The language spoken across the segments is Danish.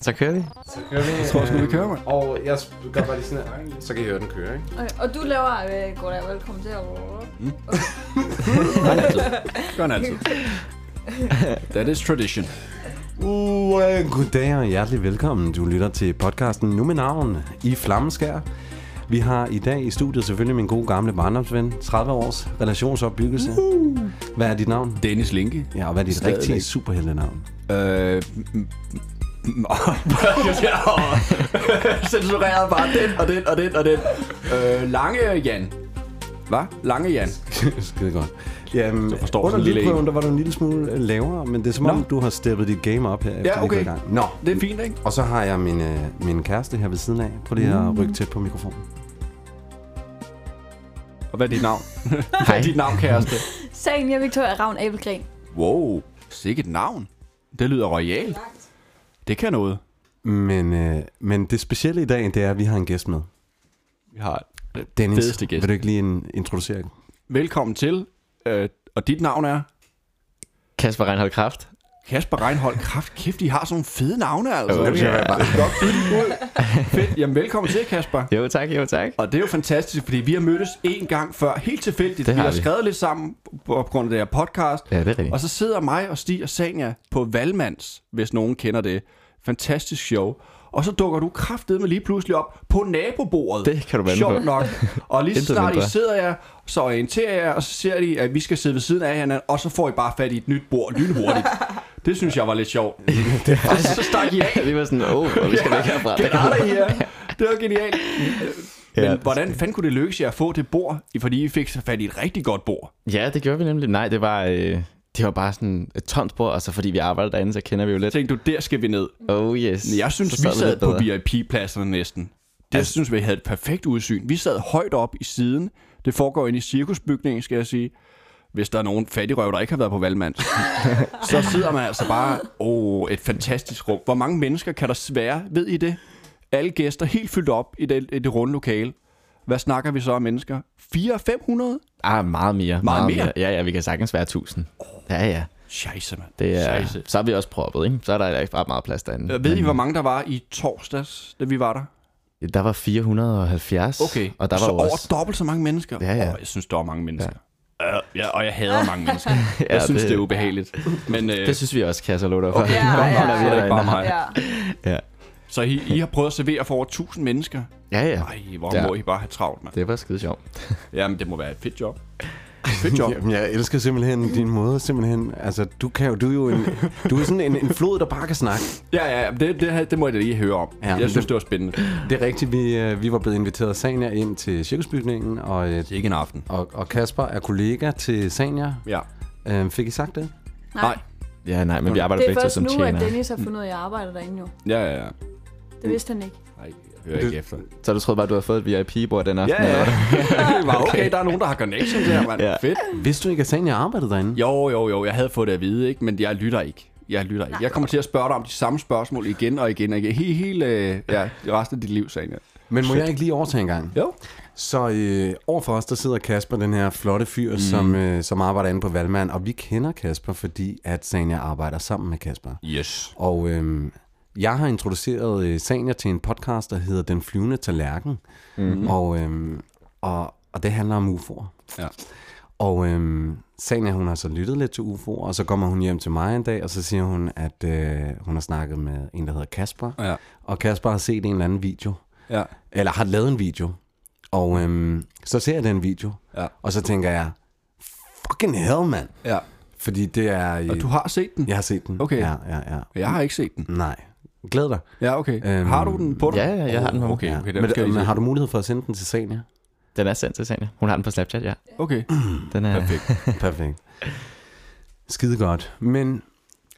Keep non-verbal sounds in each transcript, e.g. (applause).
Så kører vi. Så kører vi. Jeg tror også, nu vi kører, mand. Og jeg gør bare lige sådan her. Så kan I høre den køre, ikke? Okay, og du laver... Øh, goddag, velkommen til. Gør den altid. Gør den altid. That is tradition. Uh, goddag og hjertelig velkommen. Du lytter til podcasten Nu med navn i Flammeskær. Vi har i dag i studiet selvfølgelig min gode gamle barndomsven, 30 års relationsopbyggelse. Hvad er dit navn? Dennis Linke. Ja, og hvad er dit Stadigvæk. rigtige superheltenavn? (laughs) Øh, m- m- (laughs) og- (laughs) Censureret bare den og den og den og den. Øh, Lange Jan. Hvad? Lange Jan. Skide godt. Jamen, så forstår under sådan en lille lille en. der var du en lille smule øh, lavere, men det er som om, Nå. du har steppet dit game op her, efter vi Ja, er gået okay. i gang. Nå, Det er fint, ikke? og så har jeg min, øh, min kæreste her ved siden af. Prøv lige at rykke tæt på mikrofonen. Og hvad er dit navn? Hvad Hej. er dit navn, kæreste? Sagen, jeg Victoria Ravn Abelgren. Wow, sikkert navn. Det lyder royalt. Det kan noget. Men, øh, men det specielle i dag, det er, at vi har en gæst med. Vi har den Dennis, fedeste gæst. vil du ikke lige en, introducere? Velkommen til. Øh, og dit navn er? Kasper Reinhold Kraft. Kasper Reinhold. Kraft, kæft, de har sådan nogle fede navne, altså. Oh, det kan ja. jeg bare godt bytte ud. Fedt. Jamen, velkommen til, Kasper. Jo tak, jo tak. Og det er jo fantastisk, fordi vi har mødtes en gang før, helt tilfældigt. Det vi har har vi. skrevet lidt sammen på på grund af det her podcast. Ja, det er rigtigt. Og så sidder mig og Stig og Sanja på Valmands, hvis nogen kender det. Fantastisk show. Og så dukker du kraftedeme lige pludselig op på nabobordet. Det kan du vande Sjovt på. nok. Og lige så (laughs) Intet snart I mindre. sidder jeg, så orienterer jeg, og så ser de, at vi skal sidde ved siden af hinanden, og så får I bare fat i et nyt bord (laughs) lynhurtigt. Det synes jeg var lidt sjovt. Og så stak I (laughs) af. Vi var sådan, åh, oh, vi skal væk herfra. Get out of (laughs) here. Det var genialt. Men Ja. hvordan fanden kunne det lykkes jer at få det bord? Fordi I fik så fat i et rigtig godt bord. Ja, det gjorde vi nemlig. Nej, det var, øh, det var bare sådan et tomt bord, og så fordi vi arbejder derinde, så kender vi jo Jeg lidt. tænkte du, der skal vi ned. Oh yes. Men jeg synes, Så vi det sad lidt på bedre. VIP-pladserne næsten. Det altså, synes vi havde et perfekt udsyn. Vi sad højt op i siden. Det foregår inde i cirkusbygningen, skal jeg sige. Hvis der er nogen fattigrøv, der ikke har været på (laughs) valgmand, så sidder man altså bare... Åh, oh, et fantastisk rum. Hvor mange mennesker kan der svære? Ved I det? Alle gæster helt fyldt op i det, i det runde lokale. Hvad snakker vi så om mennesker? 400-500? Ah, meget mere. Meget, mere? Ja, ja, vi kan sagtens være 1000. Ja, ja. Scheisse, mand. Det er, Scheisse. så er vi også proppet, ikke? Så er der ikke ret meget plads derinde. Øh, Ved I, hvor mange der var i torsdags, da vi var der? Der var 470. Og der var så jo over også... dobbelt så mange mennesker. Ja, ja. Åh, jeg synes, der var mange mennesker. Ja. ja, og jeg hader mange mennesker. Jeg (laughs) Ja, synes, det, det- det er ubehageligt. Men, øh, Det synes vi også, Kasser Lutter. (laughs) Okay. Ja, ja, det er ikke bare mig. Ja. ja. Så I, I har prøvet at servere for over 1000 mennesker. Ja, ja. Ej, hvor Ja. må I bare have travlt, mand. Det var skide sjovt. Jamen, det må være et fedt job. (laughs) Fedt job. Jamen, jeg elsker simpelthen din måde, simpelthen. Altså, du, kan jo, du er jo en, du er sådan en, en flod, der bare kan snakke. Ja, ja, det, det, det må jeg da lige høre om. Ja, Ja, men jeg synes, du- det var spændende. Det er rigtigt, vi, øh, vi var blevet inviteret af Sanja ind til cirkusbygningen, og, øh, Det er ikke en aften. og, og Kasper er kollega til Sanja. Ja. Øh, fik I sagt det? Nej. Nej. Ja, nej, men vi arbejder Det er begge to først som nu, at tjenere. Dennis har fundet ud af, at jeg arbejder derinde jo. Ja, ja, ja. Det vidste han ikke. Ej, jeg hører ikke efter. Så du troede bare, du havde fået et VIP-bord den aften? Ja, (laughs) ja. Det var okay, der er nogen, der har connections her, mand. Ja. Fedt. Vidste du ikke, at Sanja arbejdede derinde? Jo, jo, jo, jeg havde fået det at vide, ikke? men jeg lytter ikke. Jeg lytter ikke. Jeg kommer til at spørge dig om de samme spørgsmål igen og igen og igen. Hele, hele øh, ja, resten af dit liv, Sanja. Men må jeg ikke lige overtage en gang? Jo. Så øh, overfor os, der sidder Kasper, den her flotte fyr, mm. som, øh, som arbejder inde på Valmand, og vi kender Kasper, fordi at Sanja arbejder sammen med Kasper. Yes. Og øh, jeg har introduceret øh, Sanja til en podcast, der hedder Den Flyvende Tallerken, Mm-hmm. mm. og, øh, og, og det handler om UFO'er. Ja. Og øh, Sanja, hun har så lyttet lidt til UFO'er, og så kommer hun hjem til mig en dag, og så siger hun, at øh, hun har snakket med en, der hedder Kasper, Ja. og Kasper har set en eller anden video, Ja. eller har lavet en video, og øhm, så ser jeg den video, Ja. og så tænker jeg, fucking hell, mand. ja. Fordi det er... øh, Og du har set den? Jeg har set den. Okay. Ja, ja, ja. Jeg har ikke set den. Nej. Glæd dig. Ja, okay. Øhm, har du den på dig? Ja, ja, jeg har den på mig. Okay, okay, ja. den skal jeg men, lige men se. har du mulighed for at sende den til Senia? Den er sendt til Sanja. Hun har den på Snapchat, ja. Okay. Den er... Perfekt. Perfekt. Skide godt. Men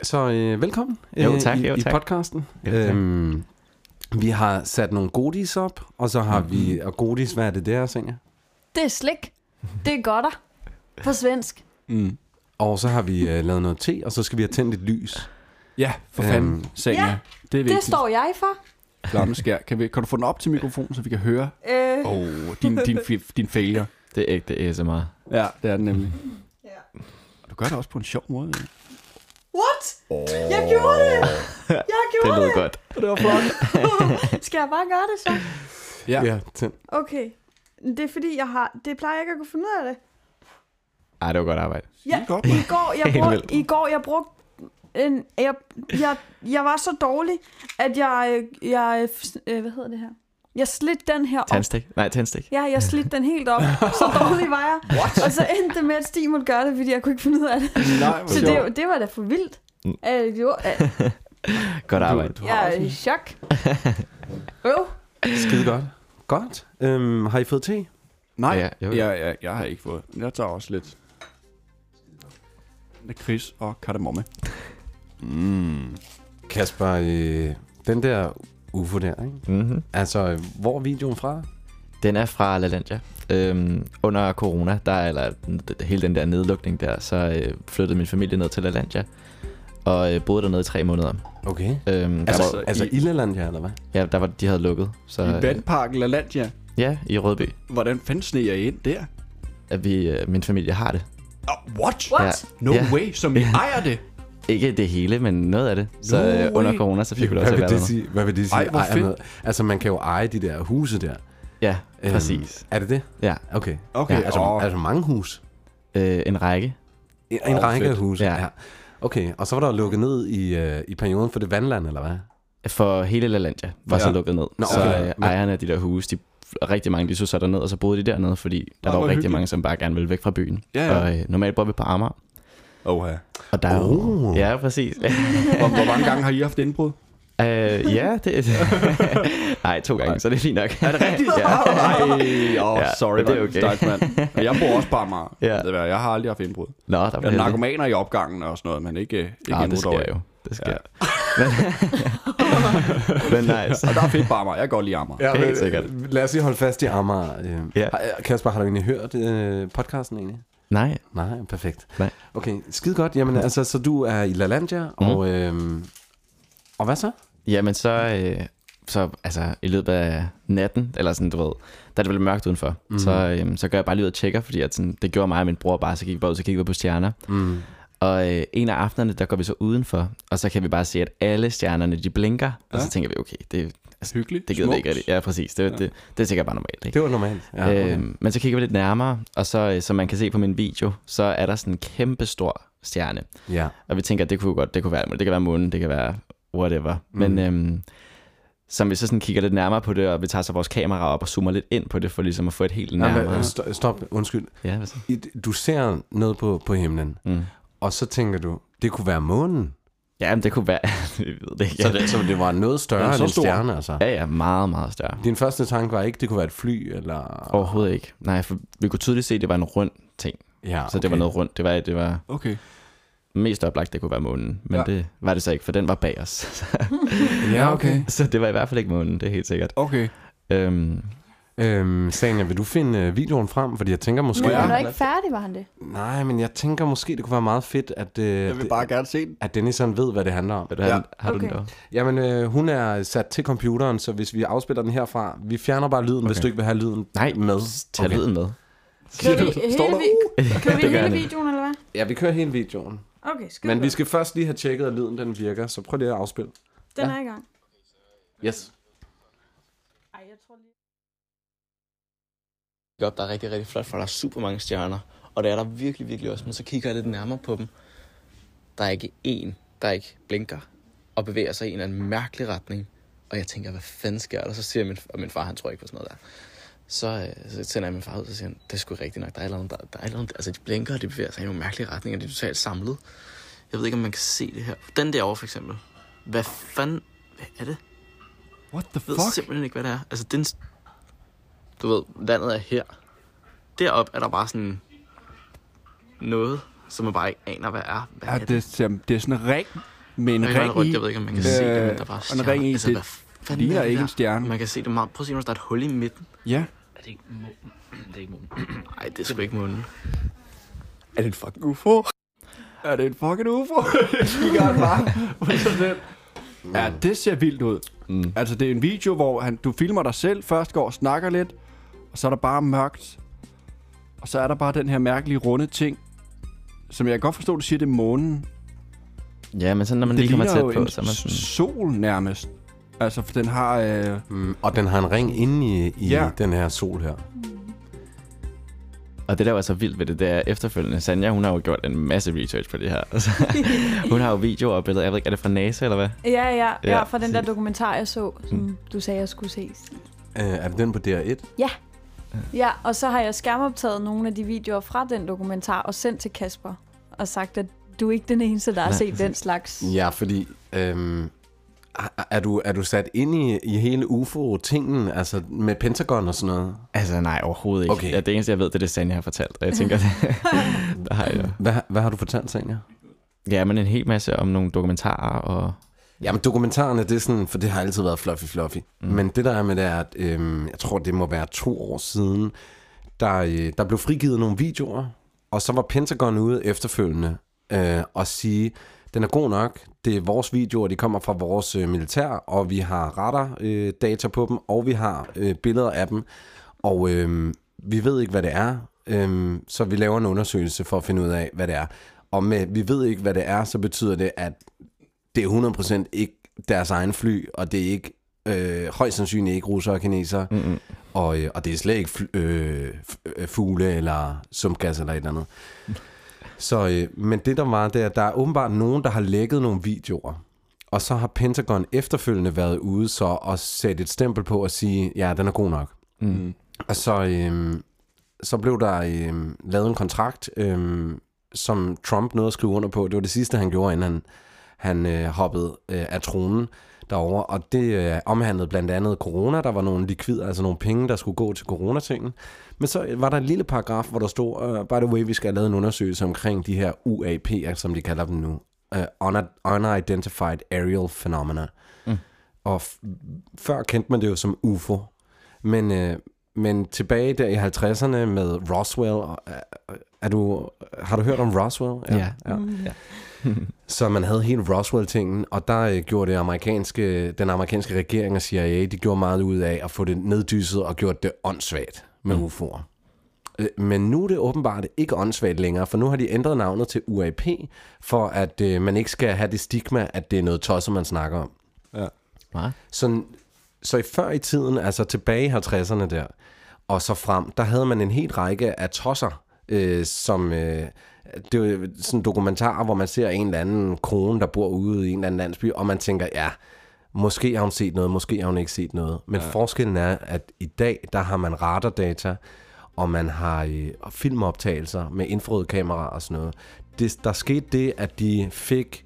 så øh, velkommen Jo, tak, i, jo, i tak. podcasten. Jo, tak. Øhm, vi har sat nogle godis op, og så har vi... Og godis, hvad er det der, Senia? Det er slik. Det er godter. På svensk. Mm. Og så har vi øh, lavet noget te, og så skal vi have tændt et lys. Ja, for Øhm, fanden, Sanja. ja, det er vigtigt. Det står jeg for. Flammeskær. Kan, vi, kan du få den op til mikrofonen, så vi kan høre? Øh, Åh, oh, din, din, fi- din failure. Det er ægte ASMR. Ja, det er den nemlig. Ja. Du gør det også på en sjov måde. ja. What? Jeg gjorde det! Jeg Det gjorde lød det! godt. Det var flot. (laughs) Skal jeg bare gøre det så? Ja. Ja, tænd. Okay. Det er fordi, jeg har... Det plejer jeg ikke at kunne finde ud af det. Ej, det var godt arbejde. Ja, godt, i går, jeg Helt brugte, vildt. i går, jeg brugte en, jeg, jeg, jeg var så dårlig, at jeg, jeg, øh, hvad hedder det her? Jeg slidt den her op. Tandstik? Nej, tandstik. Ja, jeg slidt den helt op. Så dårlig var jeg. What? Og så endte det med, at Stig måtte gøre det, fordi jeg kunne ikke finde ud af det. Nej, hvor Så sjovt. det, det var da for vildt. Mm. Øh, jo, øh, Godt arbejde. Du, du har jeg er også i en- chok. Øv. Skide godt. Godt. Øhm, har I fået te? Nej, Ja, ja, jo. ja, ja, jeg, har ikke fået. Jeg tager også lidt lakrids og kardemomme. Mm. Kasper, øh, den der UFO der, ikke? Mm-hmm. Altså, øh, hvor er videoen fra? Den er fra LaLandia. Øhm, under corona, der, eller d- hele den der nedlukning der, så øh, flyttede min familie ned til LaLandia. Og øh, boede dernede i tre måneder. Okay. Øhm, der Altså, var, var- altså i- Ilderlandia, eller hvad? ja, der var, de havde lukket. Så, I vandparken LaLandia. øh, Ja, i Rødby. Hvordan fanden sneg jeg ind der? At vi, øh, min familie har det. Oh, what? What? Ja. No Ja. way, som I ejer det. Ikke det hele, men noget af det. Så No øh, under way. corona, så fik vi lov hvad, til at vil være det der. sige, hvad vil det sige? Ej, hvor ejer fedt. noget? Altså, man kan jo eje de der huse der. Ja, Øhm, præcis. Er det det? Ja, Okay. Okay, Ja, altså, åh. altså mange hus. øh, en række. En, en Åh, række af fedt. huse. Ja. Okay, og så var der lukket ned i, øh, i perioden for det vandland, eller hvad? For hele LaLandia var ja. så Ja. lukket ned. Nå, Nå, okay. Så okay. øh, Men- ejerne af de der huse, de, rigtig mange, de så sig derned, og så boede de dernede, fordi der var Ej, jo hvor rigtig hyggeligt. mange, som bare gerne ville væk fra byen. Ja, ja. Og øh, normalt bor vi på Amager. Oha. Og der er jo... Oh. Ja, præcis. (laughs) Hvor, hvor mange gange har I haft indbrud? øh, ja, det... (laughs) Nej, to gange, så det er fint nok. Er det (laughs) rigtigt? ja. (laughs) Ej, Ja, oh, ja, sorry, men det er mand. okay. Stak, mand. Og Jeg bor også på Amager. Ja. Ja. Det være, jeg har aldrig haft indbrud. Nå, der var Jeg er narkomaner i opgangen og sådan noget, men ikke, ikke Nej, endnu det dog. sker jo. Det sker. (laughs) Men, men nice. (laughs) Og der er fedt på Amager. Jeg kan godt lide Amager. Ja. Helt sikkert. øh, Lad os lige holde fast i Amager. Øh. Ja. Har- Kasper, har du egentlig hørt øh, podcasten egentlig? Nej, Nej, perfekt. Nej. Okay, skide godt. Jamen, altså, så du er i LaLandia, mm. og, øhm, og hvad så? Jamen så, øh, så altså, i løbet af natten, eller sådan, du ved, der er det vel mørkt udenfor. Mm. Så, øh, så gør jeg bare lige ud og tjekker, fordi at, sådan, det gjorde mig og min bror bare, så gik vi bare ud, så kiggede vi på stjerner. Mm. Og øh, en af aftenerne, der går vi så udenfor, og så kan vi bare se, at alle stjernerne, de blinker. Ja. Og så Ja. tænker vi, okay, det, Hyggeligt. det gider vi smukt. ikke rigtig. Ja, præcis. Det, ja. det, det, det er sikkert bare normalt, ikke? Det var normalt. Ja, Okay. okay. Øhm, men så kigger vi lidt nærmere, og så, øh, som man kan se på min video, så er der sådan en kæmpe stor stjerne. ja. Og vi tænker, at det kunne godt, det kunne være, alt muligt. det kan være månen, det kan være whatever. Men øhm, som vi så sådan kigger lidt nærmere på det, og vi tager så vores kamera op og zoomer lidt ind på det, for ligesom at få et helt Jamen, nærmere... øh, sto- stop, undskyld. Ja, hvad så? I- Du ser noget på, på himlen, Mm. og så tænker du, det kunne være månen. Ja, men det kunne være... (laughs) vi ved det ikke. Så det, så det var noget Den større er end så en stor. stjerne, altså. Ja, ja, meget, meget større. Din første tanke var ikke, det kunne være et fly, eller... Overhovedet ikke. Nej, for vi kunne tydeligt se, at det var en rund ting. Ja, Så det var noget rundt. Det var, det var Okay. mest oplagt, det kunne være månen. Men ja. Mm. Ja. det var det så ikke, for den var bag os. (laughs) Så- Ja, okay. så det var i hvert fald ikke månen, det er helt sikkert. Okay. Øhm, Øhm, Sanja, vil du finde øh, videoen frem? Fordi jeg tænker måske... Men Ja. han var ikke færdig, var han det? Nej, men jeg tænker måske, det kunne være meget fedt, at, øh, Jeg vil bare gerne se den. at Dennis sådan ved, hvad det handler om. vil du have Ja. den? har du den Okay. der? Jamen, øh, hun er sat til computeren, så hvis vi afspiller den herfra, vi fjerner bare lyden, okay. hvis du ikke vil have lyden Nej, med. tag okay. lyden med. Kører vi Står hele, der- vi- kører vi Uh. (laughs) Det gør hele han. videoen, eller hvad? Ja, vi kører hele videoen. Okay, skide Men vi godt. skal først lige have tjekket, at lyden den virker, så prøv lige at afspille. Den ja. er i gang. Yes. Ej, jeg tror lige... kigger op, der er rigtig, rigtig flot, for der er super mange stjerner. Og det er der virkelig, virkelig også, men så kigger jeg lidt nærmere på dem. Der er ikke én, der ikke blinker og bevæger sig i en eller anden mærkelig retning. Og jeg tænker, hvad fanden sker der? Så siger min, og min far, han tror ikke på sådan noget der. Så, øh, så sender jeg min far ud, og så siger han, det er sgu rigtigt nok, der er et eller andet, der, der er et eller andet, altså de blinker, og de bevæger sig i nogle mærkelige retninger, de er totalt samlet. Jeg ved ikke, om man kan se det her. Den derovre for eksempel. Hvad fanden, hvad er det? What the ved fuck? simpelthen ikke, hvad det er. Altså, den... Du ved, landet er her. Derop er der bare sådan noget, som man bare ikke aner, hvad er. Hvad Ja, er det? det, ser- det er sådan en ring med en Jeg, kan ring godt, i. jeg ved ikke, om man kan se det, men der er bare Øh, og en ring i, altså, det hvad fanden ligner er det ikke der? en stjerne. Man kan se det meget. Prøv at se, om der er et hul i midten. Ja. Er det ikke månen? Det er ikke månen. Nej, det er sgu ikke månen. Er det en fucking UFO? Er det en fucking (laughs) UFO? Jeg kigger han bare på sig selv. Ja, det ser vildt ud. Mm. Altså, det er en video, hvor han, du filmer dig selv, først går og snakker lidt, og så er der bare mørkt. Og så er der bare den her mærkelige runde ting, som jeg kan godt forstå, du siger, det er månen. Ja, men sådan, når man lige kommer ligner tæt jo på, en så er man sådan... sol nærmest. Altså, for den har... Øh, Mm, og den har en ring inde i, i ja. Ja. den her sol her. Og det, der var så vildt ved det, det er efterfølgende. Sanja, hun har jo gjort en masse research på det her. Altså, hun har jo videoer og billeder. Jeg ved ikke, er det fra NASA eller hvad? Ja, ja, ja, Ja, ja fra den der præcis. dokumentar, jeg så, som du sagde, jeg skulle ses. Øh, er det den på DR1? Ja, og så har jeg skærmoptaget nogle af de videoer fra den dokumentar og sendt til Kasper og sagt, at du er ikke den eneste, der har Nej, set den slags. Ja, fordi... Øhm, er- er du, er du sat ind i, i hele UFO-tingen, altså med Pentagon og sådan noget? Altså nej, overhovedet ikke. Okay. Ja, det eneste, jeg ved, det er det, Sanja har fortalt. Og jeg tænker, (laughs) det der har jeg. Hvad, hvad har du fortalt, Sanja? Ja, men en hel masse om nogle dokumentarer og... Jamen, dokumentarerne, det er sådan, for det har altid været fluffy fluffy. Mm. Men det der er med det er, at øhm, jeg tror, det må være to år siden, der, øh, der blev frigivet nogle videoer, og så var Pentagon ude efterfølgende øh, og sige, den er god nok, det er vores videoer, de kommer fra vores øh, militær, og vi har radar øh, data på dem, og vi har øh, billeder af dem, og øh, vi ved ikke, hvad det er, øh, så vi laver en undersøgelse for at finde ud af, hvad det er. Og med, vi ved ikke, hvad det er, så betyder det, at det er 100% ikke deres egen fly, og det er ikke øh, højst sandsynligt ikke russere og kinesere, Mm-mm. og, øh, og det er slet ikke fl- øh, f- øh, fugle eller sumpgas eller et eller andet. Så, øh, men det der var, det er, at der er åbenbart nogen, der har lækket nogle videoer, og så har Pentagon efterfølgende været ude så og sætte et stempel på og sige, ja, den er god nok. Mm. Og så, øh, så blev der øh, lavet en kontrakt, øh, som Trump nåede at skrive under på. Det var det sidste, han gjorde, inden han, han øh, hoppede øh, af tronen derover Og det øh, omhandlede blandt andet corona. Der var nogle likvider, altså nogle penge, der skulle gå til coronatingen. Men så øh, var der en lille paragraf, hvor der stod, øh, by the way, vi skal have lavet en undersøgelse omkring de her UAP'er, som de kalder dem nu. Øh, Una- Unidentified Aerial Phenomena. Mm. Og f- før kendte man det jo som UFO. Men, øh, men tilbage der i 50'erne med Roswell, og, øh, er du, har du hørt om Roswell? Ja. Mm. (laughs) Så man havde hele Roswell-tingen, og der øh, gjorde det amerikanske, den amerikanske regering og CIA, de gjorde meget ud af at få det neddyset og gjort det åndssvagt med Mm. UFO'er. Øh, Men nu er det åbenbart ikke åndssvagt længere, for nu har de ændret navnet til UAP, for at øh, man ikke skal have det stigma, at det er noget tosset, man snakker om. Hva? Så, så i før i tiden, altså tilbage i 50'erne der, og så frem, der havde man en helt række af tosser, øh, som... Øh, det er jo sådan dokumentarer, hvor man ser en eller anden kone, der bor ude i en eller anden landsby, og man tænker, ja, måske har hun set noget, måske har hun ikke set noget. Men ja. forskellen er, at i dag, der har man radardata, og man har øh, og filmoptagelser med infrarøde kameraer og sådan noget. Det, der skete det, at de fik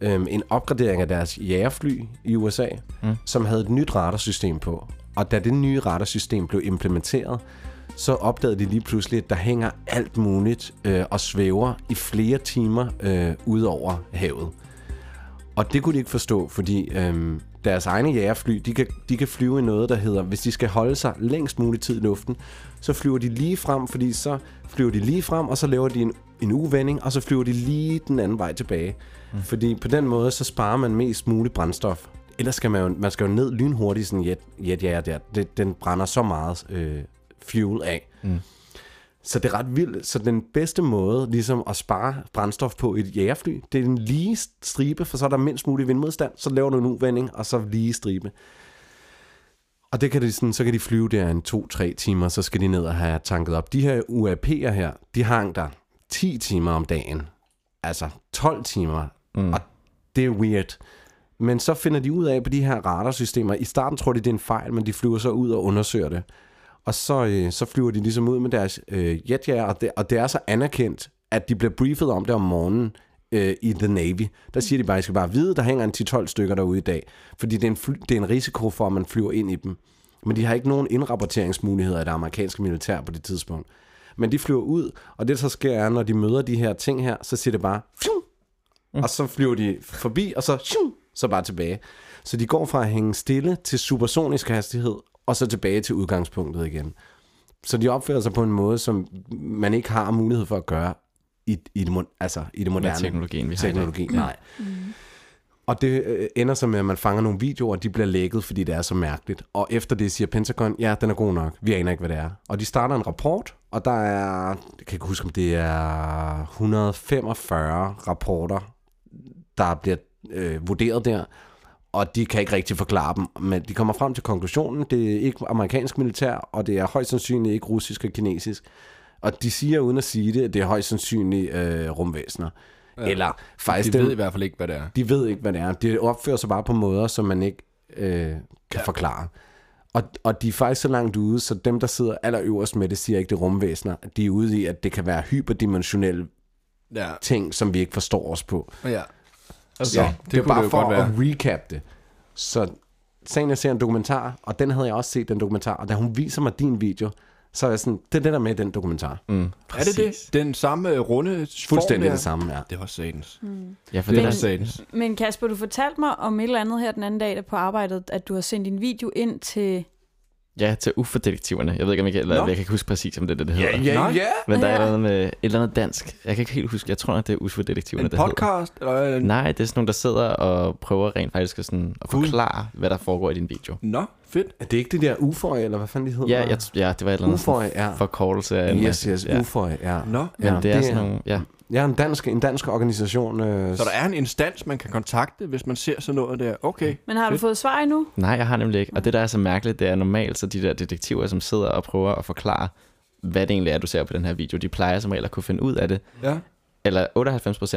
øhm, en opgradering af deres jægerfly i USA, mm. som havde et nyt radarsystem på. Og da det nye radarsystem blev implementeret, så opdagede de lige pludselig, at der hænger alt muligt øh, og svæver i flere timer øh, ud over havet. Og det kunne de ikke forstå, fordi øhm, deres egne jægerfly, de kan, de kan flyve i noget, der hedder, hvis de skal holde sig længst mulig tid i luften, så flyver de lige frem, fordi så flyver de lige frem, og så laver de en, en uvending, og så flyver de lige den anden vej tilbage. Mm. Fordi på den måde, så sparer man mest muligt brændstof. Ellers skal man jo, man skal jo ned lynhurtigt i sådan en jet, jetjager der. Det, den brænder så meget øh, fuel af. Så det er ret vildt. Så den bedste måde ligesom at spare brændstof på et jægerfly, det er en lige stribe, for så er der mindst mulig vindmodstand, så laver du en uvending, og så lige stribe. Og det kan de sådan, så kan de flyve der en 2-3 timer, så skal de ned og have tanket op. De her UAP'er her, de hang der 10 timer om dagen. Altså 12 timer. Mm. Og det er weird. Men så finder de ud af på de her radarsystemer. I starten tror de, det er en fejl, men de flyver så ud og undersøger det. Og så, øh, så flyver de ligesom ud med deres øh, jetjager, og det, og det er så anerkendt, at de bliver briefet om det om morgenen øh, i The Navy. Der siger de bare, I skal bare vide, der hænger en 10-12 stykker derude i dag, fordi det er, en fly, det er en risiko for, at man flyver ind i dem. Men de har ikke nogen indrapporteringsmuligheder af det amerikanske militær på det tidspunkt. Men de flyver ud, og det der så sker er, når de møder de her ting her, så siger det bare, "Fju!" Mm. og så flyver de forbi, og så, "Tju!" så bare tilbage. Så de går fra at hænge stille til supersonisk hastighed, og så tilbage til udgangspunktet igen. Så de opfører sig på en måde, som man ikke har mulighed for at gøre i, i, det, mo- altså, i det Med moderne teknologien, vi har i dag. teknologi. Nej. Og det øh, ender så med, at man fanger nogle videoer, og de bliver lækket, fordi det er så mærkeligt. Og efter det siger Pentagon, ja, den er god nok. Vi aner ikke, hvad det er. Og de starter en rapport, og der er, jeg kan ikke huske, om det er 145 rapporter, der bliver øh, vurderet der, og de kan ikke rigtig forklare dem. Men de kommer frem til konklusionen, det er ikke amerikansk militær, og det er højst sandsynligt ikke russisk og kinesisk. Og de siger uden at sige det, at det er højst sandsynligt øh, rumvæsener. Ja. Eller faktisk, De ved i hvert fald ikke, hvad det er. de ved ikke, hvad det er. De opfører sig bare på måder, som man ikke øh, kan ja. forklare. Og, og de er faktisk så langt ude, så dem, der sidder allerøverst med det, siger ikke, det er rumvæsener. De er ude i, at det kan være hyperdimensionelle Ja, ting, som vi ikke forstår os på. ja. Så ja, Altså, det, det er kunne det bare jo for godt være. at recap det. Så sagen, jeg ser en dokumentar, og den havde jeg også set, den dokumentar, og da hun viser mig din video, så er jeg sådan, det er det der med i den dokumentar. Mm, Er det det? Den samme øh, runde form Fuldstændig der? det samme, ja. Det var satans. Mm. Ja, for Det det var der, satans. Men Kasper, du fortalte mig om et eller andet her den anden dag der på arbejdet, at du har sendt en video ind til... ja, til ufordetektiverne. Jeg ved ikke, om jeg kan, eller, Nå. jeg kan ikke huske præcis, om det er det, det hedder. Nej. ja. Men der er et Ja. eller andet med et eller andet dansk. Jeg kan ikke helt huske. Jeg tror nok, det er Ufodetektiverne, En der podcast? Eller øh, en... hedder. Nej, det er sådan nogle, der sidder og prøver rent faktisk at, sådan, at forklare, hvad der foregår i din video. Nå, fedt. Er det ikke det der UFO'er, eller hvad fanden de hedder? Ja, jeg, t- ja det var et eller andet UFO'er, sådan ja. forkortelse af en Yes, masse- yes, ja. UFO'er, ja. Nå. Men det, er sådan nogle, ja. Ja, en dansk, en dansk organisation. Øh, Så der er en instans, man kan kontakte, hvis man ser sådan noget der. Okay. Men har du fået svar endnu? Nej, jeg har nemlig ikke. Og det, der er så mærkeligt, det er normalt, så de der detektiver, som sidder og prøver at forklare, hvad det egentlig er, du ser på den her video, de plejer som regel at kunne finde ud af det. Ja. Eller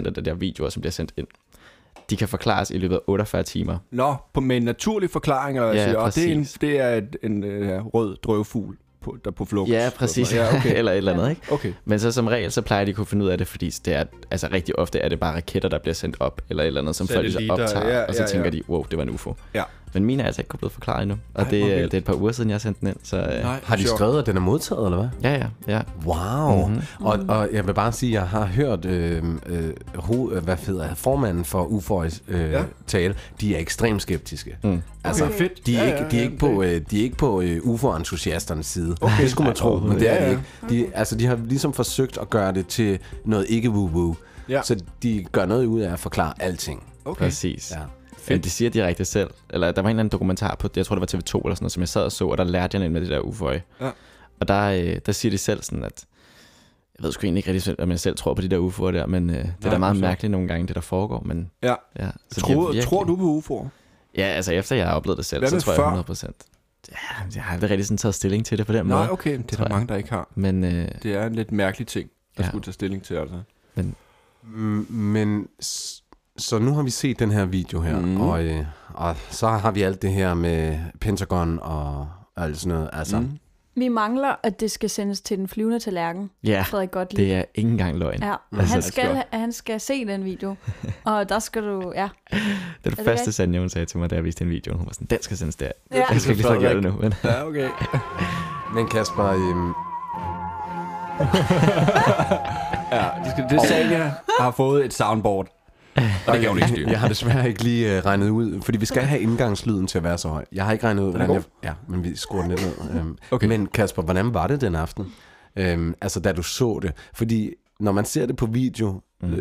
98% af de der videoer, som bliver sendt ind, de kan forklares i løbet af 48 timer. Nå, på, med en naturlig forklaring, eller hvad Ja, ja, siger. Og det er, en, præcis. det er et, en øh, rød drøvfugl, på, der på flugt. (laughs) Ja, præcis. Ja, okay. eller et eller andet, ikke? (laughs) okay. Men så som regel, så plejer de at kunne finde ud af det, fordi det er, altså rigtig ofte er det bare raketter, der bliver sendt op, eller et eller andet, som folk så Satellitter, optager, ja, og så ja, tænker ja. de, wow, det var en UFO. Ja. Men mine er altså ikke blevet forklaret endnu, og Ej, det, hvor øh, vildt. det er et par uger siden, jeg har sendt den ind, så... øh, Nej, har de sjovt. skrevet, at den er modtaget, eller hvad? Ja, ja, ja. Wow. Mm-hmm. Og, og jeg vil bare sige, at jeg har hørt øh, øh, ho, øh, hvad hedder, formanden for UFO's øh, ja. Ja. tale. De er ekstremt skeptiske. Mm. Altså, Okay, fedt. De er Ja, ikke, ja, de er ja, ikke på, øh, de er ikke på øh, UFO-entusiasternes side. Okay. Det skulle man tro, men det ja, er de ja. ikke. De, altså, de har ligesom forsøgt at gøre det til noget ikke woo Ja. Så de gør noget ud af at forklare alting. Okay. Præcis. Ja. Ja. Men de siger direkte selv. Eller der var en eller anden dokumentar på, jeg tror det var TV2 eller sådan noget, som jeg sad og så, og der lærte jeg lidt med det der UFO. Ja. Og der, øh, der siger de selv sådan, at jeg ved sgu egentlig ikke rigtig, selv, om jeg selv tror på de der UFO'er der, men øh, det er da meget mærkeligt nogle gange, det der foregår. Men, Ja. ja. Så de er Tror, tror du på UFO'er? Ja, altså efter jeg har oplevet det selv, Hvad så med tror før? jeg 100 procent. Ja, jeg har aldrig rigtig sådan taget stilling til det på den Nej, måde. okay. Det er Tror der jeg. mange, der ikke har. Men øh, Det er en lidt mærkelig ting, der Ja. skulle tage stilling til, altså. men Mm, Men s- så nu har vi set den her video her, Mhm. mm. og, øh, og så har vi alt det her med Pentagon og alt sådan noget. Altså, Mhm. mm. Vi mangler, at det skal sendes til den flyvende tallerken, ja, Frederik Gottlieb. det er ikke engang løgn. Ja, Altså, han skal, han skal se (laughs) den video, og der skal du, ja. Det er det det første rigtigt? Sanja, hun sagde til mig, da jeg viste en video. Hun var sådan, den skal sendes der. Ja. Jeg skal ikke lige så gøre det nu. Men. Ja, okay. Men Kasper, øhm, Det, skal, det Sanja har fået et (laughs) soundboard. Og det kan hun ikke styre. jeg (laughs) har desværre ikke lige øh, regnet ud, fordi vi skal have indgangslyden til at være så høj. Jeg har ikke regnet ud, hvordan god? jeg... Ja, men vi skruer den lidt ned. Øhm, okay. Okay. Men Kasper, hvordan var det den aften? Øhm, altså, da du så det. Fordi når man ser det på video, øh,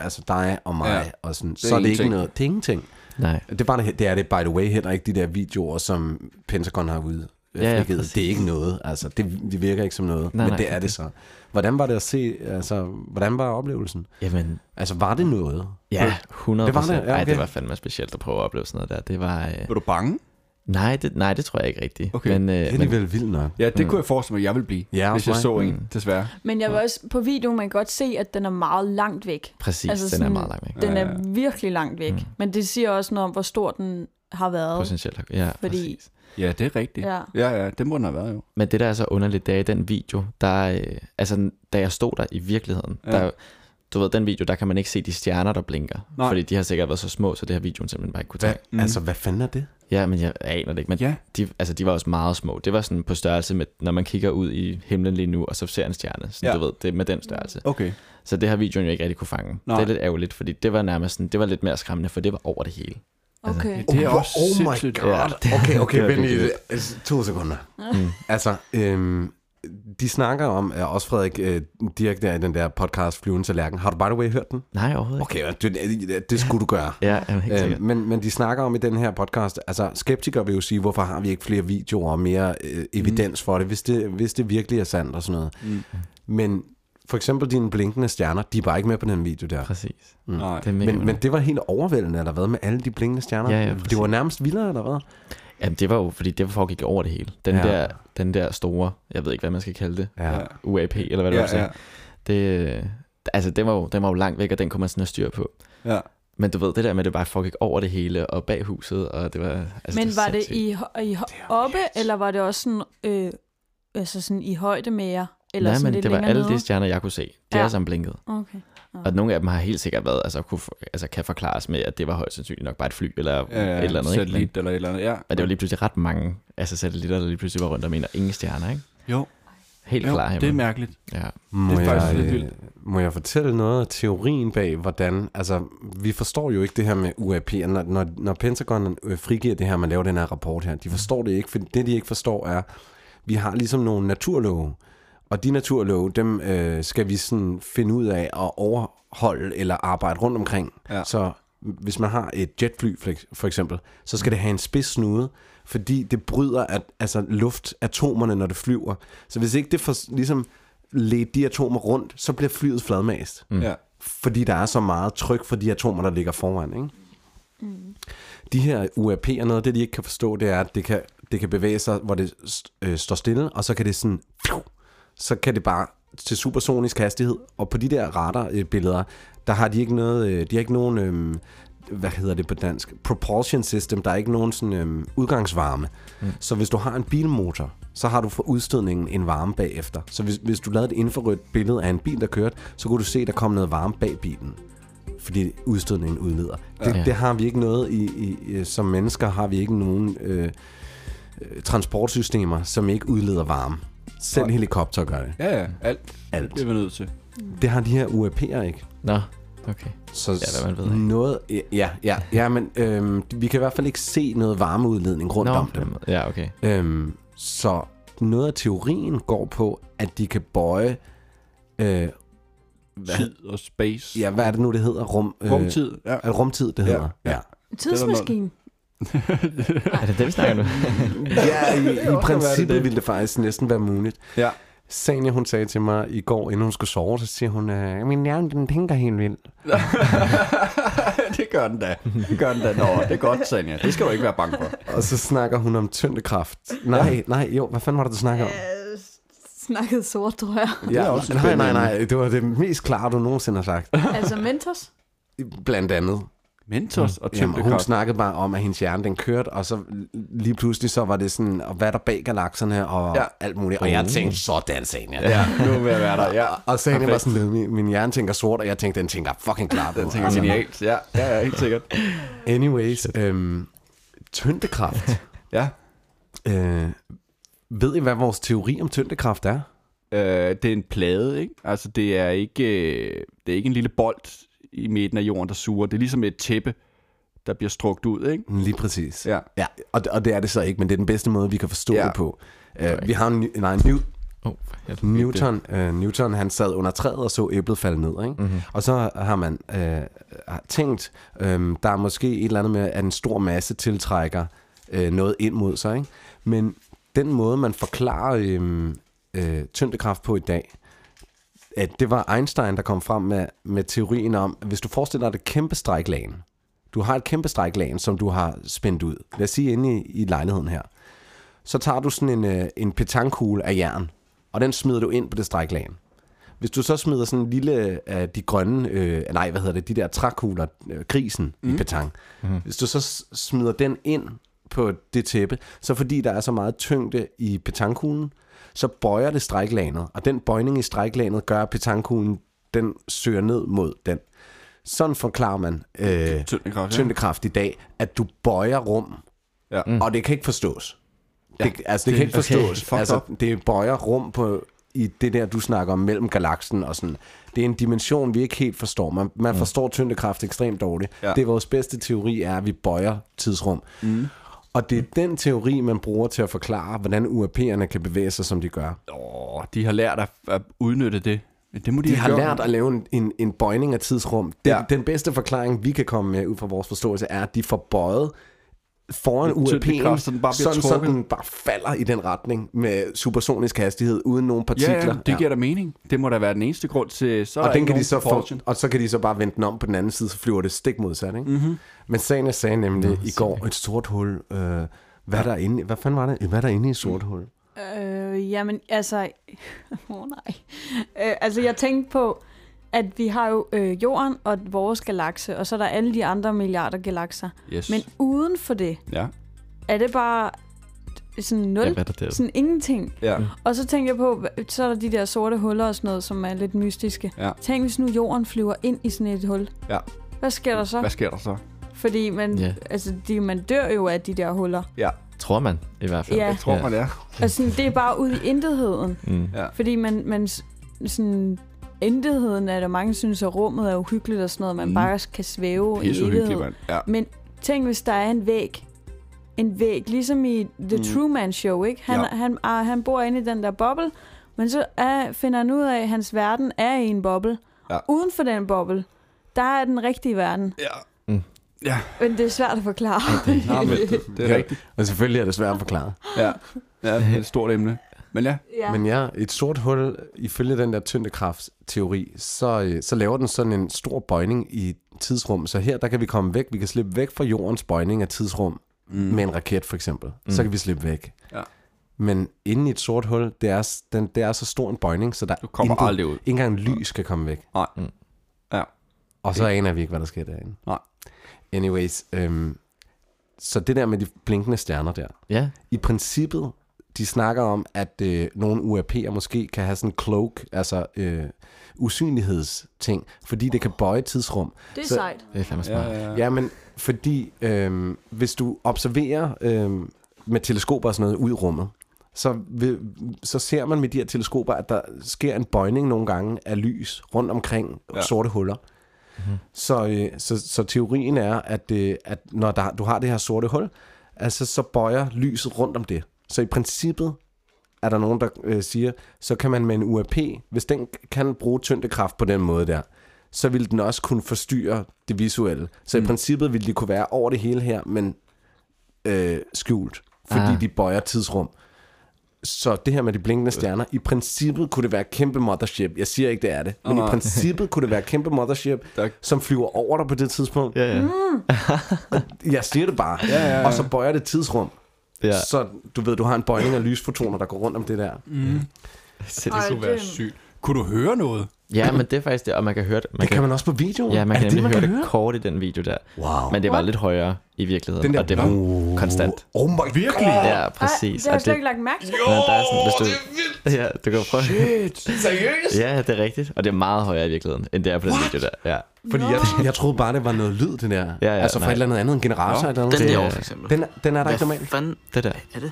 altså dig og mig, Mhm. Ja. og sådan, er så er det ikke ingenting. noget. Det er ingenting. Nej. Det, er bare, det det er det, by the way, heller ikke de der videoer, som Pentagon har ud. Ja, Ja, ja, ja, præcis. det er ikke noget, altså det, det virker ikke som noget, nej, Nej, men nej, nej, det er det så. Hvordan var det at se, altså hvordan var oplevelsen? Jamen, Altså var det noget? Ja, 100 Det var det, ja, Ej, okay. det var fandme specielt at prøve at opleve sådan noget der. Det var... Øh, Var du bange? nej, det, nej, det tror jeg ikke rigtigt. Okay. Men, Det er øh, men alligevel vildt nok. Ja, Mm. det kunne jeg forestille mig, at jeg ville blive, Ja, hvis også jeg mig. så en, desværre. Men jeg vil også, på videoen man kan godt se, at den er meget langt væk. præcis, Altså altså den sådan- er meget lang væk. Den er virkelig langt væk. Mm. Men det siger også noget om, hvor stor den har været. Potentielt. Ja, Fordi- præcis. Ja, det er rigtigt. Ja. ja, ja det må den have været jo. Men det, der er så underligt, det er i den video, der... Øh, altså, da jeg stod der i virkeligheden, ja. der, du ved, den video, der kan man ikke se de stjerner, der blinker. Nej. Nej. Fordi de har sikkert været så små, så det har videoen simpelthen bare ikke kunne Hvad, tage. mm. Altså hvad fanden er det? Ja, men jeg aner det ikke. Men Ja. ja. de, altså, de var også meget små. Det var sådan på størrelse med, når man kigger ud i himlen lige nu, og så ser en stjerne. Så Ja. ja. du ved, det er med den størrelse. Okay. Så det har videoen jo ikke rigtig kunne fange. Nej. Nej. Det er lidt ærgerligt, fordi det var nærmest sådan, det var lidt mere skræmmende, for det var over det hele. Altså, Okay. Det er Hvor- også oh my sindssygt. Ja, det, Okay, (laughs) det okay, var vent virkelig lige vildt. altså, to sekunder. Mm. Altså, øhm, de snakker om, øh, også Frederik øh, Dirk der i den der podcast, Flyvende Tallerken. Har du by the way hørt den? Nej, overhovedet ikke. Okay, det, det skulle du gøre. Ja, jamen, helt Øh, sikkert. men, men de snakker om i den her podcast, altså skeptikere vil jo sige, hvorfor har vi ikke flere Mm. videoer og mere øh, evidens for det hvis, det, hvis det virkelig er sandt og sådan noget. Mm. Men for eksempel dine blinkende stjerner, de er bare ikke med på den video der. Præcis. Nej. Mm. Det er mega Men, men det var helt overvældende, eller hvad, med alle de blinkende stjerner? Ja, ja, det præcis. var nærmest vildere, eller hvad? Jamen, det var jo, fordi det foregik over det hele. Den, Ja. ja. der, den der store, jeg ved ikke, hvad man skal kalde det, Ja. UAP, eller hvad det ja, var, ja, ja. ja, det, øh, altså, den var, jo, den var jo langt væk, og den kunne man sådan at styre på. ja. Men du ved, det der med, at det bare foregik over det hele, og bag huset, og det var... Altså, Men var det sindssygt. i, hø- i hø- oppe, eller var det også sådan, øh, altså sådan i højde mere? Eller Nej, sådan men lidt det var længere alle nede? de stjerner, jeg kunne se. De Ja. ja. er sammen blinket. Okay. Og nogle af dem har helt sikkert været, altså, kunne, for- altså kan forklares med, at det var højst sandsynligt nok bare et fly eller ja, ja. et eller andet. Ikke? Men, Satellit eller et eller andet, ja. men det var lige pludselig ret mange altså satellitter, der lige pludselig var rundt om en, og ingen stjerner, ikke? Jo, Helt jo klar det er himmel. mærkeligt. Ja. Må Det er faktisk jeg, lidt øh, vildt. Må jeg fortælle noget af teorien bag, hvordan... Altså, vi forstår jo ikke det her med UAP. Når, når, når Pentagon øh, frigiver det her, man laver den her rapport her, de forstår det ikke, for det, de ikke forstår, er, vi har ligesom nogle naturlove, og de naturlove, dem øh, skal vi sådan finde ud af at overholde eller arbejde rundt omkring. Ja. Så hvis man har et jetfly for eks- for eksempel, så skal det have en spids snude, fordi det bryder at, altså luftatomerne, når det flyver. Så hvis ikke det for, ligesom leder de atomer rundt, så bliver flyet fladmast. Mm. Ja. Fordi der er så meget tryk fra de atomer, der ligger foran. Ikke? Mm. De her UAP'er, noget af det, de ikke kan forstå, det er, at det kan, det kan bevæge sig, hvor det st- øh, står stille, og så kan det sådan... Pju, så kan det bare til supersonisk hastighed. Og på de der radarbilleder, der har de ikke noget... Øh, de har ikke nogen... Øh, hvad hedder det på dansk? Propulsion system. Der er ikke nogen sådan, øhm, udgangsvarme. Mm. Så hvis du har en bilmotor, så har du for udstødningen en varme bagefter. Så hvis, hvis du lavede et infrarødt billede af en bil, der kørte, så kunne du se, at der kom noget varme bag bilen. Fordi udstødningen udleder. Det, Ja. det har vi ikke noget i, i, i... Som mennesker har vi ikke nogen... Øh, øh, transportsystemer, som ikke udleder varme. Selv Nej. helikopter gør det. ja, ja, Mm. alt Alt. bliver vi nødt til. Det har de her UAP'er ikke. Nå, okay. Så hvad man ved, ikke? noget... Ja, ja, ja men øhm, vi kan i hvert fald ikke se noget varmeudledning rundt Nå, om på den dem. måde. Ja, okay. Øhm, så noget af teorien går på, at de kan bøje... Øh, hvad, Tid og space. ja, hvad er det nu, det hedder? Rum, øh, Rumtid. Ja. er (laughs) det rumtid, det Ja, hedder. ja. Tidsmaskine. Er det det, vi (laughs) snakker nu? Ja, i, i det. princippet ville det faktisk næsten være muligt. Ja. Sanja, hun sagde til mig i går, inden hun skulle sove, så siger hun, øh, min hjerne, den tænker helt vildt. det gør den da. Det gør den da. Nå, det er godt, Sanja. Det skal du ikke være bange for. Og så snakker hun om tyndekraft. Nej, nej, jo, hvad fanden var det, du snakker om? Øh, snakkede sort, tror jeg. Ja, er også nej, nej, spændende. nej, det var det mest klare, du nogensinde har sagt. altså Mentos. Blandt andet. Mentors og Jamen, hun tyndekraft. snakkede bare om, at hendes hjerne, den kørte, og så lige pludselig, så var det sådan, og hvad er der bag galakserne, og Ja. Mm. ja. alt muligt. Og jeg tænkte, sådan, Sanja. Ja, nu vil jeg være der. Ja. Og Sanja var Perfekt. sådan, lidt, min, min hjerne tænker sort, og jeg tænkte, den tænker fucking klart. Altså, Den tænker genialt. Ja, ja, ja, helt sikkert. Anyways, øhm, (laughs) tyndekraft. Ja. øh, ved I, hvad vores teori om tyndekraft er? Øh, det er en plade, ikke? Altså, det er ikke, øh, det er ikke en lille bold i midten af jorden, der suger. Det er ligesom et tæppe, der bliver strukt ud, ikke? Lige præcis. Ja. ja og, og det er det så ikke, men det er den bedste måde, vi kan forstå Ja. ja. det på. Øh, vi har en, ny- nej, en new, Oh, jeg fik Newton, øh, Newton, han sad under træet og så æblet falde ned, ikke? Mm-hmm. Og så har man øh, har tænkt, øh, der er måske et eller andet med, at en stor masse tiltrækker øh, noget ind mod sig, ikke? Men den måde, man forklarer øh, øh, tyngdekraft på i dag, at det var Einstein, der kom frem med, med teorien om, at hvis du forestiller dig det kæmpe stræklagen, du har et kæmpe stræklagen, som du har spændt ud, lad os sige inde i, i lejligheden her, så tager du sådan en, øh, en petankugle af jern, og den smider du ind på det stræklagen. Hvis du så smider sådan en lille af de grønne, øh, nej, hvad hedder det, de der trækugler, øh, grisen mm. i petang. Mm. Hvis du så s- smider den ind på det tæppe, så fordi der er så meget tyngde i petankuglen, så bøjer det stræklanet, og den bøjning i stræklanet gør, at petankuglen den søger ned mod den. Sådan forklarer man øh, Tyndekraft, ja. tyndekraft i dag, at du bøjer rum, Ja. mm. og det kan ikke forstås. Det, altså, det, kan ikke okay. forstås. Fucked altså, up. det bøjer rum på i det der, du snakker om mellem galaksen og sådan. Det er en dimension, vi ikke helt forstår. Man, man mm. forstår tyngdekraft ekstremt dårligt. Ja. Ja. Det er vores bedste teori, er, at vi bøjer tidsrum. Mm. Og det er den teori, man bruger til at forklare, hvordan UAP'erne kan bevæge sig, som de gør. Åh, de har lært at, at udnytte det. Men det må de, De have har gjort. lært at lave en, en, en bøjning af tidsrum. Den, Ja. ja. den bedste forklaring, vi kan komme med ud fra vores forståelse, er, at de får bøjet foran Til det UAP'en, kraft, så den bare bliver sådan, så trukket. den bare falder i den retning med supersonisk hastighed, uden nogen Ja, partikler. ja, det giver da mening. Det må da være den eneste grund til, så er og, der den ikke kan nogen de så få, propulsion. og så kan de så bare vende den om på den anden side, så flyver det stik modsat. Ikke? Mm-hmm. Men Sana sagde nemlig i går, et sort hul, øh, hvad, er der er inde, hvad fanden var det? Hvad er der inde i et sort Mm. hul? Øh, jamen, altså... (laughs) Åh, oh, nej. Øh, altså, jeg tænkte på, at vi har jo øh, jorden og vores galakse, og så er der alle de andre milliarder galakser. Yes. Men uden for det, Ja. er det bare sådan nul, Ja, ja, hvad er der der? sådan ingenting. Ja. Og så tænkte jeg på, hva- så er der de der sorte huller og sådan noget, som er lidt mystiske. Ja. Tænk, hvis nu jorden flyver ind i sådan et hul. Ja. Hvad sker der så? Hvad sker der så? Fordi man, Ja. altså, de, man dør jo af de der huller. Tror man i hvert fald. Ja. Jeg tror, Ja. man er. Og sådan, det er bare ud i intetheden. Mm. Ja. Fordi man, man s- sådan, intetheden er der mange synes, at rummet er uhyggeligt og sådan noget. Man Mm. mm. bare kan svæve i Pisse evighed. uhyggeligt, mand. Ja. Men tænk, hvis der er en væg. En væg, ligesom i The Mm. mm. Truman Show, ikke? Han, Ja. ja. han, ah, han bor inde i den der boble, men så er, finder han ud af, at hans verden er i en boble. Ja. Uden for den boble, der er den rigtige verden. Ja. Men det er svært at forklare. Ja, men det, det er Ja. rigtigt. Og selvfølgelig er det svært at forklare. Ja. ja, det er et stort emne. Men ja, (laughs) ja. Men ja, et sort hul, ifølge den der tyndekraftteori, så, øh, så laver den sådan en stor bøjning i tidsrum. Så her, der kan vi komme væk. Vi kan slippe væk fra jordens bøjning af tidsrum mm. med en raket, for eksempel. Mm. Så kan vi slippe væk. Ja. Men inde i et sort hul, det er, s- den, det er så stor en bøjning, så der du kommer intet- aldrig ud. Ikke engang lys kan komme væk. Nej. Ja. Og så aner vi ikke, hvad der sker derinde. Nej. Anyways, øhm, så det der med de blinkende stjerner der. ja. I princippet, de snakker om, at øh, nogle UAP'er måske kan have sådan en cloak, altså øh, usynlighedsting, fordi det kan bøje tidsrum. det er så- sejt. Det er fandme Ja, smart. ja, ja. Ja, men fordi øh, hvis du observerer øh, med teleskoper og sådan noget ud i rummet, så, vil, så ser man med de her teleskoper, at der sker en bøjning nogle gange af lys rundt omkring Ja. ja. sorte huller. Så, øh, så, så teorien er, at, øh, at når der, du har det her sorte hul, altså, så bøjer lyset rundt om det. Så i princippet er der nogen, der øh, siger, så kan man med en UAP, hvis den kan bruge tyngdekraft på den måde der, så ville den også kunne forstyrre det visuelle. Så mm. i princippet ville de kunne være over det hele her, men øh, skjult, fordi ah. Øh. Ah. de bøjer tidsrum. Så det her med de blinkende stjerner, i princippet kunne det være kæmpe mothership. Jeg siger ikke, det er det, men nej. i princippet kunne det være kæmpe mothership, Tak. som flyver over dig på det tidspunkt. Ja, ja. Mm. Jeg siger det bare. Ja, ja, ja. Og så bøjer det tidsrum. ja. Mm. Ja. Så du ved, du har en bøjning af lysfotoner, der går rundt om det der. Man Så Ej, det- kunne være det- sygt. Kunne du høre noget? ja, men det er faktisk det, og man kan høre det. Man det kan man også på video. Ja, man er kan det nemlig det, man høre kan det høre? kort i den video der. Wow. Men det var lidt højere i virkeligheden, Den der- og det var konstant. Oh my Virkelig? god. Ja, præcis. Ej, det har jeg og slet ikke lagt mærke til. men der er sådan, hvis du, Ja, du kan prøve. Shit. Ja, det er rigtigt. Og det er meget højere i virkeligheden, end det er på den video der. Ja. Fordi jeg, jeg troede bare, det var noget lyd, det der. Ja, ja, altså fra nej. et eller andet andet, en generator Nå, eller noget. Den Det- derovre, for eksempel. Den, er- den er der ikke Hvad normalt. fanden Det der. er det?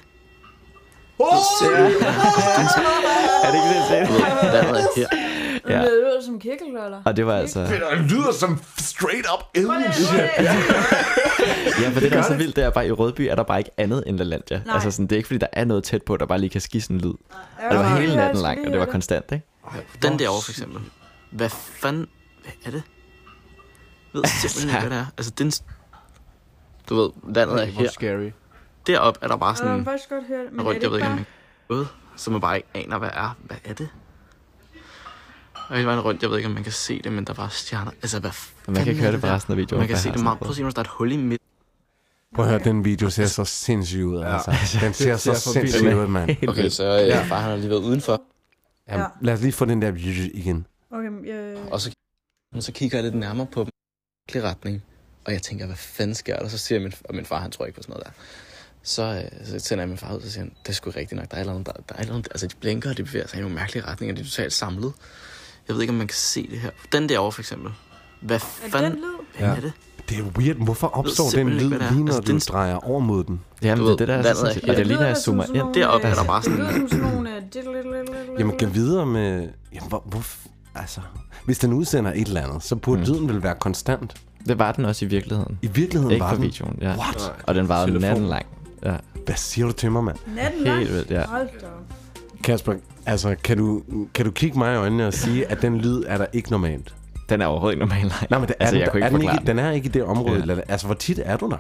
Er det ikke det, det? Der er noget her. Ja. Ja. Det lyder som kirkeløller. Og det var altså... Den lyder som straight up aliens. Ja, for det, der er så vildt, det er bare, i Rødby er der bare ikke andet end LaLandia. Nej. Altså sådan, det er ikke fordi, der er noget tæt på, der bare lige kan skive sådan en lyd. Og det var hele natten lang, og det var konstant, ikke? Den derovre, for eksempel. Hvad fanden hvad er det? Jeg ved simpelthen ikke, hvad det er. Altså, den... Du ved, landet er her. Hvor scary. Deroppe er der bare sådan Jeg kan en faktisk godt høre det, men Øh, er ryg, det jeg ved ikke ikke, om bare... man ude, som man bare ikke aner, hvad er. Hvad er det? Og hele vejen rundt, jeg ved ikke, om man kan se det, men der er bare stjerner. Altså, hvad fanden Man kan ikke er høre det altså på der? resten af videoen. Man kan for se jeg har det meget. sådan Prøv at se, om der er et hul i midten. Prøv at høre, den video ser så sindssyg ud, altså. Den ser Det så ser for vildt sindssyg ud, (laughs) mand. Helt vildt. så øh, ja. far han har lige været udenfor. Jamen, Lad os lige få den der igen. Okay, men, øh, Og så, men så kigger jeg lidt nærmere på dem i retning. Og jeg tænker, hvad fanden sker der? Så siger min, og min far, han tror ikke på sådan noget der. Så, øh, så sender jeg min far ud, og siger han, det er sgu rigtigt nok, der er et eller andet, der, der er et eller andet, altså de blinker, og de bevæger sig i nogle mærkelige retninger, de er totalt samlet. Jeg ved ikke, om man kan se det her. Den derovre for eksempel. Hvad er den fanden lyd? ja. er det? Det er weird. Hvorfor opstår den simpelthen lyd ikke, hvad det er. lige, når Altså, du den- drejer over mod den? Jamen, det er det, der er så Landet er sindssygt. helt- Og det er lige, lyder når jeg da som zoomer sådan ind. nogle, Deroppe er øh, der bare sådan- Det lyder som sådan nogle... øh, diddle- Jamen, kan videre med... Jamen, hvor, hvor, altså, hvis den udsender et eller andet, så burde mm. lyden vel være konstant. Det var den også i virkeligheden. I virkeligheden Ikke var på den... videoen, ja. What? Og den varede Telefon. natten lang. Ja. Hvad siger du til mig, mand? Natten Helt vildt, ja. Hold da op. Kasper, altså, kan du, kan du kigge mig i øjnene og sige, at den lyd er der ikke normalt? Den er overhovedet ikke normal. Nej, men det er, Altså, altså, jeg den, kunne ikke ikke er den, forklare ikke, den er ikke i det område. Ja. Altså, hvor tit er du der?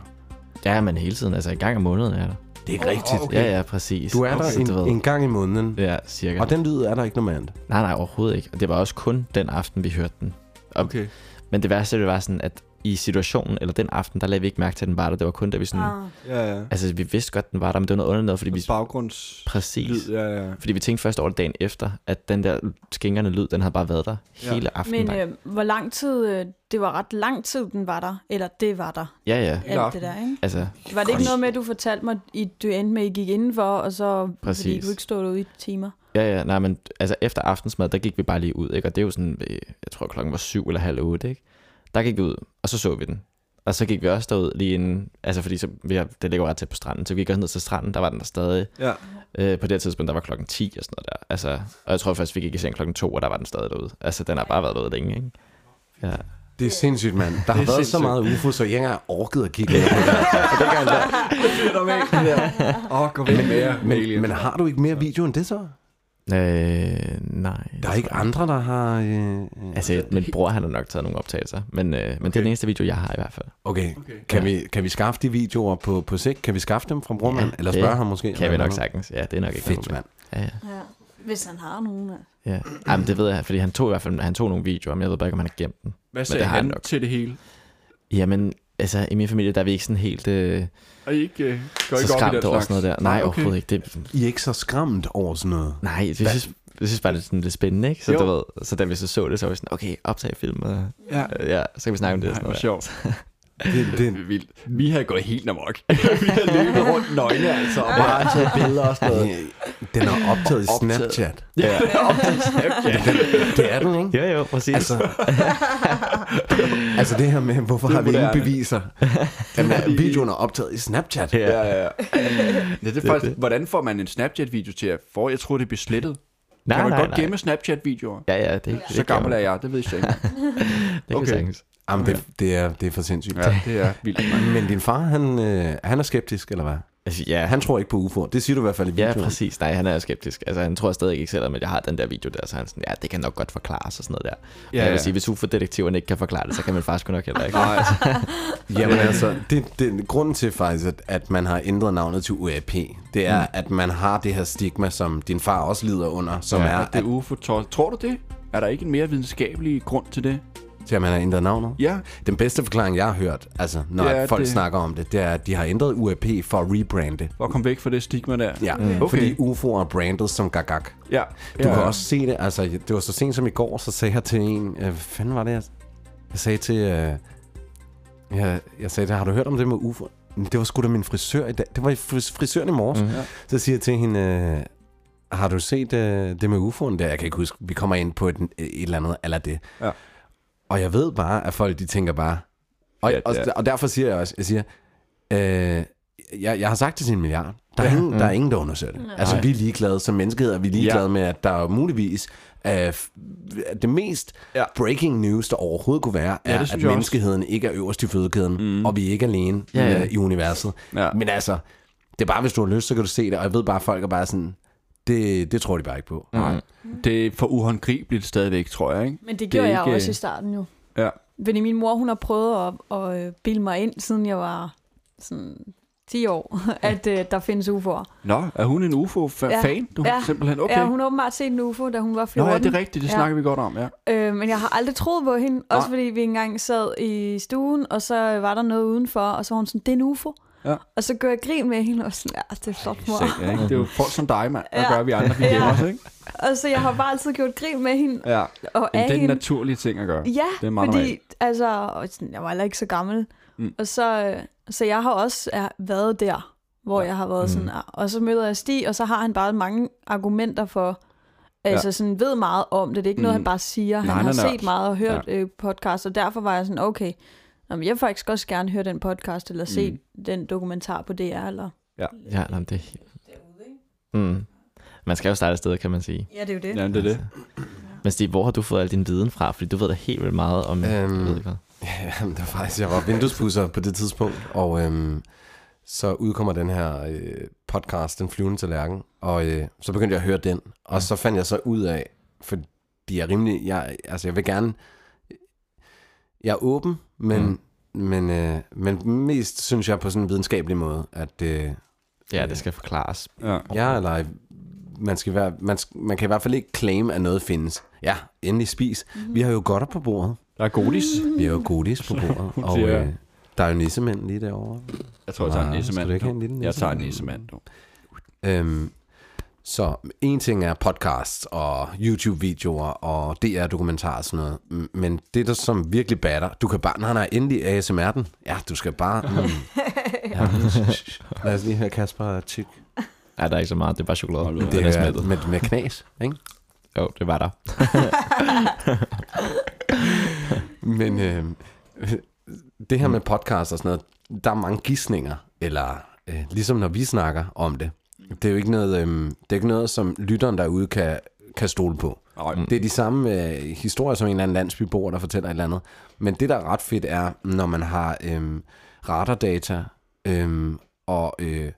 Der er man hele tiden, altså en gang om måneden er der. Det er rigtigt. Okay. Ja, ja, præcis. Du er Så der en, en gang i måneden. Ja, cirka. Og den lyd er der ikke normalt. Nej, nej, overhovedet ikke. Og det var også kun den aften, vi hørte den. Okay. Men det værste, det var sådan, at i situationen, eller den aften, der lagde vi ikke mærke til, at den var der. Det var kun, da vi sådan... Ah. Ah, Ja, ja. Altså, vi vidste godt, den var der, men det var noget underligt, noget, fordi vi... Altså, Vi... Baggrunds... Præcis. Lyd, ja, ja. Fordi vi tænkte først over det dagen efter, at den der skænkerne lyd, den havde bare været der Ja. hele aftenen. men øh, hvor lang tid, øh, det var ret lang tid, den var der. Eller det var der, ja, ja. Hele alt aften. det der, ikke? Altså, Var det ikke noget med, at du fortalte mig, at du endte med, at I gik indenfor, og så Præcis. fordi Præcis. du ikke stod derude i timer? ja, ja, nej, men altså efter aftensmad, der gik vi bare lige ud, ikke? Og det er jo sådan, øh, jeg tror klokken var syv eller halv otte, ikke? Der gik vi ud, og så så vi den. Og så gik vi også derud lige inden, altså fordi så, vi har, det ligger jo ret tæt på stranden, så vi gik også ned til stranden, der var den der stadig. ja. Øh, på det her tidspunkt, der var klokken 10 og sådan noget der. Altså, og jeg tror først, vi gik i seng klokken 2, og der var den stadig derude. Altså, den har bare været derude længe, ikke? Ja. Det er sindssygt, mand. Der har Det er været så sindssygt. meget UFO, så jeg ikke engang orkede at kigge ned på det. Åh, oh, gå væk med jer. Men, men har du ikke mere video end det så? Øh, nej. Der er ikke andre, der har... Øh... øh. Altså, min bror han har nok taget nogle optagelser, men, øh, men det er den eneste video, jeg har i hvert fald. Okay, kan, vi, kan vi skaffe de videoer på, på sigt? Kan vi skaffe dem fra brormand? Ja, Eller det spørge ham måske? Kan vi nok sagtens. Ja, det er nok ikke Fedt, mand. Ja, ja. Ja. Hvis han har nogen. altså. ja. Jamen, det ved jeg, fordi han tog i hvert fald han tog nogle videoer, men jeg ved bare ikke, om han har gemt dem. Hvad men sagde det har jeg han nok. til det hele? Jamen, altså, i min familie, der er vi ikke sådan helt øh, Og I ikke, øh, går så ikke op i skræmt den over slags? sådan noget der. Nej, overhovedet ikke. Det, I er ikke så skræmt over sådan noget? nej, jeg synes, jeg synes bare, det er sådan lidt spændende, ikke? Så, Jo. du ved, så da vi så så det, så var vi sådan, okay, optag film, og Ja. øh, ja, så kan vi snakke om det. og Nej, sådan hvor noget. sjovt. Det, det, Vildt. Vi havde gået helt amok. (laughs) vi havde løbet rundt nøgne, altså, og (laughs) bare taget billeder og sådan noget. den er optaget i Optaget. Snapchat. Ja, ja. Det er den, ikke? Ja, jo, præcis. Altså, altså det her med, hvorfor har vi ingen moderne. (laughs) beviser? Jamen, videoen er optaget i Snapchat. ja. ja, (laughs) ja. ja det er faktisk, hvordan får man en Snapchat-video til at få? Jeg tror, det bliver slettet. nej, kan man nej, godt nej. gemme Snapchat-videoer? Ja, ja, det er ikke Så gammel er jeg, det ved jeg ikke. Det kan Okay. sagtens. Jamen, det, det, er, det er for sindssygt. Ja, det er vildt. (laughs) Men din far, han, øh, han er skeptisk, eller hvad? Altså, ja, Han tror ikke på UFO'er. Det siger du i hvert fald i Ja, videoen. præcis. Nej, han er jo skeptisk. Altså, han tror stadig ikke, selvom at jeg har den der video der, så er han sådan, ja, det kan nok godt forklares og sådan noget der. Ja, Men Ja, jeg ja. vil sige, hvis UFO-detektiverne ikke kan forklare det, så kan man faktisk nok heller (laughs) ikke. Nej, altså, Jamen altså, det, det, grunden til faktisk, at, at man har ændret navnet til UAP, det er, mm. at man har det her stigma, som din far også lider under, som ja, er, det er at, ufo -tor. Tror du det? Er der ikke en mere videnskabelig grund til det? til at man har ændret navnet. Ja. Den bedste forklaring, jeg har hørt, altså, når Det er, ja, folk det. det- snakker om det, det er, at de har ændret UAP for at rebrande. For at komme væk fra det stigma der. Ja, Mm. okay. Okay. fordi UFO'er er brandet som gagag. ja. Du ja. kan også se det, altså det var så sent som i går, så sagde jeg til en, øh, hvad fanden var det, jeg, jeg sagde til, øh, jeg, jeg sagde til, har du hørt om det med UFO? Det var sgu da min frisør i dag, det var i fris- frisøren i morges, mm. Mhm. så siger jeg til hende, øh, har du set øh, det med UFO'en der? Jeg kan ikke huske, vi kommer ind på et, et eller andet, eller det. Ja. Og jeg ved bare, at folk de tænker bare, og, Ja, ja, og, det er- og derfor siger jeg også, jeg siger, øh, jeg, jeg har sagt til sin milliard, der er, ingen, Mhm. der er ingen, der undersøger det. Altså, vi er ligeglade som menneskehed, og vi er ligeglade ja. med, at der er muligvis uh, det mest ja. Ja. breaking news, der overhovedet kunne være, er, Ja, det ja, synes at jeg også. Mhm. menneskeheden ikke er øverst i fødekæden, mm. og vi er ikke alene ja, Ja, ja. ja. i universet. Ja. Men altså, det er bare, hvis du har lyst, så kan du se det, og jeg ved bare, at folk er bare sådan, det, det tror de bare ikke på. Nej. Det er for uhåndgribeligt stadigvæk, tror jeg, ikke? Men det er gjorde det jeg ikke, ikke... også øh, i starten jo. Ja. Fordi min mor, hun har prøvet at, at øh, bilde mig ind, siden jeg var sådan 10 år, (laughs) at øh, der findes UFO'er. Nå, er hun en UFO-fan? Du Ja. ja. simpelthen, okay. Ja, hun har åbenbart set en UFO, da hun var Nå, 14. ja, det er rigtigt, det Ja. snakker vi godt om, ja. Øh, men jeg har aldrig troet på hende, også fordi vi engang sad i stuen, og så var der noget udenfor, og så var hun sådan, det er en UFO. Ja. Og så gør jeg grin med hende, og sådan, ja, det er flot, mor. Sæt, ja, ikke? Det er jo folk som dig, mand. Hvad Ja. gør vi andre? Vi Ja. gemmer os, ikke? Og så jeg har bare altid gjort grin med hende, Ja. og Jamen, af det er den hende. naturlige ting at gøre. Ja, Det er meget fordi normalt. altså, og sådan, jeg var heller ikke så gammel. Mm. Mm. Og så, øh, så jeg har også er, været der, hvor jeg har været Mhm. mm. sådan, ah, og så møder jeg Stig, og så har han bare mange argumenter for, altså sådan ved meget om det. Det er ikke mm. noget, Mm. han bare siger. Han Nej, har han er nørd. set meget og hørt ja. øh, podcast, og derfor var jeg sådan, okay, Nå, men jeg vil faktisk også gerne høre den podcast, eller se Mm. den dokumentar på DR, eller... Ja, nej, det er helt... Mm. Man skal jo starte et sted, kan man sige. Altså. Ja, det er jo det. Ja, det er det. Men Stig, hvor har du fået al din viden fra? Fordi du ved da helt vildt meget om... Øhm, jeg ved ikke hvad. Jamen, det var faktisk, jeg var vinduespudser på det tidspunkt, og øhm, så udkommer den her øh, podcast, Den flyvende tallerken, og øh, så begyndte jeg at høre den, og så fandt jeg så ud af, fordi jeg er rimelig, jeg, altså jeg vil gerne, jeg er åben, men mm. men, øh, men mest synes jeg på sådan en videnskabelig måde, at øh, Ja, det skal forklares. Ja. ja, eller man, skal være, man, sk- man kan i hvert fald ikke claim, at noget findes. Ja, endelig spis. Vi har jo godter på bordet. Der er godis. Vi Mm. har jo godis på (laughs) bordet. Og Ja. øh, der er jo nissemænd lige derovre. Jeg tror, jeg tager en Nej, Ah, skal nissemand. du ikke nu. have en lille Jeg tager en nissemand? nissemand. nu. Øhm, så en ting er podcasts og YouTube-videoer og DR-dokumentarer og sådan noget. M- Men det, der som virkelig batter, du kan bare, nej, nej, endelig ASMR'en. Ja, du skal bare... Mm. Ja, lad os lige høre Kasper Tyk. Nej, der er ikke så meget. Det er bare chokolade. Hold da op. Den Det er er smeltet. med, med knas, ikke? Jo, det var der. Mm. Men øh, det her med podcast og sådan noget, der er mange gissninger, eller øh, ligesom når vi snakker om det. Det er jo ikke noget, øh, det er ikke noget som lytteren derude kan, kan stole på. Nej. Det er de samme øh, historier som en eller anden landsbyboer, der fortæller et eller andet. Men det, der er ret fedt, er, når man har øh, radardata øh, og øh,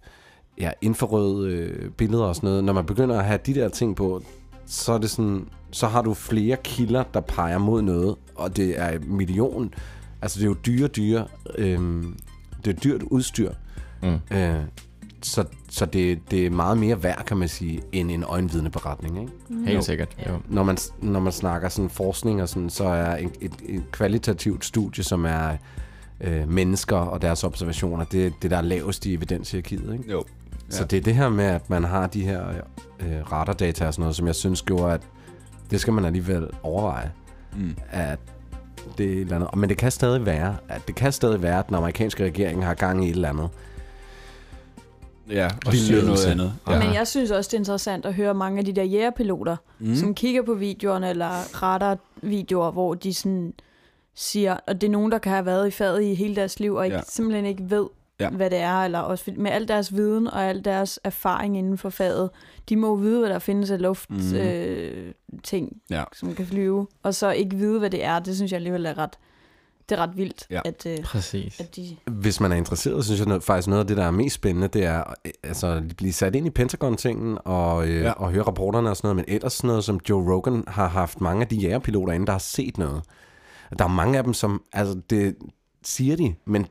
ja, infrarøde øh, billeder og sådan noget. Når man begynder at have de der ting på, så er det sådan, så har du flere kilder, der peger mod noget, og det er en million. Altså, det er jo dyre, dyre. Øh, det er dyrt udstyr. Mm. Øh, så, så det, det er meget mere værd, kan man sige, end en øjenvidneberetning, ikke? Helt sikkert. Jo. når man, når man snakker sådan forskning og sådan, så er et, et, et kvalitativt studie, som er øh, mennesker og deres observationer, det er det, der er lavest i evidenshierarkiet. Ikke? Jo. Ja. Så det er det her med, at man har de her øh, radardata og sådan noget, som jeg synes gjorde, at det skal man alligevel overveje. Mm. At det er et eller andet. Men det kan stadig være, at det kan stadig være, at den amerikanske regering har gang i et eller andet. Ja, og Lille siger noget ledelse. andet. Ja. Men jeg synes også, det er interessant at høre mange af de der jægerpiloter, mm. som kigger på videoerne, eller retter videoer, hvor de sådan siger, og det er nogen, der kan have været i faget i hele deres liv, og ikke, Ja. ja. simpelthen ikke ved, Ja. ja. hvad det er, eller også fordi- med al deres viden og al deres erfaring inden for faget, de må jo vide, hvad der findes af luftting, Mhm. mm. øh, ting, Ja. som kan flyve, og så ikke vide, hvad det er, det synes jeg alligevel er ret, det er ret vildt, Ja. ja. at, øh, Præcis. at de... Hvis man er interesseret, synes jeg noget, faktisk noget af det, der er mest spændende, det er øh, altså, at blive sat ind i Pentagon-tingen og, øh, Ja. ja. og høre rapporterne og sådan noget. Men ellers sådan noget, som Joe Rogan har haft mange af de jægerpiloter inde, der har set noget. Der er mange af dem, som, altså det siger de, men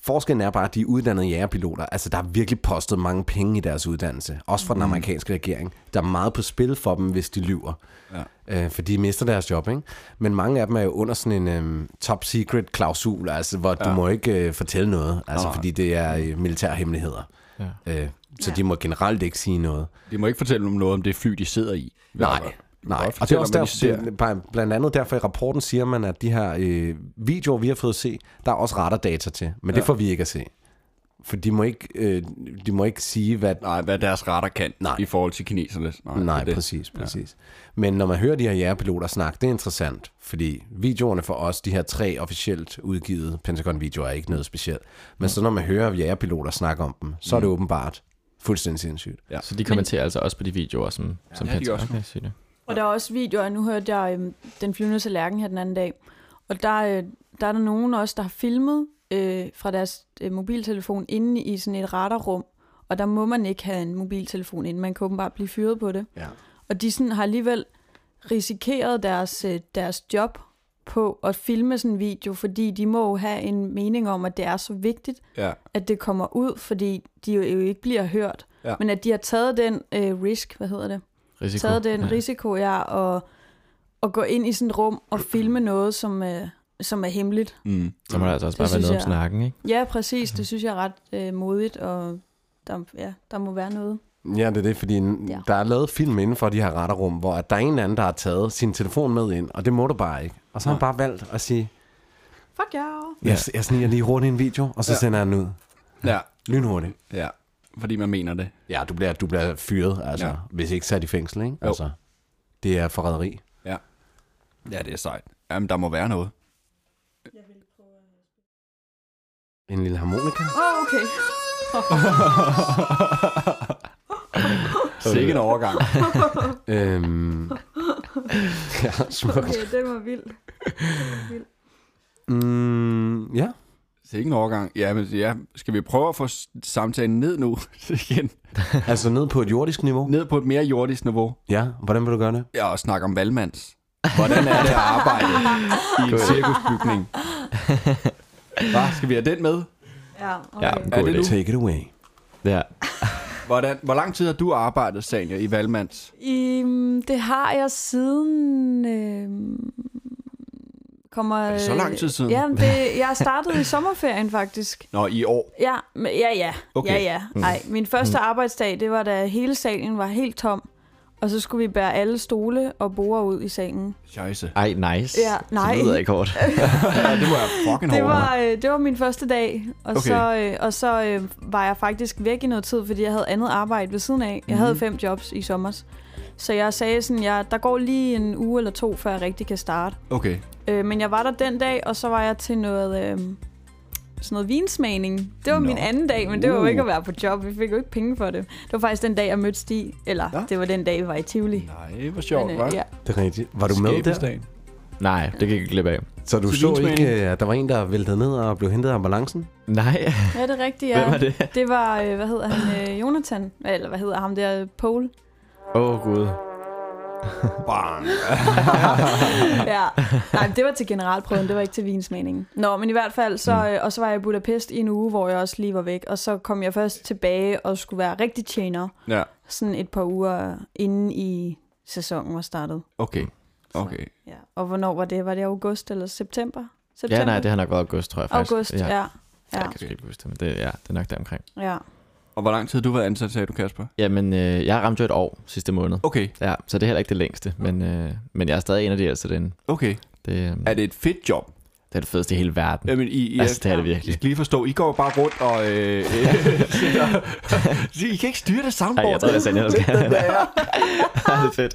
forskellen er bare, at de er uddannede jægerpiloter. Altså der er virkelig postet mange penge i deres uddannelse. Også fra den amerikanske regering. Der er meget på spil for dem, hvis de lyver. Øh, for de mister deres job, ikke? Men mange af dem er jo under sådan en øh, top secret klausul, altså hvor ja. du må ikke øh, fortælle noget, altså Nej. fordi det er øh, militære hemmeligheder. Ja. Øh, så ja. de må generelt ikke sige noget. De må ikke fortælle om noget om det fly, de sidder i. Nej, nej. Og det fortælle er også om, hvad de derfor, ser. det, bl- blandt andet derfor i rapporten siger man, at de her øh, videoer, vi har fået at se, der er også radardata til, men ja. det får vi ikke at se. For de må ikke, øh, de må ikke sige, hvad, Nej, hvad deres retter kan Nej. i forhold til kineserne. Nej, Nej, det. det. præcis, præcis. Ja. Men når man hører de her jægerpiloter snakke, det er interessant, fordi videoerne for os, de her tre officielt udgivet Pentagon-videoer, er ikke noget specielt. Men så når man hører jægerpiloter snakke om dem, så er det åbenbart fuldstændig sindssygt. Ja. Så de kommenterer altså også på de videoer, som, som Ja, de gør Pentagon- også. Okay, sygt, ja. Og der er også videoer, nu hørte jeg øhm, Den flyvende tallerken her den anden dag, og der, øh, der er der nogen også, der har filmet øh, fra deres øh, mobiltelefon inde i sådan et radarrum, og der må man ikke have en mobiltelefon inde, man kan åbenbart blive fyret på det. Ja. Og de sådan har alligevel risikeret deres, øh, deres job på at filme sådan en video, fordi de må jo have en mening om, at det er så vigtigt, Ja. at det kommer ud, fordi de jo jo ikke bliver hørt. Ja. Men at de har taget den øh, risk, hvad hedder det? Risiko. taget den Ja. risiko, ja, og, og gå ind i sådan et rum og filme noget, som, øh, som er hemmeligt. Mm. Så må der altså også Det bare være synes noget om jeg- snakken, (laughs) ikke? Ja, Mhm. præcis. Det synes jeg er ret øh, modigt, og der, ja, der må være noget. Ja, det er det, fordi ja. Ja. der er lavet film inden for de her radarrum, hvor at der er en eller anden, der har taget sin telefon med ind, og det må du bare ikke. Og så har han bare valgt at sige, Fuck yeah. jeg, jeg sniger lige hurtigt en video, og så Ja. ja. sender jeg den ud. Ja, Lynhurtigt. ja. Fordi man mener det. Ja, du bliver, du bliver fyret, altså, Ja. ja. hvis ikke sat i fængsel, ikke? Jo. Altså, det er forræderi. Ja. Ja, det er sejt. Jamen, der må være noget. En lille harmonika. (laughs) Oh, okay. (laughs) Sikke en overgang. Øhm, (laughs) ja, smukt. Okay, den var vild. Mm, ja. Sikke en overgang. Ja, men ja. Skal vi prøve at få s- samtalen ned nu (laughs) igen? Altså ned på et jordisk niveau. Ned på et mere jordisk niveau. Ja, hvordan vil du gøre det? Ja, og snakke om valgmands. Hvordan er det at arbejde i en cirkusbygning? (laughs) Hva, skal vi have den med? Ja, Ja, okay. god det idé. nu? Take it away. Ja. Hvordan, hvor lang tid har du arbejdet, Sanja, i Valmands? I, det har jeg siden... Øh, kommer, er det så lang tid siden? Ja, det, jeg startede i sommerferien faktisk. Nå, i år. Ja, men, ja, ja. Okay. Mm. ja, ja. Ej, min første arbejdsdag, det var da hele salen var helt tom. Og så skulle vi bære alle stole og borer ud i salen. Scheisse. Ej, nice. Ja, nej. Det lyder ikke hårdt. Ja, det var fucking Det hårdt. var, øh, det var min første dag, og Okay. okay. så, øh, og så øh, var jeg faktisk væk i noget tid, fordi jeg havde andet arbejde ved siden af. Jeg havde Mhm. fem jobs i sommer. Så jeg sagde sådan, jeg, der går lige en uge eller to, før jeg rigtig kan starte. Okay. Øh, men jeg var der den dag, og så var jeg til noget, øh, sådan noget vinsmagning. Det var Nå. Nå. min anden dag, men det var jo Uh. ikke at være på job. Vi fik jo ikke penge for det. Det var faktisk den dag, jeg mødte Stig. Eller Nå. Nå. det var den dag, vi var i Tivoli. Nej, hvor sjovt, Men, øh, hva'? ja. Det er rigtigt. Var du med der? Skæbnesdagen. Nej, det gik jeg glip af. Så du Til så vinsmagning. ikke, øh, at der var en, der væltede ned og blev hentet af ambulancen? Nej, ja, det er rigtigt, ja. hvem er det? Det var, øh, hvad hedder han, øh, Jonathan? Eller hvad hedder ham der, Paul? Åh, oh, gud. Bang. ja. Nej, men det var til generalprøven, det var ikke til vinsmagningen. Nå, men i hvert fald, så, mm. og så var jeg i Budapest i en uge, hvor jeg også lige var væk, og så kom jeg først tilbage og skulle være rigtig tjener, Ja, sådan et par uger inden i sæsonen var startet. okay. Okay. Ja. Og hvornår var det? Var det august eller september? september? Ja, nej, det har nok været august, tror jeg faktisk. August, ja. ja. Ja. Ja, Jeg kan sgu ikke huske det, men det, ja, det er nok deromkring. ja. Og hvor lang tid har du været ansat, sagde du, Kasper? Jamen, øh, jeg ramte jo et år sidste måned. Okay, Ja, så det er heller ikke det længste, men, øh, men jeg er stadig en af de ældste derinde. okay. Det, øh, Er det et fedt job? det er det fedeste i hele verden. Jamen, I, I, Altså, det er det I (laughs) virkelig. skal lige forstå, I går bare rundt og... Øh, øh, sidder- (laughs) I kan ikke styre det Ej, soundboard. jeg tror, jeg sagde, jeg skal. Ej, det er fedt.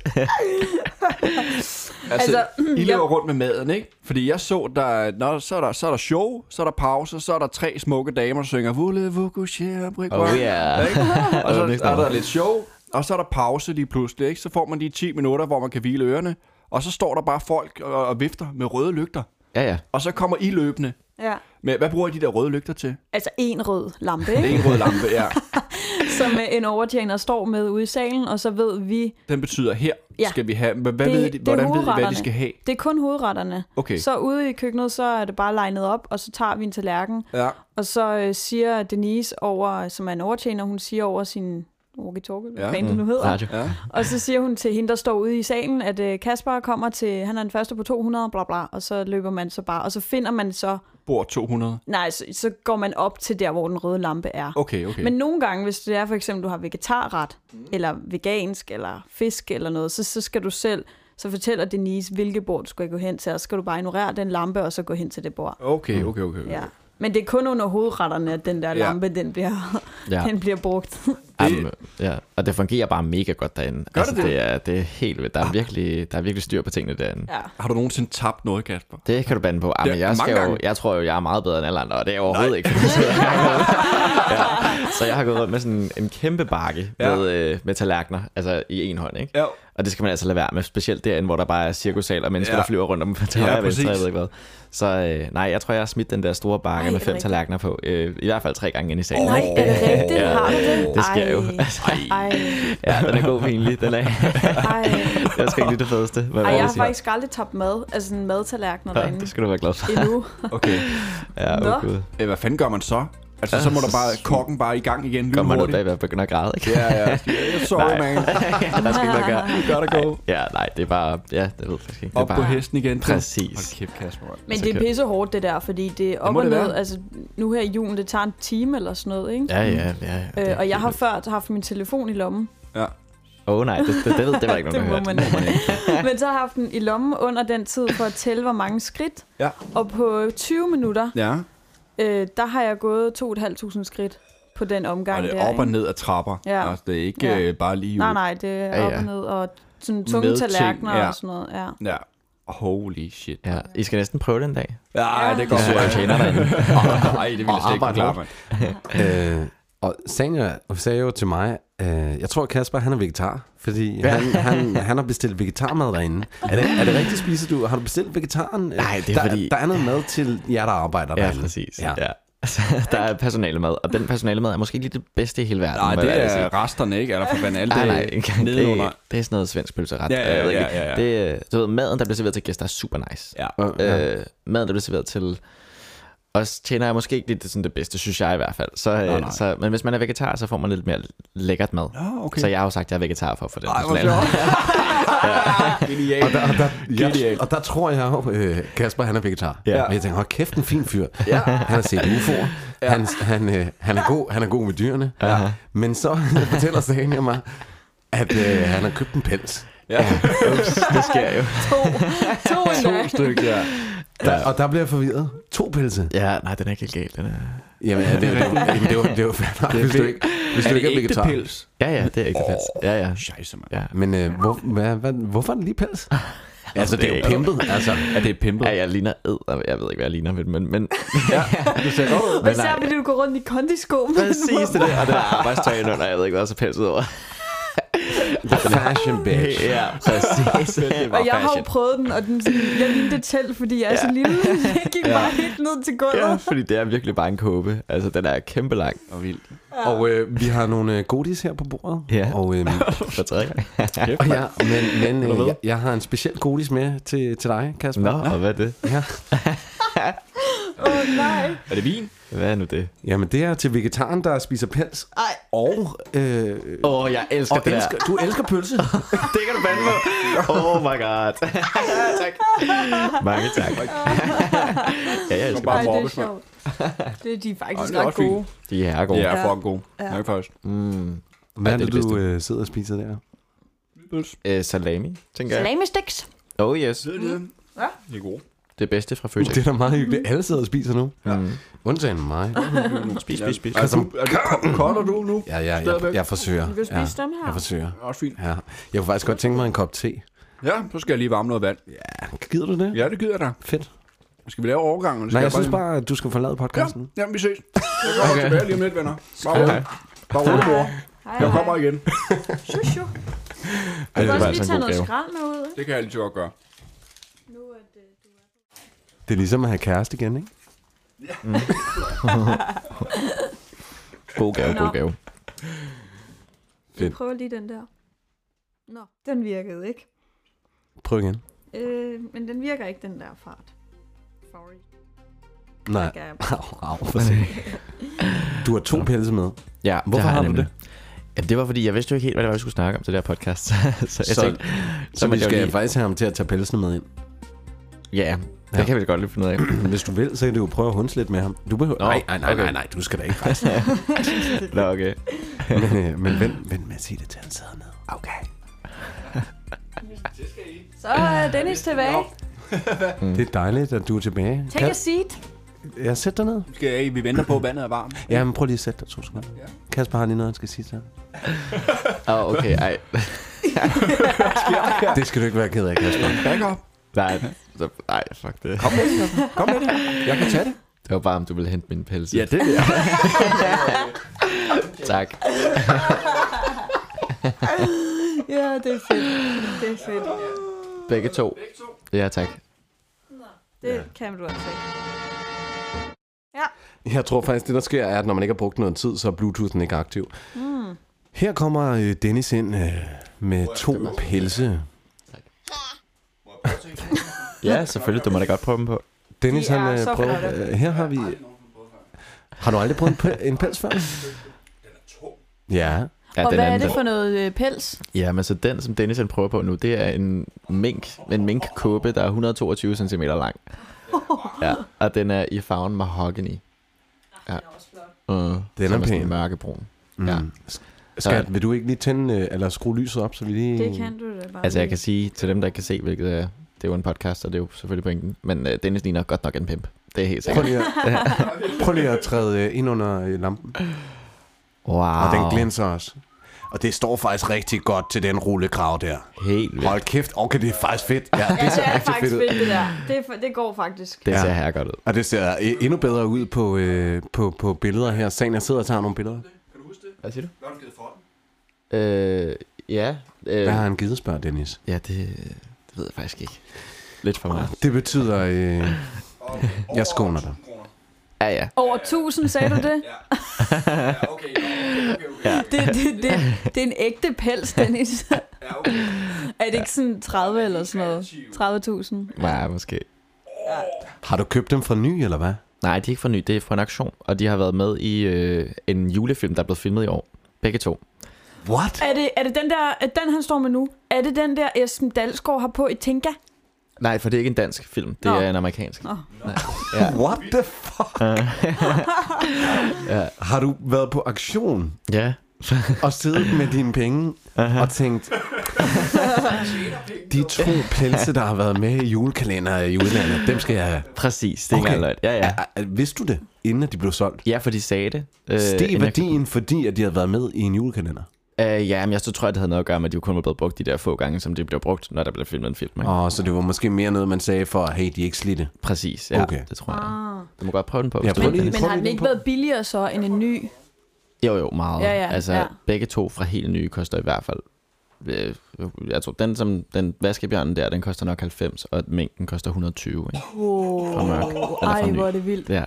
Altså, Altså, I løber rundt med maden, ikke? Fordi jeg så, der, nå, så, er der, så er der show, så er der pause, så er der tre smukke damer, der synger Vulle, vugu, share, brik, (laughs) Oh, (laughs) yeah. Ikke? Og Oh, så næsten er der over. lidt show, og så er der pause lige pludselig, ikke? Så får man lige 10 minutter, hvor man kan hvile ørerne, og så står der bare folk og, og vifter med røde lygter. Ja, ja. Og så kommer I løbende. ja. Med, hvad bruger I de der røde lygter til? Altså en rød (laughs) lampe, ikke? En rød lampe, ja. som øh, en overtjener står med ude i salen, og så ved vi, Den betyder, her Ja. skal vi have... Hvad, hvad Det- ved de, det er hvordan ved de, hvad de hovedretterne. skal have? det er kun hovedretterne. Okay, Så ude i køkkenet, så er det bare legnet op, og så tager vi en tallerken. ja. Og så øh, siger Denise over, som er en overtjener, hun siger over sin walkie-talkie, Ja. hvad fanden det nu hedder. Mm, Radio. ja. Og så siger hun til hende, der står ude i salen, at øh, Kasper kommer til, han er den første på 200, bla bla, og så løber man så bare. Og så finder man så, Bord 200. nej, så, så går man op til der, hvor den røde lampe er. Okay, okay. Men nogle gange, hvis det er for eksempel, du har vegetarret, mm. eller vegansk, eller fisk, eller noget, så, så skal du selv, så fortæller Denise, hvilke bord du skal gå hen til, og så skal du bare ignorere den lampe, og så gå hen til det bord. Okay, okay, okay. Ja. Men det er kun under hovedretterne, at den der Ja. lampe, den bliver, Ja. (laughs) ja. den bliver brugt. Jamen, ja. Og det fungerer bare mega godt derinde. Altså, Gør det det? det? Er, det er helt vildt. Der er, virkelig, der er virkelig styr på tingene derinde. ja. Har du nogensinde tabt noget, Kasper? Det kan du bande på. Det- Jamen, jeg, mange skal jo, gange. jeg tror jo, jeg er meget bedre end alle andre, og det er jeg overhovedet Nej. ikke. Så jeg, (laughs) har gået, ja. så jeg har gået rundt med sådan en kæmpe bakke Ja. ja. med, øh, med tallerkener, altså i en hånd, ikke? Ja. Og det skal man altså lade være med, specielt derinde, hvor der bare er cirkussal og mennesker, Ja. ja. der flyver rundt om til Ja, højre og venstre, jeg præcis. ved ikke hvad. Så øh, nej, jeg tror, jeg har smidt den der store bakke Ej, med er det fem rigtigt? tallerkener på. Øh, I hvert fald tre gange ind i salen. Nej, er det rigtigt? Ja, Har du det? det sker jo. Ej, Ja, den er god pinlig, den er. ej, ej. Jeg skal ikke lige det fedeste. Hvad var Ej, det, jeg jeg har siger? faktisk aldrig tabt mad, altså sådan madtallerkener Ja, derinde det skal du være glad for. endnu. Okay. (laughs) Ja, Nå. oh, gud. Øh, Hvad fanden gør man så? Altså, så må der (laughs) bare kokken bare i gang igen Kom man ud lynhurtigt. bag, at begynder at græde, ikke? Ja, ja. Sorry, Nej. (laughs) man. der skal ikke noget at gøre. Vi gør det gå. Ja, nej, det er bare... Ja, det ved jeg faktisk ikke. Det Op er bare, på hesten igen. Præcis. Hold kæft, Kasper. mand. Men Så det er kan- pisse hårdt det der, fordi det er op må og det ned. være. Altså, nu her i julen, det tager en time eller sådan noget, ikke? Ja, Mm. ja, ja. ja det Øh, er og jeg har helt før haft min telefon i lommen. Ja. vildt. Åh, oh, nej, det, det, det, ved, det (laughs) var ikke nogen, Det der må hørte. man (laughs) (laughs) Men så har jeg haft den i lommen under den tid for at tælle, hvor mange skridt. Ja. Og på 20 minutter, Ja. øh, der har jeg gået 2.500 skridt på den omgang. Og det der, er op og ikke? ned ad trapper. Ja. Altså, det er ikke Ja. øh, bare lige ud. Nej, nej, det er Ja, op ja. og ned. Og sådan Med tunge ting, tallerkener ja. og sådan noget. (laughs) Ja. Ja. Holy shit. Ja, I skal næsten prøve det en dag. Ja, det går Jeg (laughs) så søger jeg tjener derinde. Nej, det ville jeg slet ikke kunne Arbejde klare, mand. Øh, og Sanja sagde jo til mig, øh, jeg tror Kasper han er vegetar, fordi ja. han, han, han har bestilt vegetarmad derinde. Er det, er det rigtigt, spiser du? Har du bestilt vegetaren? Nej, det er der, fordi- Der er noget mad til jer, der arbejder Ja, derinde. præcis. Ja. Ja. (laughs) ja. Altså, der er personalemad, og den personalemad er måske ikke lige det bedste i hele verden. Nej, må jeg det ærligt sige. altså- er resterne, ikke? Eller for (laughs) fanden alt Nej, det nej, ikke. engang. (laughs) Det, nedenunder. er- det er sådan noget svensk pølseret. Ja, ja, Jeg ved ikke. ja, ja, ja. Det, er- du ved, maden, der bliver serveret til gæster, er super nice. Ja. Øh, maden, der bliver serveret til Og så tjener jeg måske ikke lige det, sådan det bedste, synes jeg i hvert fald. Så, Nej, øh, nej. så, men hvis man er vegetar, så får man lidt mere lækkert mad. Nå, okay. Okay. Så jeg har jo sagt, at jeg er vegetar for at få den. Ej, hvor slant. (laughs) sjovt. Og der, og, der, jeg, Genialt. og der tror jeg jo, øh, Kasper han er vegetar. Ja. Og jeg tænker, hold kæft, en fin fyr. Ja. Han har set UFO'er. Ja. Han, han, øh, han, er god, han er god med dyrene. Ja. Men så (laughs) fortæller Sanja mig, at øh, han har købt en pels. det sker jo. To, (laughs) to endda. stykker. Ja. Der, og der bliver jeg forvirret. To pelse. ja, nej, den er ikke helt galt. Den er... Jamen, ja, det, det, det, det, var, (laughs) det var fair nok, hvis du ikke, hvis du ikke er vegetar. pels? Ja, ja, det er ikke oh. Ja, ja. Scheisse, mand. ja. Men øh, hvor, hvad, hvad, hvorfor er det lige pels? altså, det er jo ikke. pimpet. Altså, Er det pimpet? Ja, jeg ligner æd, jeg ved ikke, hvad jeg ligner, men... men, men Du ser godt ud. (laughs) Og Men især nej. fordi du går rundt i kondisko. med præcis den det der, og det er arbejdstøj under, jeg ved ikke, hvad jeg er så pelset over. (laughs) the fashion bitch. (laughs) ja, præcis. måde. Og jeg har jo prøvet den, og den, sådan- jeg lignede et telt, fordi jeg er så Ja. lille. Jeg gik bare helt ned til gulvet. Ja, fordi det er virkelig bare en kåbe. Altså, den er kæmpe lang. Og vildt. Og øh, vi har nogle øh, godis her på bordet. Ja. Og, øh, For tredje gang. og ja, men, men du øh, ved? jeg, jeg har en speciel godis med til, til dig, Kasper. Nå, og hvad er det? Ja. Åh oh, nej. Er det vin? Hvad er nu det? Jamen, det er til vegetaren, der spiser pels. Ej. Og, øh, Åh, oh, jeg elsker og elsker, du elsker pølse. Det kan du fandme. (laughs) Oh my god. (laughs) (laughs) tak. Mange tak. ja, jeg elsker Bare Ej, det er proppes, mand. sjovt. Det er de er faktisk Ej, det er ret også fint. gode. De er herregode. Ja, Yeah. Ja. fucking god. Ja. Jeg faktisk. Mm. Hvad er Ja, det er det det, du øh, sidder og spiser der? Pils. Øh, salami, tænker jeg. Salami sticks. Oh yes. Ja. Det er gode. Det bedste fra Det Føtex. Mm. er da meget hyggeligt. Alle sidder og spiser nu. Ja. Undtagen mig. Spis, spis, spis. Altså, Er du kotter du nu? Ja, ja, jeg, Stadigvæk. jeg forsøger. Vi kan Ja, spise dem her. jeg forsøger. Det er Også fint. Ja. Jeg kunne faktisk godt tænke mig en kop te. Ja, så skal jeg lige varme noget vand. Gider du det? Ja, det gider jeg da. Fedt. Skal vi lave overgangen? eller skal Nej, jeg synes lige- bare, at du skal forlade Ja, podcasten. jamen vi ses. Jeg kommer okay. tilbage lige om lidt, venner. Bare Hej, rolig. Bare rolig, mor. Hej, Jeg kommer hej. igen. Shoo, shoo. Ej, Du det kan var også altså lige en tage god noget gave. skrald med ud. ikke? Det kan jeg altid godt gøre. Det er ligesom at have kæreste igen, ikke? God gave, god Nå. gave. Jeg prøver lige den der. Nå, den virkede ikke. Prøv igen. Øh, men den virker ikke, den der fart. Sorry. Nej. Kan jeg- (laughs) Au, au, for sent. Du har to pelse med. Ja, Hvorfor jeg har du nemlig. Jamen, det var fordi, jeg vidste jo ikke helt, hvad det var, vi skulle snakke om til det her podcast. (laughs) så jeg Så- tænkte, Så må vi jeg jo skal lige- faktisk have ham til at tage pelsen med ind. (clears throat) ja, det Ja. kan vi da godt lige (laughs) finde ud af. Hvis du vil, så kan du jo prøve at hundsle lidt med ham. Du behøver... Nå, Nej, nej, nej, okay. nej, nej, du skal da ikke (laughs) rejse. Nå, okay. men, øh, men vent, vent med at sige det til, han sidder ned. Okay. Så er Dennis tilbage. Det er dejligt, at du er tilbage. Take a seat. jeg sætter dig ned? Skal jeg, vi venter på, at vandet er varmt. Ja, men prøv lige at sætte dig to sekunder. Kasper har lige noget, han skal sige til dig. Åh, oh, okay, ej. Det skal du ikke være ked af, Kasper. Back up. Nej, så, nej, fuck det. Kom med det. Kom med det. Jeg kan tage det. Det var bare, om du ville hente min pels. det vil jeg. tak. Ja, det er fedt. Det er fedt. Begge to. Ja, tak. Det kan du også ikke. Ja. Jeg tror faktisk, det der sker, er, at når man ikke har brugt noget tid, så er Bluetoothen ikke aktiv. Mm. Her kommer øh, Dennis ind øh, med to pelse. Ja, selvfølgelig. Du må da godt prøve dem på. Dennis, De er han så øh, prøver... flotte. Øh, her har vi... Har du aldrig prøvet en, pe- en pels før? Ja. Ja, Og den hvad anden, er det den- for noget øh, pels? Ja, men så den, som Dennis han prøver på nu, det er en mink, en minkkåbe, der er 122 cm lang. Ja, og den er i farven mahogany. Ja. Uh, den er pæn. mørkebrun. Mm. Ja. Skat, vil du ikke lige tænde øh, eller skrue lyset op, så vi lige... Det kan du da bare. Altså, jeg kan lige. sige til dem, der ikke kan se, hvilket er, det er jo en podcast, og det er jo selvfølgelig pointen, men uh, Dennis ligner godt nok en pimp. Det er helt Prøv sikkert. lige, at, prøv lige at træde øh, ind under øh, lampen. Wow. Og den glinser også. Og det står faktisk rigtig godt til den rullekrav der. Helt vildt. Hold kæft, okay, det er faktisk fedt. Ja, (laughs) Ja, det ser det er rigtig fedt faktisk ud. fedt, det der. Det, er, det går faktisk. Det Ja. ser her godt ud. Og det ser øh, endnu bedre ud på, øh, på, på billeder her. Sagen, jeg sidder og tager nogle billeder. Hvad siger du? Hvad har du givet for den? Øh, ja. Øh, Hvad har han givet, spørger Dennis? ja, det, øh, det ved jeg faktisk ikke. Lidt for meget. Det betyder, øh, jeg skåner dig. Ja, ja. Over 1000, sagde (laughs) du det? Ja, (laughs) okay. Okay, okay. Det, det, det, det er en ægte pels, Dennis. Ja, okay. (laughs) Er det ikke sådan 30 eller sådan noget? 30.000? Nej, måske. Har du købt dem fra ny, eller hvad? Nej, de er ikke fra ny, det er fra en aktion, og de har været med i øh, en julefilm, der er blevet filmet i år. Begge to. What? Er det, er det den der, er den han står med nu? Er det den der, Esben Dalsgaard har på i Tinka? Nej, for det er ikke en dansk film, det Nå. er en amerikansk. Nå. What the fuck? (laughs) ja. Har du været på aktion Ja. og siddet med dine penge og tænkt, de to pelse, der har været med i julekalender i udlandet, dem skal jeg have. Præcis, det er okay. ikke engang løgn. Ja, ja. Er- er- Vidste du det, inden at de blev solgt? Ja, for de sagde det. Øh, Steg inden jeg- værdien, fordi at de havde været med i en julekalender. Øh, ja, men jeg så tror, jeg, det havde noget at gøre med, at de kun var blevet brugt de der få gange, som de blev brugt, når der blev filmet en film. Ikke? Og så det var måske mere noget, man sagde for, hey, de er ikke slidte. Præcis, ja. Okay. Det tror Ah. jeg. Du må godt prøve den på. Ja, hvis du prøv vil. lige. Men Prøv har lige den den ikke på. været billigere så end en ny? Jo, jo, meget. Ja, ja, altså, ja. begge to fra helt nye koster i hvert fald... Øh, jeg tror, den, som, den vaskebjørnen der, den koster nok 90, og mængden koster 120. Ikke? mørk. Wow. Den er for Ej, ny. hvor er det vildt. Ja,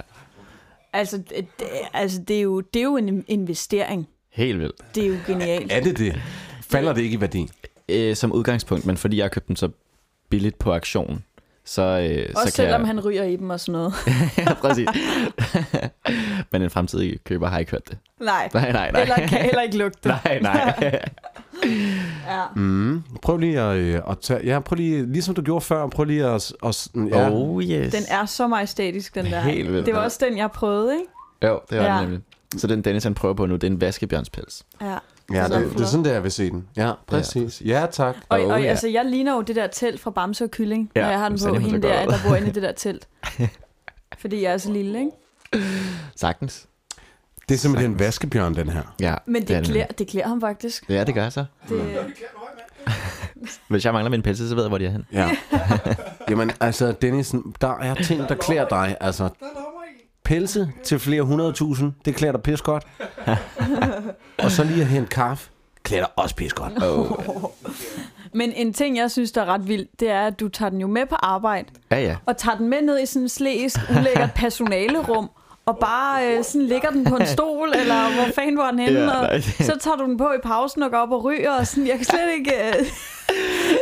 Altså, det, det- altså det, er jo, det er jo en investering. helt vildt. Det er jo genialt. Er det det? Falder det ikke i værdi? Øh, som udgangspunkt, men fordi jeg købte den så billigt på aktion, så, øh, Også så kan selvom jeg... han ryger i dem og sådan noget. (laughs) ja, præcis. (laughs) men en fremtidig køber har ikke hørt det. nej. Nej, nej, nej. Eller kan heller ikke lugte (laughs) det. nej, (laughs) nej. Ja. Mm. Prøv lige at, øh, at tage... Ja, prøv lige... Ligesom du gjorde før, prøv lige at... at ja. Oh yes. Den er så majestætisk, den der. Helt vildt. Det var også den, jeg prøvede, ikke? Jo, det var ja. Ja. den nemlig. Så den Dennis, han prøver på nu, det er en vaskebjørnspels. Ja. Ja, Sådan det, det er sådan, der jeg vil se den. Ja, præcis. Ja, tak. Og, Oh, og ja. altså, jeg ligner jo det der telt fra Bamse og Kylling, Ja, ja, når jeg har den så på det må hende det der, godt. der (laughs) bor inde i det der telt. Fordi jeg er så lille, ikke? Sagtens. Det er simpelthen en vaskebjørn, den her. Ja, Men er det, den. klæder, det klæder ham faktisk. Ja, det gør så. Det, Hvis jeg mangler min pelse, så ved jeg, hvor de er hen. Ja. (laughs) Jamen, altså, Dennis, der er ting, der klæder dig. Altså, pelse til flere hundredtusind, det klæder dig pis (laughs) godt. Og så lige at hente kaffe, klæder dig også pis godt. Mm. (laughs) men en ting, jeg synes, der er ret vildt, det er, at du tager den jo med på arbejde, Ja, ja. og tager den med ned i sådan et slæsk, ulækkert personalerum, og bare øh, sådan ligger den på en stol, eller hvor fanden var den henne, Ja, ja, nej. og så tager du den på i pausen og går op og ryger, og sådan, jeg kan slet ikke... Øh, Det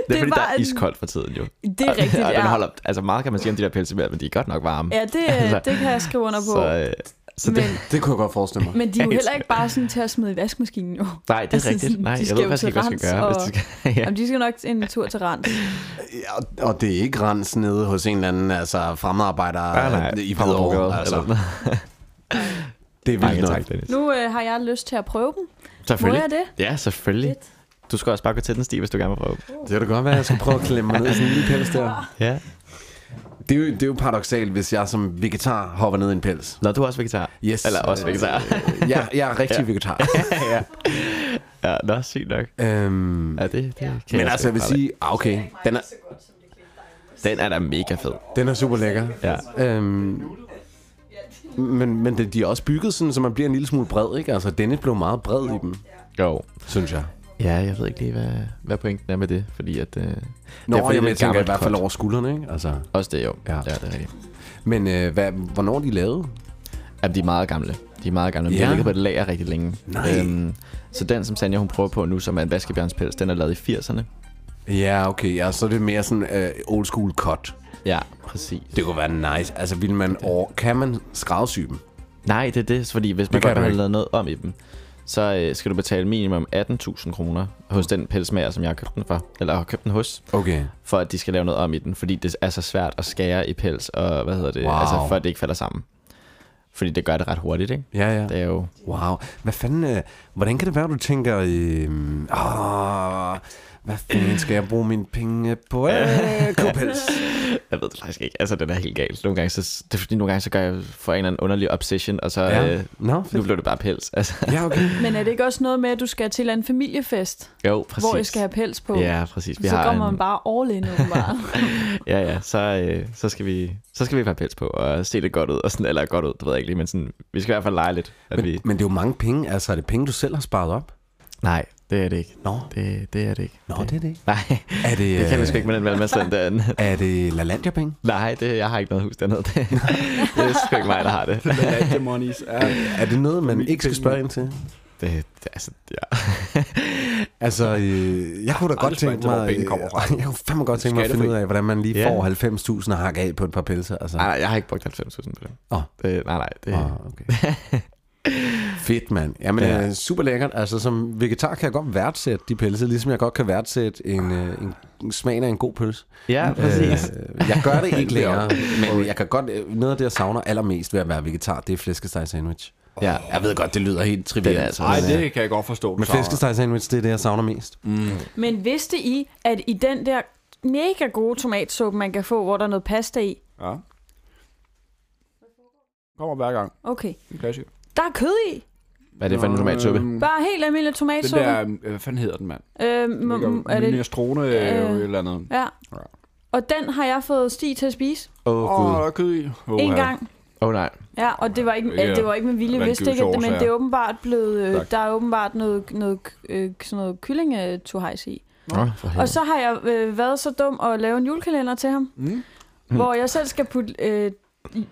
er, det fordi, var der er en- iskoldt for tiden, jo. det er rigtigt, og den ja. holder, altså meget kan man sige om de der pelse med, men de er godt nok varme. Ja, det, øh, Altså, det kan jeg skrive under på. Så, øh, så det, men, Det kunne jeg godt forestille mig. men (laughs) de er jo heller ikke bare sådan til at smide i vaskemaskinen jo. nej, det er altså, rigtigt. sådan, Nej, de jeg skal ved jo faktisk til ikke, hvad jeg skal rens gøre, og- hvis de skal. (laughs) ja. Jamen, de skal nok en tur til Rand. Ja, og- og det er ikke rens nede hos en eller anden altså, fremmedarbejder Nej, nej. Fremadrettet, i Hvidovre. eller Altså, sådan. det er Mange vildt nok. tak, Dennis. Nu øh, har jeg lyst til at prøve dem. Må Selvfølgelig. jeg det? Ja, selvfølgelig. Du skal også bare gå til den sti, hvis du gerne vil prøve. Det kan da godt være, at jeg skal prøve at klemme mig ned i sådan en lille pels der. Ja. (laughs) Det er, jo, det er jo paradoxalt, hvis jeg som vegetar hopper ned i en pels. Nå, du er også vegetar. Yes. Eller også vegetar. (laughs) Jeg, jeg er (laughs) rigtig vegetar. ja. ja, nå, sygt nok. øhm, Ja, det, det kan men også altså, jeg vil godt. sige, ah, okay, den er, Den er da mega fed. den er super lækker. Ja. Øhm, men, men det- de er også bygget sådan, så man bliver en lille smule bred, ikke? Altså, Dennis blev meget bred i dem, Jo. synes jeg. Ja, jeg ved ikke lige, hvad, hvad pointen er med det, fordi at... Øh, Nå, det er, fordi, jeg, det er jeg et tænker i gammelt hvert fald kort. over skuldrene, ikke? Altså, Også det, jo. Ja. Ja, ja det er rigtigt. men øh, hvad, hvornår er de lavet? Jamen, de er meget gamle. De er meget gamle. De Ja. har ligget på et lager rigtig længe. Øhm, Nej. så den, som Sanja hun prøver på nu, som er en vaskebjørnspels, den er lavet i 80'erne. Ja, okay, ja, så er det mere sådan øh, old school cut. Ja, præcis. Det kunne være nice. Altså, vil man over, kan man skræddersy dem? Nej, det er det, fordi hvis man kan godt du vil have ikke. lavet noget om i dem, så øh, skal du betale minimum 18.000 kroner hos den pelsmager, som jeg har købt den for, eller har købt den hos, Okay. for at de skal lave noget om i den, fordi det er så svært at skære i pels, og hvad hedder det, Wow. altså for at det ikke falder sammen. Fordi det gør det ret hurtigt, ikke? Ja, ja. Det er jo... Wow. Hvad fanden... Øh, hvordan kan det være, du tænker... Øh, åh, hvad fanden skal jeg bruge mine penge (laughs) på? Øh, kopels. Jeg ved det faktisk ikke. Altså, den er helt galt. Nogle gange, så, det er fordi, nogle gange, så gør jeg for en eller anden underlig obsession, og så... Ja. Ja. Øh, Nå, nu fedt. blev det bare pels. Altså, (laughs) Ja, okay. Men er det ikke også noget med, at du skal til en familiefest, jo, præcis. hvor I skal have pels på? Ja, præcis. Vi så har kommer en, man bare all in, åbenbart. Ja, ja. Så, øh, så, skal vi, så skal vi have pels på og se det godt ud. Og sådan, eller godt ud, det ved jeg ikke lige, men sådan, vi skal i hvert fald lege lidt. At Men, vi... men det er jo mange penge. Altså, er det penge, du selv har sparet op? Nej, det er det ikke. Nå, Det, det er det ikke. Nå det er det ikke. Nej, (laughs) Er det, det kan vi øh, sgu ikke med den valgmandsløn derinde. Er det LaLandia-penge? (laughs) Nej, det, jeg har ikke noget hus dernede. (laughs) Det, det er sgu ikke mig, der har det. Latte monies. Ja. Er det noget, man ikke skal spørge ind til? det, det altså, ja. altså, øh, jeg kunne da godt Anders, man tænke ved, hvor mig... pengene øh, kommer fra. (laughs) Jeg kunne fandme godt tænke mig at finde ud af, hvordan man lige Ja. får 90.000 og hakke af på et par pelser. Altså. Nej, nej, jeg har ikke brugt 90.000 på det. Åh. det nej, nej. Det, (laughs) Åh, okay. Fedt, mand. Jamen, Ja. ja. super lækkert. Altså, som vegetar kan jeg godt værdsætte de pølser, ligesom jeg godt kan værdsætte en, øh, en en smagen af en god pølse. Ja, præcis. Øh, Øh, jeg gør (laughs) det ikke længere, men jeg kan godt... øh, Noget af det, jeg savner allermest ved at være vegetar, det er flæskesteg sandwich. ja. Jeg ved godt, det lyder helt Den er trivialt. altså- men, Nej, øh, det kan jeg godt forstå. Mm. Men Sara. flæskesteg sandwich, det er det, jeg savner mest. Men vidste I, at i den der mega gode tomatsuppe, man kan få, hvor der er noget pasta i, Ja. Kommer hver gang. okay, En klassiker. der er kød i. Hvad er det for en tomatsuppe? Øhm, Bare helt almindelig Den tomatsuppe. der, øh, hvad fanden hedder den, mand? Øhm, Mm, m- er er det... det, Minestrone øh, Øh, et eller andet. ja. Ja. Og den har jeg fået Stig til at spise Åh, oh, Åh, oh, der gud. er kød i. Oh, en gang. Åh, oh, nej. Ja, og det var ikke, Ikke øh, det var ikke med vilje, jeg vidste religiøse ikke, at det, men det er årsager. åbenbart blevet, øh, Tak. der er åbenbart noget, noget, øh, sådan noget kyllingetuhajs i. Nå, for helvede. Og så har jeg øh, været så dum at lave en julekalender til ham, Mm. hvor jeg selv skal putte øh,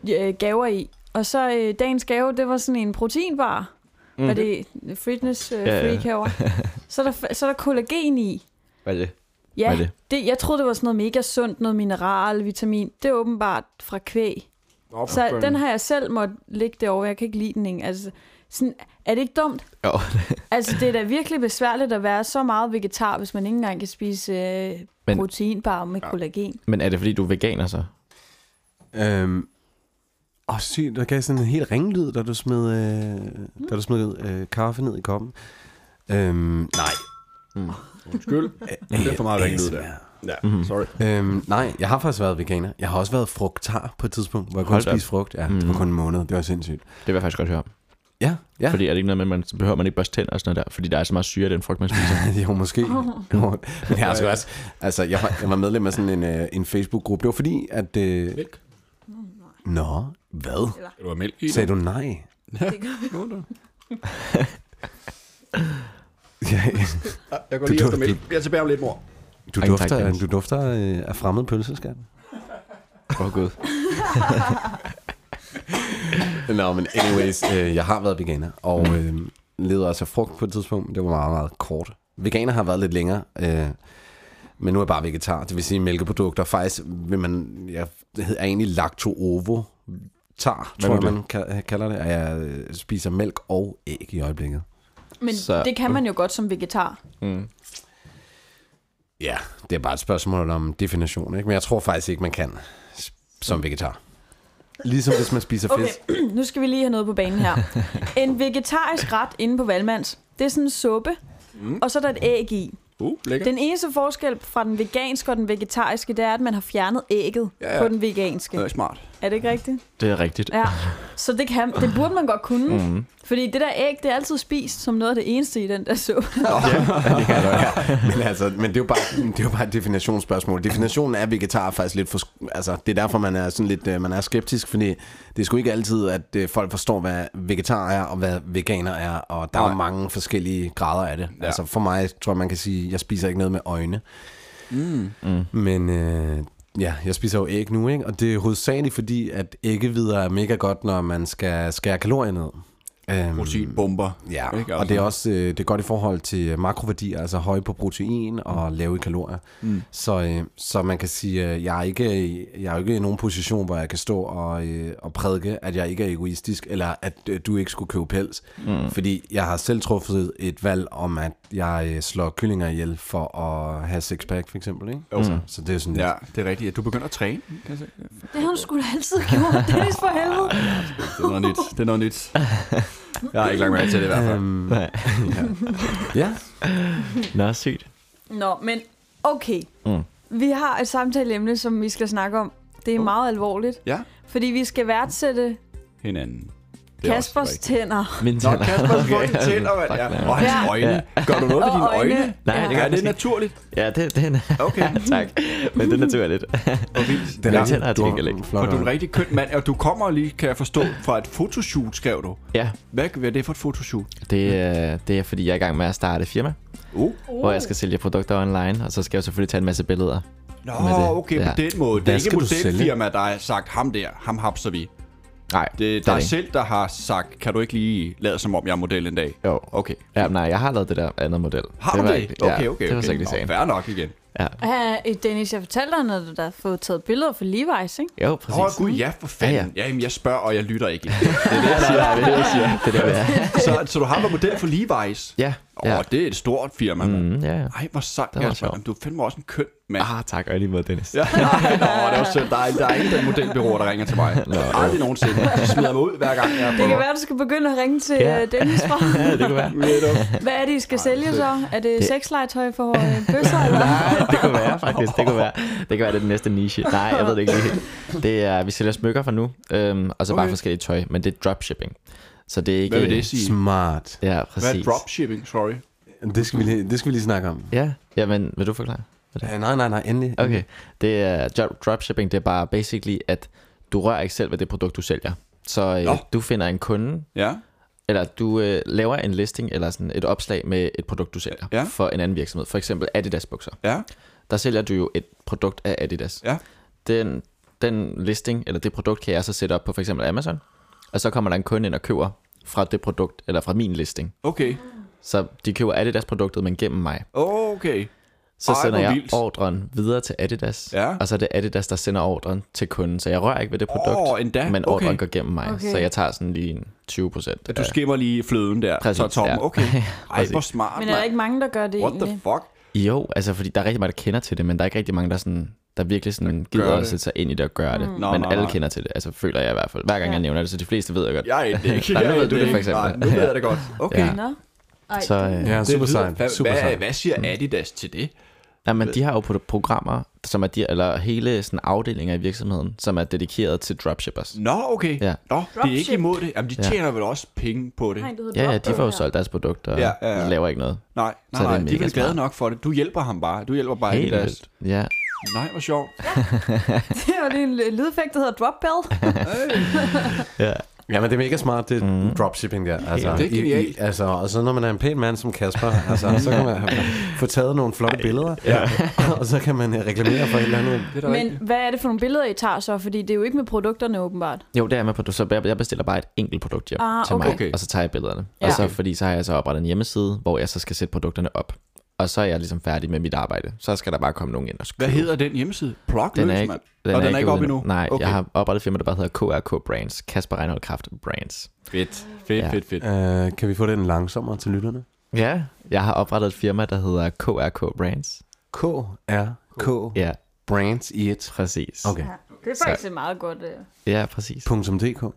i- øh, gaver i. Og så øh, dagens gave, det var sådan en proteinbar. Mm. Og det er fitness øh, Ja, ja. freak (laughs) herovre. Så er der, f- så er der kollagen i. Hvad er det? Ja, Hvad er det? Det, jeg troede, det var sådan noget mega sundt, noget mineral, vitamin. Det er åbenbart fra kvæg. Op, Så den har jeg selv måtte ligge derovre. Jeg kan ikke lide den ikke. Altså, sådan, er det ikke dumt? Jo. (laughs) Altså, det er da virkelig besværligt at være så meget vegetar, hvis man ikke engang kan spise øh, Men- proteinbar med kollagen. Men er det, fordi du er veganer så? Øhm, og sygt, der gav sådan en helt ringlyd, da du smed, øh, da du smed øh, kaffe ned i koppen. Øhm, nej. Mm. Undskyld. (laughs) Det er for meget ringet der. Ja, Mhm. sorry. Øhm, nej, jeg har faktisk været veganer. Jeg har også været frugtar på et tidspunkt, hvor jeg kunne Hold da op. spise frugt. Ja, mm. det var kun en måned. Det var sindssygt. Det vil jeg faktisk godt høre om. Ja, ja. Fordi er det ikke noget med, at man så behøver man ikke børste tænder og sådan noget der, fordi der er så meget syre i den frugt, man spiser. (laughs) jo, (laughs) måske. Jo, Men jeg, har sgu også, altså, jeg, var, jeg var medlem af sådan en, øh, en Facebook-gruppe. Det var fordi, at... Øh, Mælk. nå, hvad? Det var mælk i. Sagde du nej? (laughs) Ja, Jeg går Du- lige efter du- mælk. Jeg er tilbage om lidt, mor. du, tak, dufter, Dennis. du dufter øh, af fremmed pølseskat. Åh, oh, gud. (laughs) Nå, men anyways, øh, jeg har været veganer, og Mm. øh, levede altså frugt på et tidspunkt. Det var meget, meget kort. Veganer har været lidt længere, øh, men nu er jeg bare vegetar. Det vil sige mælkeprodukter. Faktisk vil man, jeg hedder egentlig lacto-ovo tar, tror jeg, det? man ka- kalder det. Og jeg øh, spiser mælk og æg i øjeblikket. Men Så- så. det kan man jo godt som vegetar. Mm. Ja, det er bare et spørgsmål om definition, ikke? Men jeg tror faktisk ikke, man kan s- som vegetar. Ligesom hvis man spiser Okay, fisk. (clears throat) nu skal vi lige have noget på banen her. En vegetarisk ret inde på Valmands, det er sådan en suppe, mm. og så er der et æg i. Uh, lækker. Den eneste forskel fra den veganske og den vegetariske, det er, at man har fjernet ægget Ja, ja. på den veganske. Det er smart. Er det ikke rigtigt? Det er rigtigt. Ja, så det, kan, det burde man godt kunne. Mm. Fordi det der æg, det er altid spist som noget af det eneste i den der suppe. (laughs) det kan jeg godt, (laughs) ja. Men, altså, men det, er jo bare, det er jo bare et definitionsspørgsmål. Definitionen af vegetar er faktisk lidt for... Altså, det er derfor, man er, sådan lidt, øh, man er skeptisk, fordi det er sgu ikke altid, at øh, folk forstår, hvad vegetar er, og hvad veganer er, og der er Nej. mange forskellige grader af det. Ja. Ja. Altså, for mig tror jeg, man kan sige, jeg spiser ikke noget med øjne. Mm. Mm. Men øh, ja, jeg spiser jo æg nu, ikke? Og det er hovedsageligt, fordi at æggevidere er mega godt, når man skal skære kalorier ned. Øhm, Proteinbomber. Ja, Ikke? og det er også øh, det er godt i forhold til makroværdier, altså høje på protein og lave i kalorier. Mm. Så, øh, så man kan sige, at jeg er ikke jeg er jo ikke i nogen position, hvor jeg kan stå og, øh, og prædike, at jeg ikke er egoistisk, eller at øh, du ikke skulle købe pels. Mm. Fordi jeg har selv truffet et valg om, at jeg øh, slår kyllinger ihjel for at have sixpack, for eksempel. Ikke? Altså, så det er sådan lidt... Ja, det er rigtigt. Du begynder at træne. Kan jeg se? Det Det har hun sgu da altid gjort. Dennis for helvede. er noget nyt. Det er noget nyt. Jeg har ikke lagt mærke til det i hvert fald. Øhm, Nej. ja. Nå, sygt. Nå, men okay. Mm. Vi har et samtaleemne, som vi skal snakke om. Det er oh. meget alvorligt. Ja, Fordi vi skal værdsætte hinanden. Det er også Kaspers rigtigt. tænder. Min Nå, tænder. Kasper okay. fucking Okay. tænder, mand. Ja. Og hans Ja. øjne. Gør du noget ved Og dine øjne? øjne. Nej, det Ja, Ja. gør det jeg er ikke. naturligt. Ja, det, den er... Okay. tak. Men det er naturligt. Den Mine tænder er til du har gengæld ikke. flotte Og du er en øjne. rigtig køn mand, og du kommer lige, kan jeg forstå, fra et fotoshoot, skrev du. (laughs) Ja, Hvad, hvad er det for et fotoshoot? det, er- det er fordi, jeg er i gang med at starte et firma, Uh. uh. hvor jeg skal sælge produkter online, og så skal jeg selvfølgelig tage en masse billeder. Nå, Med det. okay, på Ja. den måde. Det Hvad er ikke skal du modelfirma, der har sagt, ham der, ham hapser vi. Nej, Det, det der er det ikke. selv, der har sagt, kan du ikke lige lade som om, jeg er model en dag? Jo. Okay. Ja, men nej, jeg har lavet det der andet model. Har du var det? ikke- Okay, okay, okay. Det var slet ikke Nå, det sagen. Fair nok igen. Ja. Ja, Dennis, jeg fortalte dig, når du der har fået taget billeder for Levi's, ikke? Jo, Åh, oh, præcis. gud, ja, for fanden. Ja, ja. Jamen, jeg spørger, og jeg lytter (laughs) ikke. det der, ja. så, så du har været model for Levi's? Ja, Åh, ja. oh, det er et stort firma. Mm. Mm, ja, ja. Ej, hvor sejt, var Kasper. sjovt. Jamen, Du finder mig også en køn mand. Ah, tak, og i lige måde, Dennis. Ja, (laughs) nej, nå, det er også synd. Der er, der er ikke den modelbyrå, der ringer til mig. Aldrig nogensinde. De smider mig ud, hver gang jeg Det prøver. kan være, du skal begynde at ringe til Ja. ja. Dennis fra. Ja, (laughs) det kunne være. Hvad er det, I skal sælge så? Er det, Det- sexlegetøj for øh, (laughs) bøsser? Eller? Nej, det kunne være faktisk. Det kunne være, det kunne være det er den næste niche. Nej, jeg ved det ikke lige helt. Det er, vi sælger smykker for nu, øhm, og så okay. Okay. bare forskellige tøj, men det er dropshipping. Så det er ikke... Hvad vil det sige? Smart. Ja, Hvad er præcis. dropshipping? Sorry. Det skal vi lige, det skal vi lige snakke om. Ja, jamen, vil du forklare? Ja, nej, nej, nej, endelig. Okay, Mm-hmm. det er dro- dropshipping, det er bare basically, at du rører ikke selv ved det produkt, du sælger. Så øh, Nå. du finder en kunde, Ja. eller du øh, laver en listing, eller sådan et opslag med et produkt, du sælger Ja. for en anden virksomhed. For eksempel Adidas bukser. Ja. Der sælger du jo et produkt af Adidas. Ja. Den, den listing, eller det produkt, kan jeg så sætte op på for eksempel Amazon. Og så kommer der en kunde ind og køber fra det produkt, eller fra min listing. Okay. Så de køber Adidas-produktet, men gennem mig. Okay. Så Ej, sender hvor jeg vildt. ordren videre til Adidas, Ja. og så er det Adidas, der sender ordren til kunden. Så jeg rører ikke ved det produkt, Åh, endda. men Okay. ordren går gennem mig. Okay. Så jeg tager sådan lige en 20 procent. Du skimmer lige fløden der. Præcis, så Tom, ja. (laughs) okay. Ej, Præcis. hvor smart, Men er der mand. ikke mange, der gør det What the egentlig? fuck? Jo, altså fordi der er rigtig mange, der kender til det, men der er ikke rigtig mange, der, sådan, der virkelig sådan gider at det. sætte sig ind i det og gøre det. Nå, men nej, alle nej. kender til det, altså føler jeg i hvert fald. Hver gang Mm. Ja. jeg nævner det, så de fleste ved jeg godt. Jeg er ikke. (laughs) ikke. Nej, nu Jeg ved er du det, for ikke. eksempel. Nej, nu ved (laughs) jeg det godt. Okay. Ja. Nå. Ej, Så, øh, Ja, super lyder- sejt. Hvad, Super hvad, sejt. hvad siger Mm. Adidas til det? nej, men de har jo produ- programmer, som er de, eller hele sådan afdelinger i virksomheden, som er dedikeret til dropshippers. Nå, okay. Ja. Nå, det er ikke Dropship. imod det. Jamen, de Ja. tjener vel også penge på det? Nej, Nej, du hedder Ja, ja, Bob. de får jo solgt deres produkter og Ja, ja, ja. laver ikke noget. nej, Så er det nej. De er mega vel glade smart. nok for det. Du hjælper ham bare. Du hjælper bare Helt Adidas. vildt. Ja, Nej, hvor sjovt. (laughs) Det var lige en l- lydeffekt, der hedder drop bell. ja. Jamen, det er mega smart, det mm. dropshipping der. Altså, Ja, det er i- i- genialt. altså, og så når man er en pæn mand som Kasper, altså, så kan man have- få taget nogle flotte billeder, ja. (laughs) og så kan man øh, reklamere for et eller andet. Det er da rigtigt. Men hvad er det for nogle billeder, I tager så? Fordi det er jo ikke med produkterne åbenbart. Jo, det er jeg med på. Så jeg- jeg bestiller bare et enkelt produkt hjem Ah, til okay. mig, Okay. og så tager jeg billederne. Ja. Ja. Og så, fordi så har jeg så oprettet en hjemmeside, hvor jeg så skal sætte produkterne op. Og så er jeg ligesom færdig med mit arbejde. Så skal der bare komme nogen ind og Hvad købe. hedder den hjemmeside? Plug den løs, er ikke, mand. Og den er ikke oppe ude endnu? Nej, Okay. jeg har oprettet et firma, der bare hedder KRK Brands. Kasper Reinhold Kraft Brands. Fedt, fedt, Ja. fedt, fedt. Øh, kan vi få den langsommere til lytterne? Ja, jeg har oprettet et firma, der hedder KRK Brands. K-R-K Ja, Brands i et. præcis. Okay. Det er faktisk et meget godt... Øh. Ja, præcis. .dk.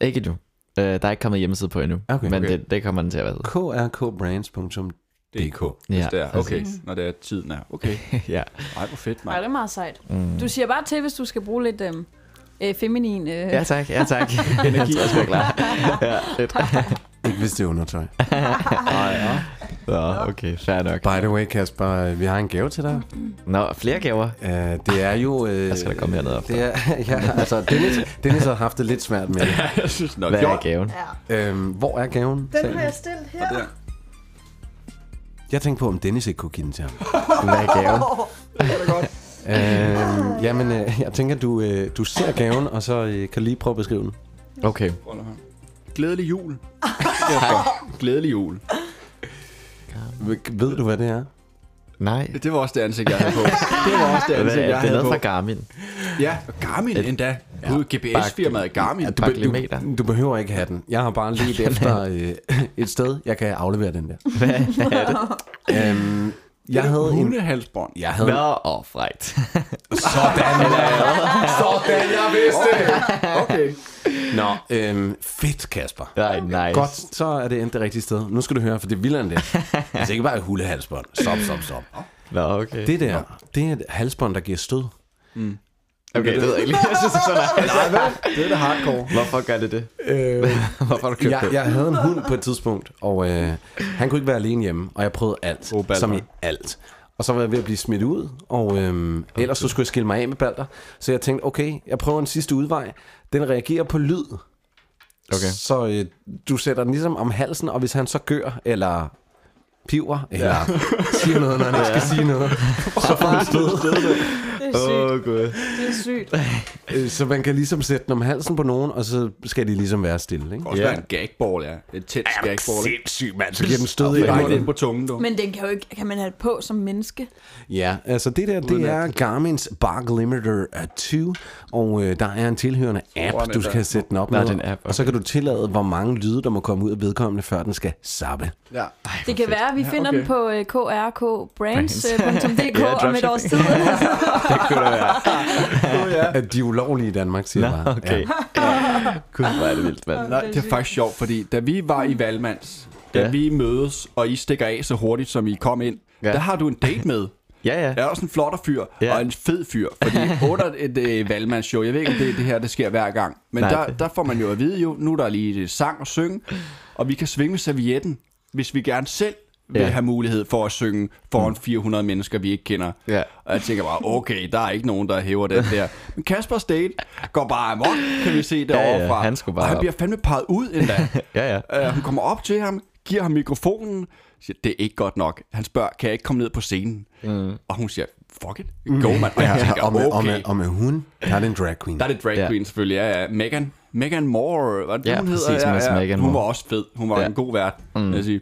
Ikke endnu. Øh, der er ikke kommet hjemmeside på endnu. Okay. men Okay. Det, det kommer den til at være. krkbrands.dk. Ja, Ja, der. Okay, præcis. når det er tiden er. Okay. (laughs) ja. Ej, hvor fedt, Ej, det mand. er meget sejt. Mm. Du siger bare til, hvis du skal bruge lidt øh, øh, feminin... Øh. ja, tak. Ja, (laughs) tak. Energi er sgu klar. Ja, fedt. Ikke hvis det er undertøj. Nå, okay, fair nok. By the way, Kasper, øh, vi har en gave til dig. Nå, flere gaver. Uh, det er jo... Uh, jeg skal da komme herned efter. Det er, (laughs) ja, altså, Dennis, Dennis har haft det lidt svært (laughs) med. Jeg synes nok, Hvad er jo, gaven? Øhm, hvor er gaven? Den har jeg stillet her. der. Jeg tænkte på, om Dennis ikke kunne give den til ham. Hvad er gaven? øhm, jamen, øh, jeg tænker, du, øh, du ser gaven, og så øh, kan lige prøve at beskrive den. Okay. Prøv lige her. Glædelig jul. Kasper, Glædelig jul. V- ved du, hvad det er? Nej. Det var også det ansigt, jeg havde på. (laughs) Det var også det Hvad ansigt, er det? Det jeg er havde noget på. fra Garmin. Ja, Garmin endda. Ude GPS-firmaet Garmin. Et par kilometer. Du behøver ikke have den. Jeg har bare (laughs) lidt efter øh, et sted, jeg kan aflevere den der. (laughs) Hvad er det? Øhm, jeg havde en... hundehalsbånd. Jeg havde Nå, åh, frægt. Sådan, jeg vidste det! (laughs) Okay. Nå, øhm, fedt, Kasper. Nej, nice. Godt, så er det endt det rigtige sted. Nu skal du høre, for det er vildere end det. Altså ikke bare et hullehalsbånd. Stop, stop, stop. Nå, okay. Det der, det er et halsbånd, der giver stød. Okay, det ved jeg ikke (laughs) lige. Jeg synes, det er sådan, at- Nej, hvad? Det er da hardcore. Hvorfor gør det (laughs) det? Hvorfor har du købt Jeg, det? jeg havde en hund på et tidspunkt, og øh, han kunne ikke være alene hjemme, og jeg prøvede alt, Åh, oh, Balder. som i alt. Og så var jeg ved at blive smidt ud, og øh, ellers så skulle jeg skille mig af med Balder. Så jeg tænkte, okay, jeg prøver en sidste udvej. Den reagerer på lyd. Okay. Så øh, du sætter den ligesom om halsen, og hvis han så gør, eller piver, eller ja. siger noget, når han ikke skal sige (laughs) noget, så får han stød. Det er sygt. gud. Det er sygt. Øh, Så man kan ligesom sætte den om halsen på nogen, og så skal de ligesom være stille, ikke? Også Ja. ja. en gagball, ja. En tæt gagball. ikke? Sindssygt, mand. Så giver den stød i Det er ikke øjnene. ind på tungen, du. Men den kan jo ikke, kan man have det på som menneske? Ja, altså det der, det er Garmin's Bark Limiter 2, og øh, der er en tilhørende app, Foran du den kan der. sætte den op Nå, med, det er en app, og så kan du tillade, hvor mange lyde, der må komme ud af vedkommende, før den skal zappe. Ja. Det kan være, at vi finder okay. den på uh, krkbrands.dk (laughs) Ja, om et dropshipping. (laughs) års tid. At de er ulovlige i Danmark, siger jeg Nå, bare. okay. Ja. (laughs) Gud, hvor er det vildt, mand. Nej, det er faktisk sjovt, fordi da vi var i Valmands, da Ja. ja. vi mødes, og I stikker af så hurtigt, som I kom ind, Ja. ja. der har du en date med. Ja, ja. Jeg er også en flot fyr, Ja. ja. og en fed fyr, (laughs) fordi under et øh, valgmandsshow, jeg ved ikke, om det er det her, det sker hver gang, men Nej, der, det- der får man jo at vide jo, nu er der lige øh, sang og synge, og vi kan svinge med servietten, hvis vi gerne selv vil Ja. Mm. ja. have mulighed for at synge foran 400 mennesker, vi ikke kender. Ja. Og jeg tænker bare, okay, der er ikke nogen, der hæver den der. Men Kasper State går bare amok, kan vi se ja, derovre fra. han skulle bare og han op. bliver fandme peget ud (laughs) endda. Ja, ja. Øh, hun kommer op til ham, giver ham mikrofonen, siger, det er ikke godt nok. Han spørger, kan jeg ikke komme ned på scenen? Mm. Og hun siger, fuck it, go mand. Og jeg tænker, Og med, og, okay. med, og med hun, der er det en drag queen. Der er det drag Ja. queen selvfølgelig, ja, ja. Megan, Megan Moore, hvad det, Ja, hun hedder? præcis, hun er Megan Hun var Moore. også fed, hun var Ja. ja. en god vært, mm. jeg sige.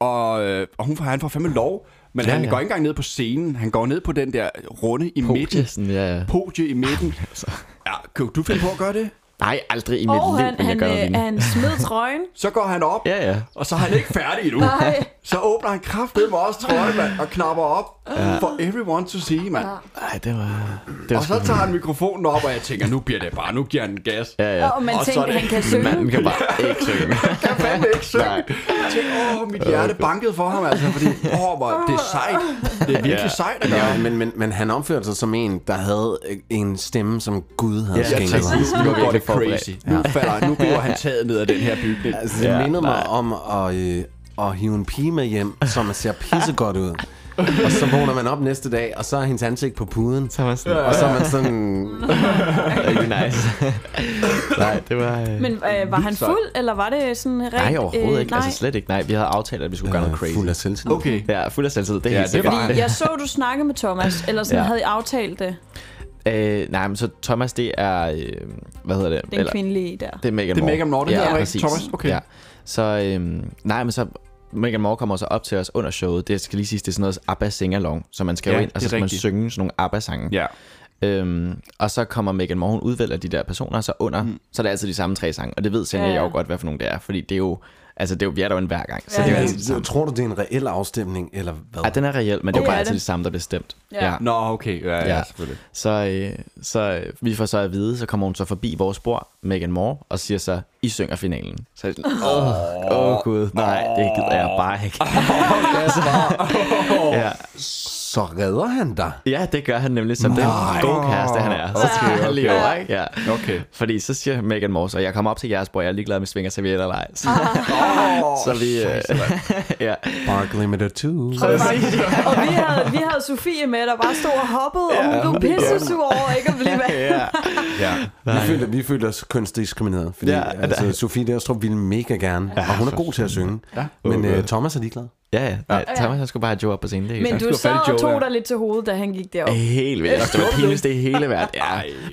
Og, øh, og hun, får- han får fandme lov, men Ja, han ja. går ikke engang ned på scenen, han går ned på den der runde i midten, Podie, sådan, ja, ja. podie i (laughs) midten. Altså. Ja, kunne du finde på at gøre det? Nej, aldrig i mit Og liv, han, vil jeg han, gøre noget øh, lignende. han smed trøjen. Så går han op, Ja, ja. Og så er han ikke færdig endnu. Nej. Så åbner han kraftedet med også trøjen, mand, og knapper op ja. for everyone to see, mand. Nej, det var... Det var Og så tager han mikrofonen op, og jeg tænker, nu bliver det bare, nu giver han den gas. Ja, ja. Og man Og så tænkte, er det- at han kan synge. Manden kan bare ikke synge. Jeg kan fandme ikke synge. Jeg tænkte, åh, mit hjerte bankede for ham, altså, fordi, åh, hvor, det er sejt. Det er virkelig Ja. sejt at gøre. Ja, men, men, men han opførte sig som en, der havde øh, en stemme, som Gud havde ja, skænket ham. præcis. Nu, nu går virkelig det crazy. forberedt. Nu falder nu bliver han taget ned af den her bygning. Altså, det Ja, ja, mindede mig om at, øh, at hive en pige med hjem, som ser pissegodt ud. og så vågner man op næste dag, og så er hendes ansigt på puden. Så var jeg sådan, Og så er man (laughs) sådan... "Åh, det er nice. (laughs) Nej, det var... øh, Men øh, var han fuld, eller var det sådan rent... Nej, overhovedet øh, ikke. Altså slet ikke. Nej, vi havde aftalt, at vi skulle gøre noget crazy. øh, Fuld af selvtillid. Okay. Ja, fuld af selvtillid. Det er Ja, helt det sikkert. var han. Fordi jeg så, du snakkede med Thomas, eller sådan Ja. ja. havde I aftalt det, Øh, nej, men så Thomas, det er... Øh, hvad hedder det? den kvindelige der. Det er Megan Det er Moore. Megan Moore, det hedder hun ikke? præcis. Thomas, okay. Ja. Så, øhm, nej, men så Megan Moore kommer så op til os under showet. Det skal lige siges, det er sådan noget ABBA singalong, så man skal Ja, jo ind, og det så er skal man rigtigt. synge sådan nogle ABBA-sange. Ja. Øhm, og så kommer Megan Moore, hun udvælger de der personer, og så under, mm. så er det altid de samme tre sange. Og det ved Senja Ja, ja. ja. jo godt, hvad for nogle det er, fordi det er jo, altså det er jo, vi er der jo en hver gang. Så Ja, det er jo ja. altid det Men, samme. altså- tror du, det er en reel afstemning, eller hvad? Ja, den er reelt, men det er jo Okay. bare Ja, altid det- det samme, der bliver stemt. Ja. Nå, okay. Ja, ja, Ja. selvfølgelig. Så, øh, så øh, vi får så at vide, så kommer hun så forbi vores bord, Megan Moore, og siger så, I synger finalen. Så er jeg sådan, åh, åh gud, nej, det gider jeg bare ikke. (laughs) ja. Så redder han dig. ja, det gør han nemlig som den gode kæreste, han er. Så skal okay, lige over, ikke? Ja. Okay. Fordi så siger Megan Moore, så jeg kommer op til jeres bord, jeg er ligeglad med svinger servietter eller ej. Så, så vi... Øh, (laughs) ja. Bark Limited 2. Og vi havde, vi havde Sofie med, der bare stod og hoppede, og hun blev pissesur over ikke at blive med. (laughs) ja. Ja. Vi føler, vi føler os kønsdiskrimineret, fordi Ja, ja, altså, Sofie Derstrup ville mega gerne, og hun er god til at synge. Ja. Men øh, Thomas er ligeglad. Ja, ja. Nej, Thomas, han skulle bare have Joe op på scenen. Det er Men helt du var sad fat i og Joe der. tog dig lidt til hovedet, da han gik derop. Helt vildt. Altså, Det var pinligst det hele værd. Ja.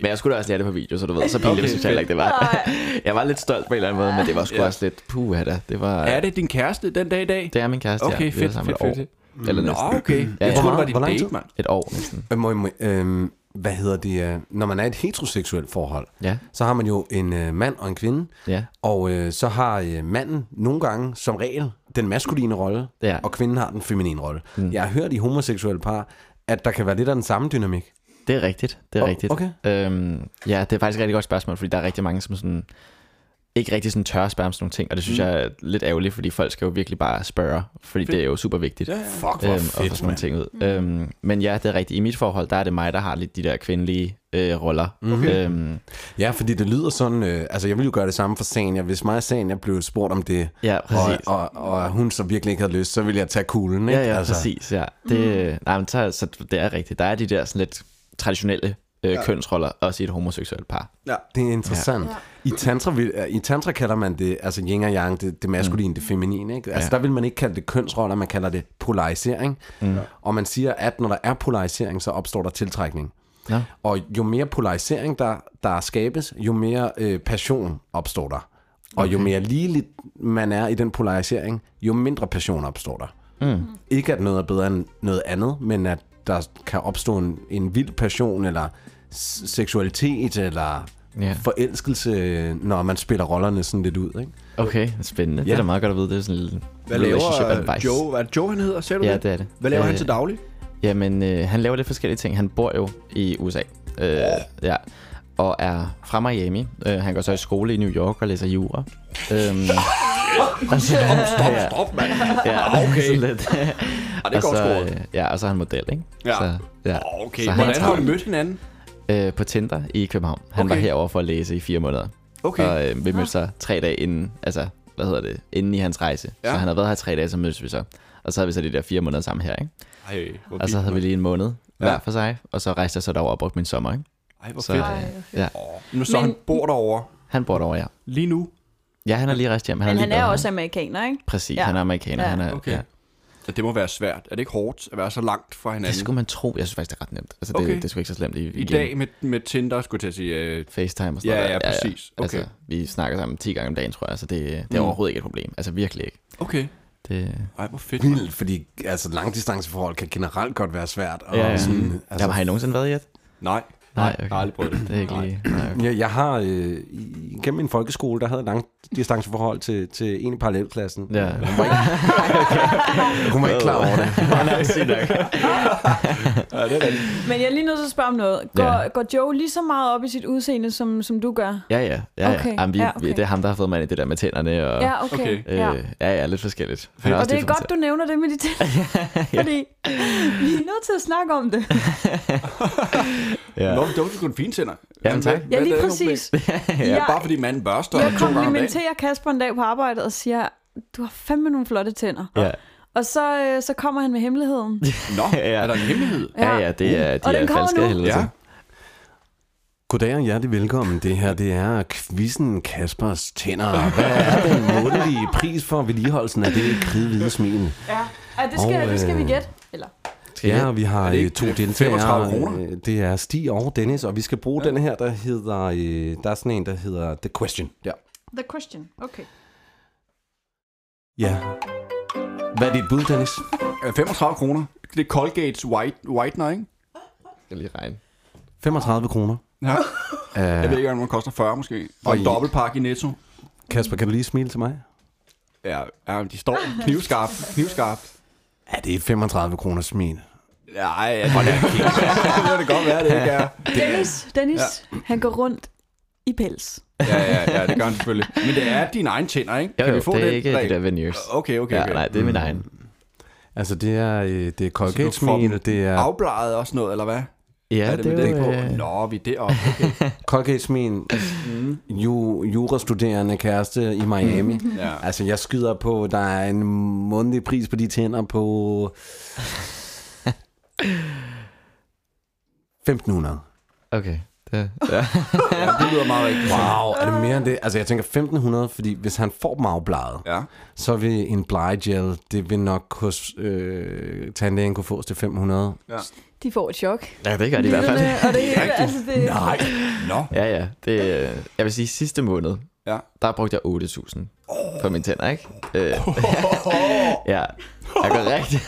Men jeg skulle da også lære det på video, så du ved, så pinligt okay, synes jeg heller ikke, det var. jeg var lidt stolt på en eller anden måde, men det var sgu også lidt, puh, da. Det var... Er det din kæreste den dag i dag? Det er min kæreste, Okay, ja. Vi er fedt, sammen et fedt, år. fedt. Eller Nå, næsten. okay. Ja, Jeg ja. troede, det Hvor var meget- din hvor lang date, tid? mand. Et år næsten. Øh, må, må, øh, hvad hedder det? Øh, når man er i et heteroseksuelt forhold, Ja. så har man jo en øh, mand og en kvinde. Ja. Og øh, så har øh, manden nogle gange som regel den maskuline rolle, Ja. og kvinden har den feminine rolle. Mm. Jeg har hørt i homoseksuelle par, at der kan være lidt af den samme dynamik. Det er rigtigt, det er O- rigtigt. okay. Øhm, ja, det er faktisk et rigtig godt spørgsmål, fordi der er rigtig mange, som sådan, ikke rigtig sådan tør at spørge om sådan nogle ting, og det synes mm. jeg er lidt ærgerligt, fordi folk skal jo virkelig bare spørge, fordi det er jo super vigtigt. Ja, Fuck, hvor øhm, og få sådan nogle ting ud. Mm. Øhm, men ja, det er rigtigt. I mit forhold, der er det mig, der har lidt de der kvindelige øh, roller. Okay. Øhm, Ja, fordi det lyder sådan, øh, altså jeg ville jo gøre det samme for Sanja. Hvis mig og Sanja blev spurgt om det, ja, og, præcis. og, og hun så virkelig ikke havde lyst, så ville jeg tage kuglen, ikke? altså, ja, ja, altså. præcis. Ja. Det, mm. nej, men så, så det er rigtigt. Der er de der sådan lidt traditionelle øh, ja. kønsroller, også i et homoseksuelt par. Ja. Det er interessant. Ja. I, Ja. tantra, vil- øh, I tantra kalder man det, altså yin og yang, det, det maskuline, mm. det feminine. Ikke? Altså ja. Ja. der vil man ikke kalde det kønsroller, man kalder det polarisering. Mm. Og man siger, at når der er polarisering, så opstår der tiltrækning. Ja. Og jo mere polarisering, der, der skabes, jo mere øh, passion opstår der. Og okay. jo mere ligeligt man er i den polarisering, jo mindre passion opstår der. Mm. Ikke at noget er bedre end noget andet, men at der kan opstå en, en vild passion, eller s- seksualitet, eller Ja. yeah. forelskelse, når man spiller rollerne sådan lidt ud. Ikke? Okay, spændende. Ja. Det er da meget godt at vide. Det er sådan en lille Hvad laver relationship øh, advice. Joe? Hvad er det Joe, han hedder? Ser du Ja, det? det er det. Hvad laver Øh, han til daglig? Jamen, øh, han laver lidt forskellige ting. Han bor jo i USA. Øh, ja. Og er fra Miami. Øh, han går så i skole i New York og læser jura. Øhm, stop, stop, Stop, mand. Ja, Okay. (laughs) sådan lidt. Ah, det er og godt så, scoret. øh, ja, og så er han model, ikke? Ja. Ah, Så, ja. Okay, Så han hvordan har tager- I mødt hinanden? Øh, på Tinder i København. Han Okay. var herover for at læse i fire måneder. Okay. Ah. Og øh, vi mødte så tre dage inden, altså, hvad hedder det, inden i hans rejse. Ja. Ja. Så han havde været her i tre dage, så mødtes vi så. Og så havde vi så de der fire måneder sammen her, ikke? Ej, hvor Og så vildt, øh, altså, havde vi mand. lige en måned hver for sig. Og så rejste jeg så derover og brugte min sommer, ikke? Ej, hvor Så, fedt. Ej, øh, ja. Nu så Men- han bor derovre Han bor derovre, ja. lige nu. Ja, han er lige rejst hjem. Men har han lige er været også her. amerikaner, ikke? Præcis, Ja. han er amerikaner. Ja. Han er, Okay. ja. Ja, det må være svært. Er det ikke hårdt at være så langt fra hinanden? Det skulle man tro. Jeg synes faktisk, det er ret nemt. Altså, det, Okay. okay. det er sgu ikke så slemt i, I dag med, med Tinder, skulle jeg til at sige... Øh, FaceTime og sådan Ja, noget. ja, der. præcis. Okay. Altså, vi snakker sammen 10 gange om dagen, tror jeg, så det, det er Mm. overhovedet ikke et problem. Altså virkelig ikke. okay. Det, Ej, hvor fedt. Vildt, fordi altså, langdistanceforhold kan generelt godt være svært. Og Ja, ja. Sådan, altså, Jamen, har I nogensinde været i et? Nej. Nej, okay. Jeg har aldrig prøvet det. Det er ikke lige... Nej, (laughs) okay. Ja, jeg har øh, i- gennem min folkeskole, der havde jeg langdistanceforhold til, til en i parallelklassen. Ja. Hun var ikke, hun var ikke klar over det. Nej, sygt nok. (laughs) Men jeg er lige nødt til at spørge om noget. Går, Ja. går Joe lige så meget op i sit udseende, som, som du gør? (laughs) Ja, ja. ja, ja. Okay. Jamen, vi, Ja, ja okay. okay. Det er ham, der har fået mig ind i det der med tænderne. Og, Ja, okay. Okay. okay. Øh, Ja. ja. ja, ja, lidt forskelligt. Han Og også det er lige (laughs) godt, du nævner det med de ting, fordi vi er nødt til at snakke om det. Ja. (laughs) Nå, det var sgu en fin tænder. Jamen, tak. Ja, lige er det præcis. for problem? Ja. Ja, bare fordi manden børster to Jeg gange om dagen. komplimenterer Kasper en dag på arbejdet og siger, du har fandme nogle flotte tænder. Ja. Og så, øh, så kommer han med hemmeligheden. Nå, Ja. er der en hemmelighed? Ja, ja, det er, Uh. Og de den er kommer falske nu. hældelser. Ja. (laughs) Goddag og hjertelig velkommen. Det her, det er quizzen Kaspers tænder. Hvad er den månedlige pris for vedligeholdelsen af det kridhvide smil? Ja. ja det, skal, Og, det skal vi øh, gætte. Eller, Skal jeg- Ja, og vi har Er det øh, ikke to 35 deltagere. kroner? Øh, Det er Stig og Dennis, og vi skal bruge den her, der hedder... øh, Der er sådan en, der hedder The Question. Ja. the question. Okay. ja. Hvad er dit bud, Dennis? Øh, 35 kroner. Det er Colgate's white, whitener, ikke? skal lige regne. 35 kroner. Ja. (laughs) Jeg ved Uh, ikke, om den koster 40 måske. Og en Oj. dobbeltpakke i Netto. Kasper, kan du lige smile til mig? Ja, ja de står knivskarpt. Knivskarpt. Ja, det er et 35 kroner smil. Nej, ja, det er (laughs) Det kan det godt være, det ikke er. Dennis, Dennis ja. han går rundt i pels. Ja, ja, ja, det gør han selvfølgelig. Men det er dine egne tænder, ikke? Jo, jo, vi det er ikke regel? de der veneers. Okay, okay, Mm. Ja, okay. nej, det er min egen. Mm. Altså, det er, øh, det er Colgate Så du får smil, det er Afbleget og sådan noget, eller hvad? Ja, er det, det, med det, på? øh, Nå, vi er deroppe. Okay. Mm. Colgate smil, ju, jurastuderende kæreste i Miami. Ja. Altså, jeg skyder på, der er en månedlig pris på de tænder (laughs) på... 1500. Okay. Det, ja, det lyder meget rigtigt. Wow, er det mere end det? Altså, jeg tænker 1500, fordi hvis han får dem afbladet, Ja. så vil en blegegel, det vil nok hos øh, tandlægen kunne fås til 500. De får et chok. ja, det gør de i hvert fald. Liderne, Og det, hele, altså det, Nej. Nå. Ja, ja. Det, øh, jeg vil sige, sidste måned, Ja. der brugte jeg 8.000 på mine tænder, ikke? Øh, (laughs) ja, jeg går rigtigt.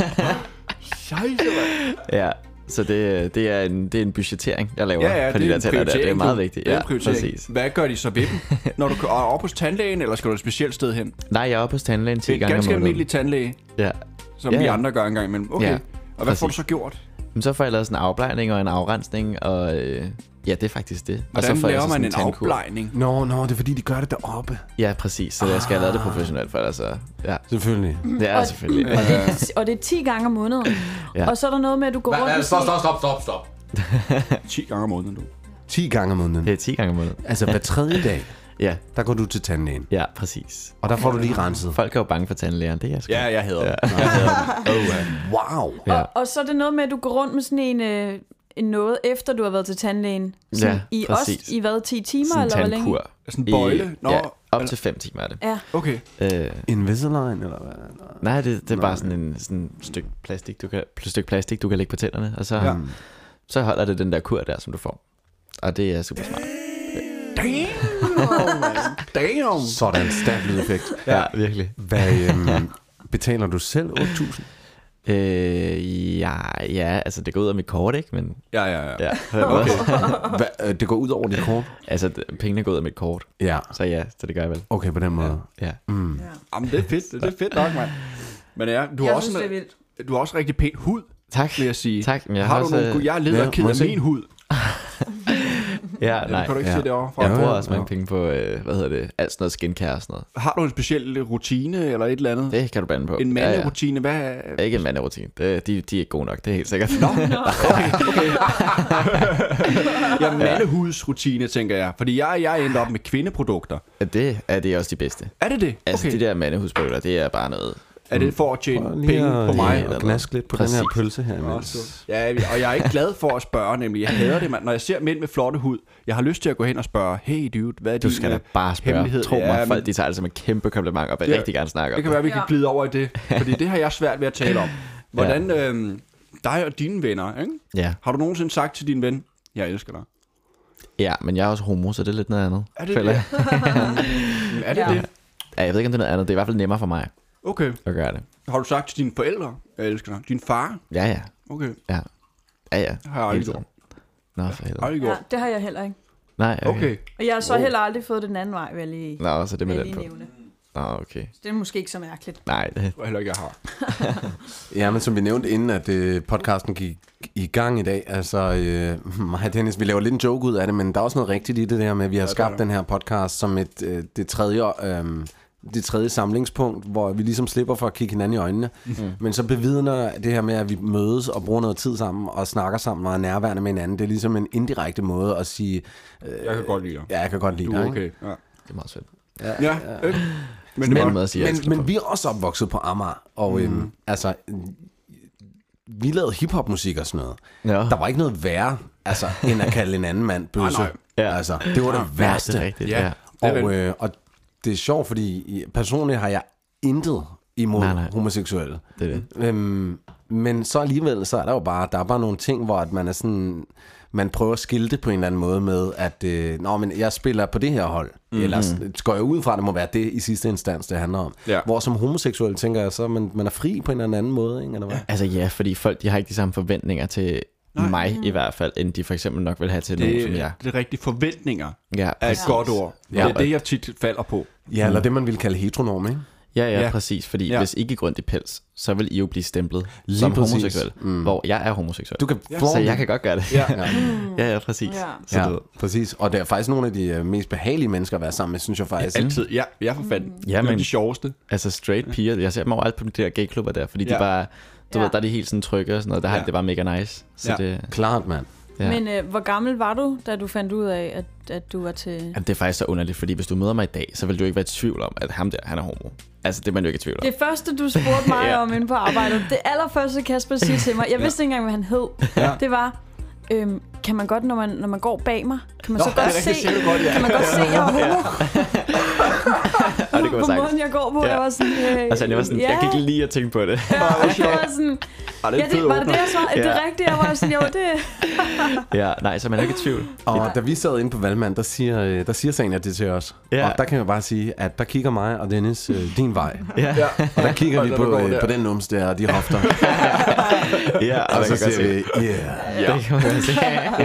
Scheisse, mand. (laughs) ja. Så det, det, er en, det er en budgettering, jeg laver Ja, ja, for de der tænder der. Det er prioritering, meget du. vigtigt. Det er Ja, en prioritering. præcis. Hvad gør de så ved (laughs) dem? Når du er op hos tandlægen, eller skal du et specielt sted hen? Nej, jeg er oppe hos tandlægen Det 10 er en gange om ganske måneden. almindelig tandlæge, Ja. som Ja, vi ja. andre gør en gang imellem. Okay. Ja, Og hvad får du præcis. så gjort? Men så får jeg lavet sådan en afblejning og en afrensning, og øh, ja, det er faktisk det. og Hvordan så får jeg laver så man sådan en tandkur. afblejning? Nå, nå, det er fordi, de gør det deroppe. Ja, præcis. Så jeg skal have lavet det professionelt, for ellers så... Ja, Selvfølgelig. det er Og- selvfølgelig. og, det er, og det er 10 gange om måneden. Ja. Ja. Og så er der noget med, at du går rundt... med sådan- stop, stop, stop. 10 gange om måneden, du. 10 gange om måneden. Det er 10 gange om måneden. Altså hver tredje dag, Ja, der går du til tandlægen. ja, præcis. Og der får du lige renset. Folk er jo bange for tandlægeren, det er jeg sgu. Ja, jeg (laughs) hader det. Wow. Ja. Og så er det noget med, at du går rundt med sådan en, øh, noget, efter du har været til tandlægen. Sådan Ja, i præcis. også, i hvad, 10 timer Sådan en eller hvor længe? tandkur. Sådan en I- bøjle? Nå, ja, op eller- til 5 timer er det. Ja, Okay. Øh, Invisalign, eller hvad? nej, det, det er bare sådan en sådan et stykke plastik, du kan, et stykke plastik, du kan lægge på tænderne, og så, ja. så holder det den der kur der, som du får. Og det er super smart. Damn! man. Damn! Sådan, stærk lydeffekt. Ja, virkelig. Hvad, øhm, betaler du selv 8.000? Øh, ja, ja, altså det går ud af mit kort, ikke? Men Ja, ja, ja. (laughs) ja, okay. Hvad, øh, det går ud over dit kort? altså det- pengene går ud af mit kort, Ja, så ja, så det gør jeg vel. okay, på den måde. Ja. Mm. Jamen, det er fedt. Det er fedt nok, mand. Men ja, du har, jeg også, synes, det en, er vildt. du har også rigtig pæn hud, Tak. vil jeg sige. Tak, men jeg har, har du også, nogle... øh, gode- Jeg er leder ja, af må ked jeg af se? min hud. Ja, Ah, nej. Kan du ikke Ja. se det overfra? Jeg Ja. bruger også mange penge på, øh, hvad hedder det, alt sådan noget skincare og sådan noget. Har du en speciel rutine eller et eller andet? Det kan du bande på. Mm. En Ja, ja. manderutine? Hvad er... Ikke en manderutine. Det, de, de er ikke gode nok, det er helt sikkert. Ja, mandehudsrutine, tænker jeg. Fordi jeg, jeg endte op med kvindeprodukter. (laughs) det er det er også de bedste. Er det det? Altså, okay. de der mandehusbøvler, det er bare noget... Er det for at Prøv tjene lige penge at- på mig? eller Og noget. gnask lidt på Præcis. den her Præcis. pølse her. Nå, Imens. så- Ja, og jeg er ikke glad for at spørge, nemlig. Jeg hader det, mand. Når jeg ser mænd med flotte hud, jeg har lyst til at gå hen og spørge, hey dude, hvad er Du din, skal da øh, bare spørge. hemmelighed? Tro mig, Ja, men folk de tager det som en kæmpe kompliment, og vil Ja. rigtig gerne snakke om det. Det kan være, vi kan Ja. glide over i det, fordi det har jeg svært ved at tale (laughs) om. Hvordan øh, dig og dine venner, ikke? Ja. har du nogensinde sagt til din ven, jeg elsker dig? ja, men jeg er også homo, så det er lidt noget andet. Er det føler det? jeg. (laughs) Er det Ja. det? Ja, jeg ved ikke, om det er noget andet. Det er i hvert fald nemmere for mig Okay. at gøre det. Har du sagt til dine forældre, jeg elsker dig? Din far? Ja, ja. Okay. Ja, ja. ja. Har jeg aldrig Hele gjort. tiden. Nå, for helvede. Aldrig Ja, gjort. det har jeg heller ikke. Nej, okay. Okay. Og jeg har så heller aldrig fået den anden vej, vil jeg lige, Nå, så det vil med jeg den lige på. nævne. Nå, okay. Så det er måske ikke så mærkeligt. Nej, det, Og heller ikke, jeg har. Ja, men som vi nævnte inden, at øh, podcasten gik i gang i dag, altså øh, mig og Dennis, vi laver lidt en joke ud af det, men der er også noget rigtigt i det der med, at vi har det er skabt der. den her podcast som et, øh, det tredje... Øh, det tredje samlingspunkt, hvor vi ligesom slipper for at kigge hinanden i øjnene, mm. Mhm. men så bevidner det her med, at vi mødes og bruger noget tid sammen og snakker sammen og er nærværende med hinanden, det er ligesom en indirekte måde at sige, Jeg kan godt lide Øh, dig. ja, jeg kan godt lide Du dig. er ikke? okay. Ja. det er meget svært. ja. øh. Men, Men, det med var, at sige, men, men vi er også opvokset på Amager, og mm. Mhm. øhm, altså, vi lavede hiphopmusik og sådan noget. Ja. Der var ikke noget værre, altså, end at kalde en anden mand bøsse. Nej, Ja. Altså, det var det værste. det er rigtigt. ja. Ja. Det er vel- og, øh, og det er sjovt, fordi i- personligt har jeg intet imod nej, Nej, nej. nej. homoseksuelle. Det er det. Øhm, men så alligevel, så er der jo bare, der er bare nogle ting, hvor at man er sådan, man prøver at skille det på en eller anden måde med, at øh, Nå, men jeg spiller på det her hold. Mhm. Mm-hmm. Ellers går jeg ud fra, at det må være det i sidste instans, det handler om. Ja. Hvor som homoseksuel tænker jeg så, man, man er fri på en eller anden måde, ikke? Eller hvad? Altså ja, fordi folk de har ikke de samme forventninger til Nej. Mm. mig i hvert fald, end de for eksempel nok vil have til nogen som jeg. det, det er rigtige forventninger Ja, er et præcis. godt ord. Ja. Det er det, jeg tit falder på. Ja, eller det, man ville kalde heteronorm, ikke? Ja, ja, Ja. ja, præcis. Fordi Ja. ja. hvis I gik rundt i pels, så vil I jo blive stemplet Lige som præcis. homoseksuel, mm. hvor jeg er homoseksuel. Du kan så jeg kan godt gøre det. Ja. ja, ja, præcis. Mm. Ja. Så Ja, du ved. præcis. Og det er faktisk nogle af de øh, mest behagelige mennesker at være sammen med, synes jeg faktisk. ikke? Altid. Ja, jeg for fanden. det er Mm. men- de (laughs) sjoveste. Altså straight piger, jeg ser dem overalt på de der gayklubber der, fordi ja. Ja. de bare, du Ja. ja. ved, der er de helt sådan trygge og sådan noget, der ja. har Ja. de det bare mega nice. Så Ja. ja. det, Klart, mand. Ja. Men øh, hvor gammel var du, da du fandt ud af, at, at du var til... jamen, det er faktisk så underligt, fordi hvis du møder mig i dag, så vil du ikke være i tvivl om, at ham der, han er homo. Altså det er man jo ikke i tvivl om. Det første, du spurgte mig (laughs) Ja. om inde på arbejdet, det allerførste Kasper siger til mig, jeg vidste ikke engang, hvad han hed, det var, øhm, kan man godt, når man, når man går bag mig, kan man Nå, så det er godt se, rigtigt, siger du godt, ja. kan man godt se, jeg er homo (laughs) Og det kunne på jeg sagtens. måden, jeg går på. Ja. Jeg var sådan, øh, Altså, jeg var sådan, ja, jeg kan ikke lige at tænke på det. ja, og jeg var sådan, Ej, det er ja, en fed det, var det åbner. det, jeg svarede? Det er Ja. rigtigt, jeg var sådan, jo, det... ja, nej, så man er ikke i tvivl. Og da vi sad inde på Valmand, der siger, øh, der siger Sanja det til os. Ja. Og der kan jeg bare sige, at der kigger mig og Dennis øh, din vej. Ja, (laughs) ja, Og der kigger Og vi der på, går øh, der. på den numse der og de hofter. ja og, og man kan så godt siger se vi, yeah. Ja. (laughs) Det kan man godt se.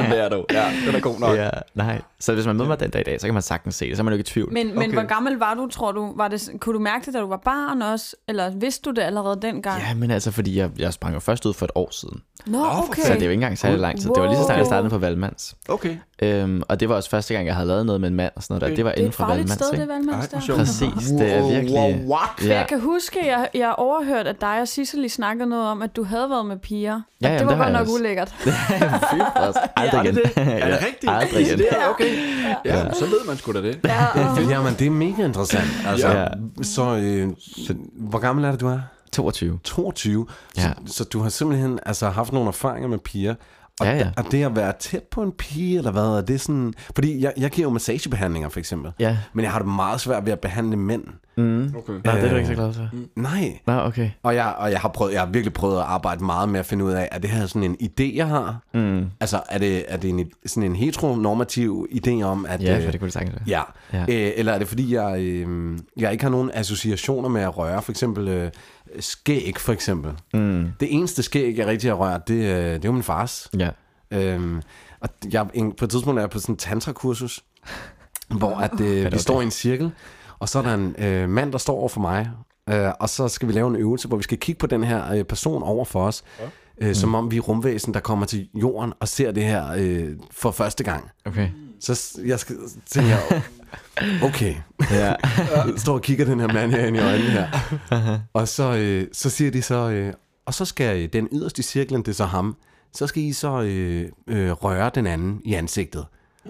Den der dog. Ja, den er god nok. ja, nej. Så hvis man møder mig den dag i dag, så kan man sagtens se det, så er man jo ikke i tvivl. Men, men Okay. hvor gammel var du, tror du? Var det, kunne du mærke det, da du var barn også? Eller vidste du det allerede dengang? Ja, men altså, fordi jeg, jeg sprang jo først ud for et år siden. Nå, okay. Så det er jo ikke engang særlig lang tid. Det var lige så snart, jeg startede på Valmands. Okay. Øhm, og det var også første gang, jeg havde lavet noget med en mand og sådan noget der. Det var det er inden et for farligt Valmands, sted, det ikke? Ej, valgmands der. hvor sjovt. Præcis, det er virkelig... what? Ja. Ja, Jeg kan huske, jeg, jeg overhørte, at dig og Sisseli snakkede noget om, at du havde været med piger. Og jamen, det var det har godt jeg nok også. ulækkert. fy for os. Aldrig Er igen. det det? Er det (laughs) Ja, rigtigt? Aldrig igen. Det er okay. Ja, men så ved man sgu da det. Ja, men det er mega interessant. Altså, ja. Ja. Så øh, hvor gammel er det, du er? 22. 22. Ja. Så, så du har simpelthen altså, haft nogle erfaringer med piger. Og, Ja, ja. d- og det at være tæt på en pige, eller hvad, er det sådan... Fordi jeg, jeg giver jo massagebehandlinger, for eksempel. Ja. Men jeg har det meget svært ved at behandle mænd. Mm. Okay. Nej, det er du Øh. ikke så glad for. Nej. Nå, okay. Og jeg, og jeg har prøvet, jeg har virkelig prøvet at arbejde meget med at finde ud af, er det her sådan en idé, jeg har? Mm. Altså, er det, er det en, sådan en heteronormativ idé om, at... Ja, øh, for det kunne det sagtens være. Ja. Ja. ja. Øh, eller er det fordi, jeg, øh, jeg ikke har nogen associationer med at røre? For eksempel øh, skæg, for eksempel. Mm. Det eneste skæg, jeg rigtig har rørt, det, øh, det er jo min fars. Ja. Øhm, og jeg, en, på et tidspunkt er jeg på sådan en tantra-kursus, hvor at, øh, vi står i en cirkel, og så er der en øh, mand, der står over for mig, øh, og så skal vi lave en øvelse, hvor vi skal kigge på den her øh, person over for os, øh, som om vi er rumvæsen, der kommer til jorden og ser det her øh, for første gang. Okay. Så s- jeg skal, så tænker jeg, okay, (laughs) Ja. jeg (laughs) står og kigger den her mand herinde i øjnene her. Uh-huh. Og så, øh, så siger de så, øh, og så skal øh, den yderste i cirklen, det er så ham, så skal I så øh, øh, røre den anden i ansigtet.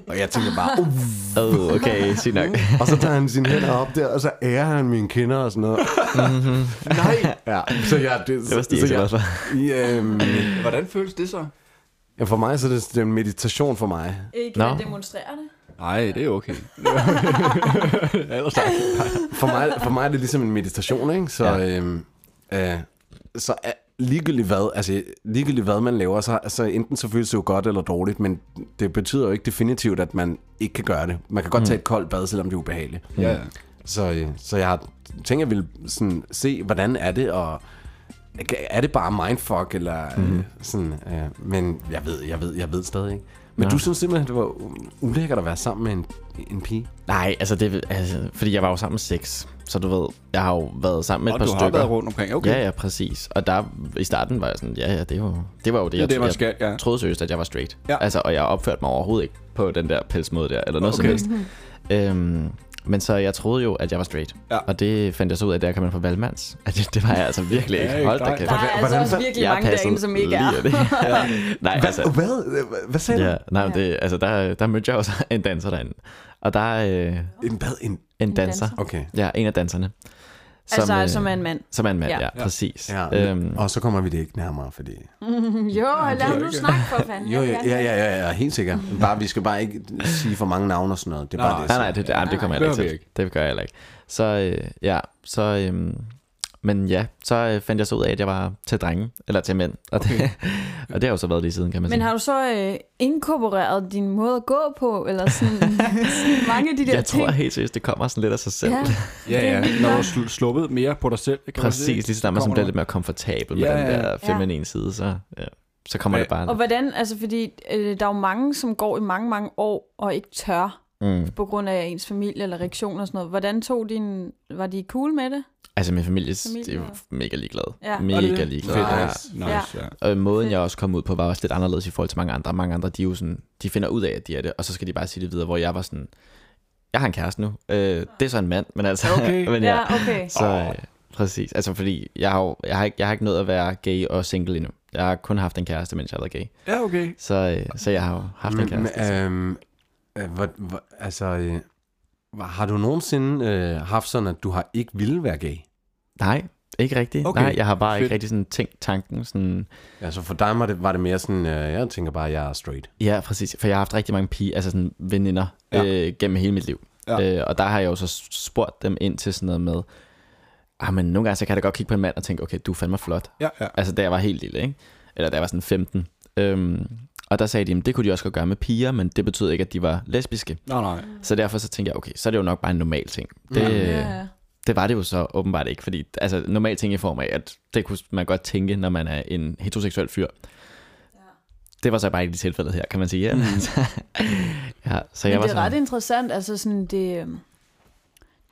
Og jeg tænker bare, uh, (laughs) Oh, okay, sygt Mm. nok. og så tager han sine hænder op der, og så ærer han mine kinder og sådan noget. (laughs) Nej! Ja, så jeg... Det, Mm-hmm. Det var Stig ikke så glad for. jeg, øhm, Hvordan føles det så? ja, øh, for mig så er det, det er en meditation for mig. Øh, kan Nå. man demonstrere det? Nej, det er okay. Ellers tak. for, mig, for mig er det ligesom en meditation, ikke? Så, ja. øhm, øh, så er, ligegyldigt, hvad, altså, ligegyldigt hvad man laver, så, så enten så føles det jo godt eller dårligt, men det betyder jo ikke definitivt, at man ikke kan gøre det. Man kan godt mm. tage et koldt bad, selvom det er ubehageligt. Ja, ja. Så, øh, så jeg har tænkt, at jeg ville sådan, se, hvordan er det, og er det bare mindfuck, eller mm. øh, sådan, øh, men jeg ved, jeg ved, jeg ved stadig ikke. Men ja. du synes simpelthen, det var u- ulækkert at være sammen med en, en pige? Nej, altså, det, altså, fordi jeg var jo sammen med seks, så du ved, jeg har jo været sammen med Og et du par har stykker. været rundt omkring. Okay. Ja, ja, præcis. Og der, i starten var jeg sådan, ja, ja, det var, det var jo det, er jeg, det, man jeg skal, ja. troede seriøst, at jeg var straight. Ja. Altså, og jeg opførte mig overhovedet ikke på den der pelsmåde der, eller noget Okay. okay. som helst. Øhm, men så jeg troede jo, at jeg var straight. Ja. Og det fandt jeg så ud af, der kan man få valgmands. At det, det var jeg altså virkelig Ja, ikke. ikke Hold da dig. kæft. Der er altså hvordan også så- virkelig Jeg mange passede derinde, som ikke er. lige af det. (laughs) Nej, altså, Hvad? Hvad sagde du? Ja, nej, men det, altså der, der mødte jeg også (laughs) en danser derinde. Og der er øh, En bad, en... en danser. danser. Okay. Ja, en af danserne. Som, Altså, øh, som er en mand. som er en mand, Ja. ja, ja præcis. Ja, Øhm, øhm. og så kommer vi det ikke nærmere, fordi... Mm. Jo, lad ham nu snakke for fanden. Jo, Jeg ja, vil gerne ja, have- ja, ja, ja helt sikkert. Bare, vi skal bare ikke sige for mange navne og sådan noget. Det er bare Nej. det. nej, nej, det, nej, det kommer jeg nej. ikke Det gør til. vi Det gør jeg heller ikke. Så øh, ja, så... Øh, men ja, så øh, fandt jeg så ud af, at jeg var til drenge, eller til mænd. Og det, okay. (laughs) og det har jo så været lige siden, kan man Men sige. har (laughs) du så øh, inkorporeret din måde at gå på, eller sådan, sådan mange af de der Jeg ting? tror helt seriøst, det kommer sådan lidt af sig selv. ja. ja, ja. Når du har sl- sluppet mere på dig selv. Kan man sige. Præcis, ligesom lige så snart man sådan Kommer bliver noget. lidt mere komfortabel Ja, med den ja, der ja. feminine side, så, ja, så kommer Ja. det bare. Og hvordan, altså fordi øh, der er jo mange, som går i mange, mange år og ikke tør Mm. på grund af ens familie eller reaktion og sådan noget. Hvordan tog din, var de cool med det? Altså min familie, familie. Familie det er jo og- mega ligeglad. Ja. Ja. Er det Mega det? ligeglad. Fedt, Ja. nice. nice ja. Og måden Fedt. jeg også kom ud på var også lidt anderledes i forhold til mange andre. Mange andre, de, er jo sådan, de finder ud af, at de er det, og så skal de bare sige det videre, hvor jeg var sådan, jeg har en kæreste nu. Øh, det er så en mand, men altså... Okay. (laughs) men Ja, ja, okay. så, øh, præcis. Altså fordi, jeg har, jo- jeg, har ikke, jeg har ikke nået at være gay og single endnu. Jeg har kun haft en kæreste, mens jeg har været gay. Ja, okay. Så, øh, så jeg har jo haft en Men, kæreste. altså. men, øhm, øh, hvor, hvor, altså, øh, hvor- har du nogensinde øh, haft sådan, at du har ikke ville være gay? Nej, ikke rigtigt. Okay, Okay. Nej, jeg har bare fedt. ikke rigtig sådan tænkt tanken sådan... Altså, for dig var det, var det mere sådan, øh, jeg tænker bare, at jeg er straight. Ja, præcis. For jeg har haft rigtig mange pige, altså sådan veninder, Ja. ja. øh, gennem hele mit liv. Ja. Ja. Øh, og der har jeg jo så spurgt dem ind til sådan noget med, ah, men nogle gange så kan jeg da godt kigge på en mand og tænke, okay, du er fandme flot. Ja, ja. Altså da jeg var helt lille, ikke? Eller da jeg var sådan 15. Øhm, og der sagde de, at det kunne de også godt gøre med piger, men det betød ikke, at de var lesbiske. Nej, nej. Så derfor så tænkte jeg, okay, så er det jo nok bare en normal ting. Det, øh, ja. Ja. det var det jo så åbenbart ikke, fordi altså, normal ting i form af, at det kunne man godt tænke, når man er en heteroseksuel fyr. Det var så bare ikke det tilfældet her, kan man sige. Ja, (laughs) ja så jeg var Mm. Men det er sådan, ret interessant, altså sådan det... øhm,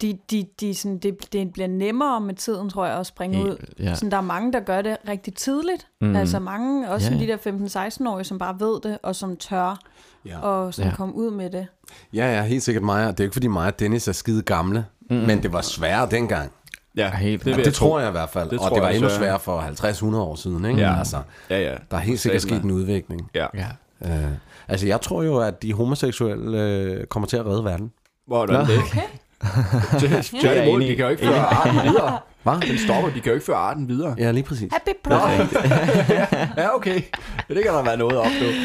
De, de, de, sådan, det, det bliver nemmere med tiden, tror jeg, at springe Helt ud. vildt, ja. Sådan, der er mange, der gør det rigtig tidligt. Mm. Altså mange, også Ja, ja, ja. ja. de der 15-16-årige, som bare ved det, og som tør Ja. og sådan Ja. ja. komme ud med det. Ja, ja, helt sikkert mig. og Det er jo ikke, fordi mig og Dennis er skide gamle, mm-hmm. men det var sværere dengang. Ja, helt- vil Det, det tror jeg i hvert fald. Det Det tror og det var jeg endnu så, ja. sværere for 50-100 år siden, ikke? Ja. Altså, Ja, ja. der er helt sikkert sket en udvikling. Ja. ja. Øh, altså, jeg tror jo, at de homoseksuelle øh, kommer til at redde verden. Hvordan det? Okay. Jeg er Tværtimod, enig. de kan jo ikke føre arten videre. Hvad? Den stopper, de kan jo ikke føre arten videre. Ja, lige præcis. (laughs) Happy birthday. Ja, okay. Det kan der være noget at opnå. Ja, det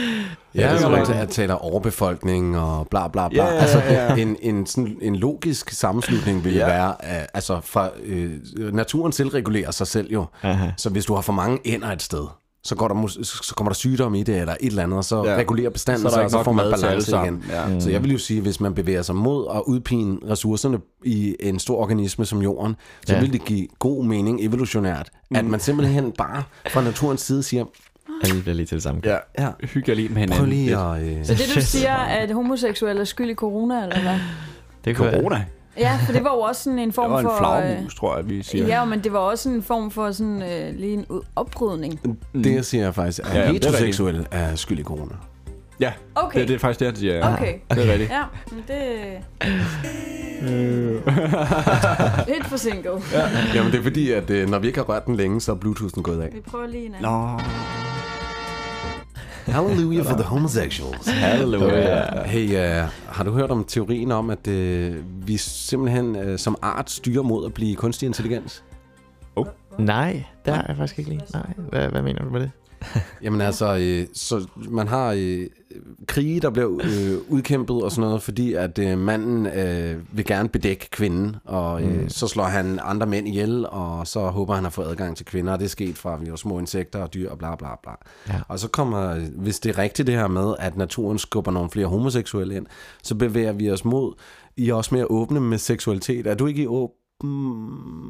ja er man rigtigt. tager, taler overbefolkning og bla bla bla. Ja, ja, ja, altså, ja. En, en, sådan, en logisk sammenslutning vil ja. Ja. være, øh, altså fra, øh, naturen selv regulerer sig selv jo. Aha. Så hvis du har for mange ænder et sted, så, går der, mus- så kommer der sygdom i det eller et eller andet, og så ja. Ja. regulerer bestanden Så er der sig, ikke og så nok får man mad til alle balance igen. sammen. Ja. Ja. Så jeg vil jo sige, hvis man bevæger sig mod at udpine ressourcerne i en stor organisme som jorden, så ja. Ja. vil det give god mening evolutionært, mm. at man simpelthen bare fra naturens side siger, Alle bliver lige til det samme. Ja. ja, Hygger lige med hinanden. prøv lige at... Øh, Så det, du siger, er, at homoseksuelle er skyld i corona, eller hvad? Det kunne Corona. Ja, for det var jo også sådan en form Det var for... en øh, flagmus, tror jeg, vi siger. Ja, men det var også en form for sådan øh, lige en ud- oprydning. øh, Det jeg siger er faktisk, at Ja, Mm. ja, ja, det er heteroseksuelle er skyld i corona. ja. Okay. Ah, Det, det er faktisk det, han siger. ja. Okay. Det er rigtigt. Ja, men det... Øh. Lidt forsinket. Jamen det er fordi, at øh, når vi ikke har rørt den længe, så er Bluetoothen gået af. Vi prøver lige en (laughs) anden. Nå. Hallelujah for the homosexuals. Halleluja. Hey, uh, har du hørt om teorien om, at uh, vi simpelthen uh, som art styrer mod at blive kunstig intelligens? Nej, der er jeg faktisk ikke lige. Nej, hvad, hvad mener du med det? Jamen altså, øh, så man har øh, krige, der bliver øh, udkæmpet og sådan noget, fordi at øh, manden øh, vil gerne bedække kvinden, og øh, mm. så slår han andre mænd ihjel, og så håber han har fået adgang til kvinder, og det er sket fra vi var små insekter og dyr og bla bla bla. Ja. Ja. Og så kommer, hvis det er rigtigt det her med, at naturen skubber nogle flere homoseksuelle ind, så bevæger vi os mod, I er også mere åbne med seksualitet. Er du ikke i åben?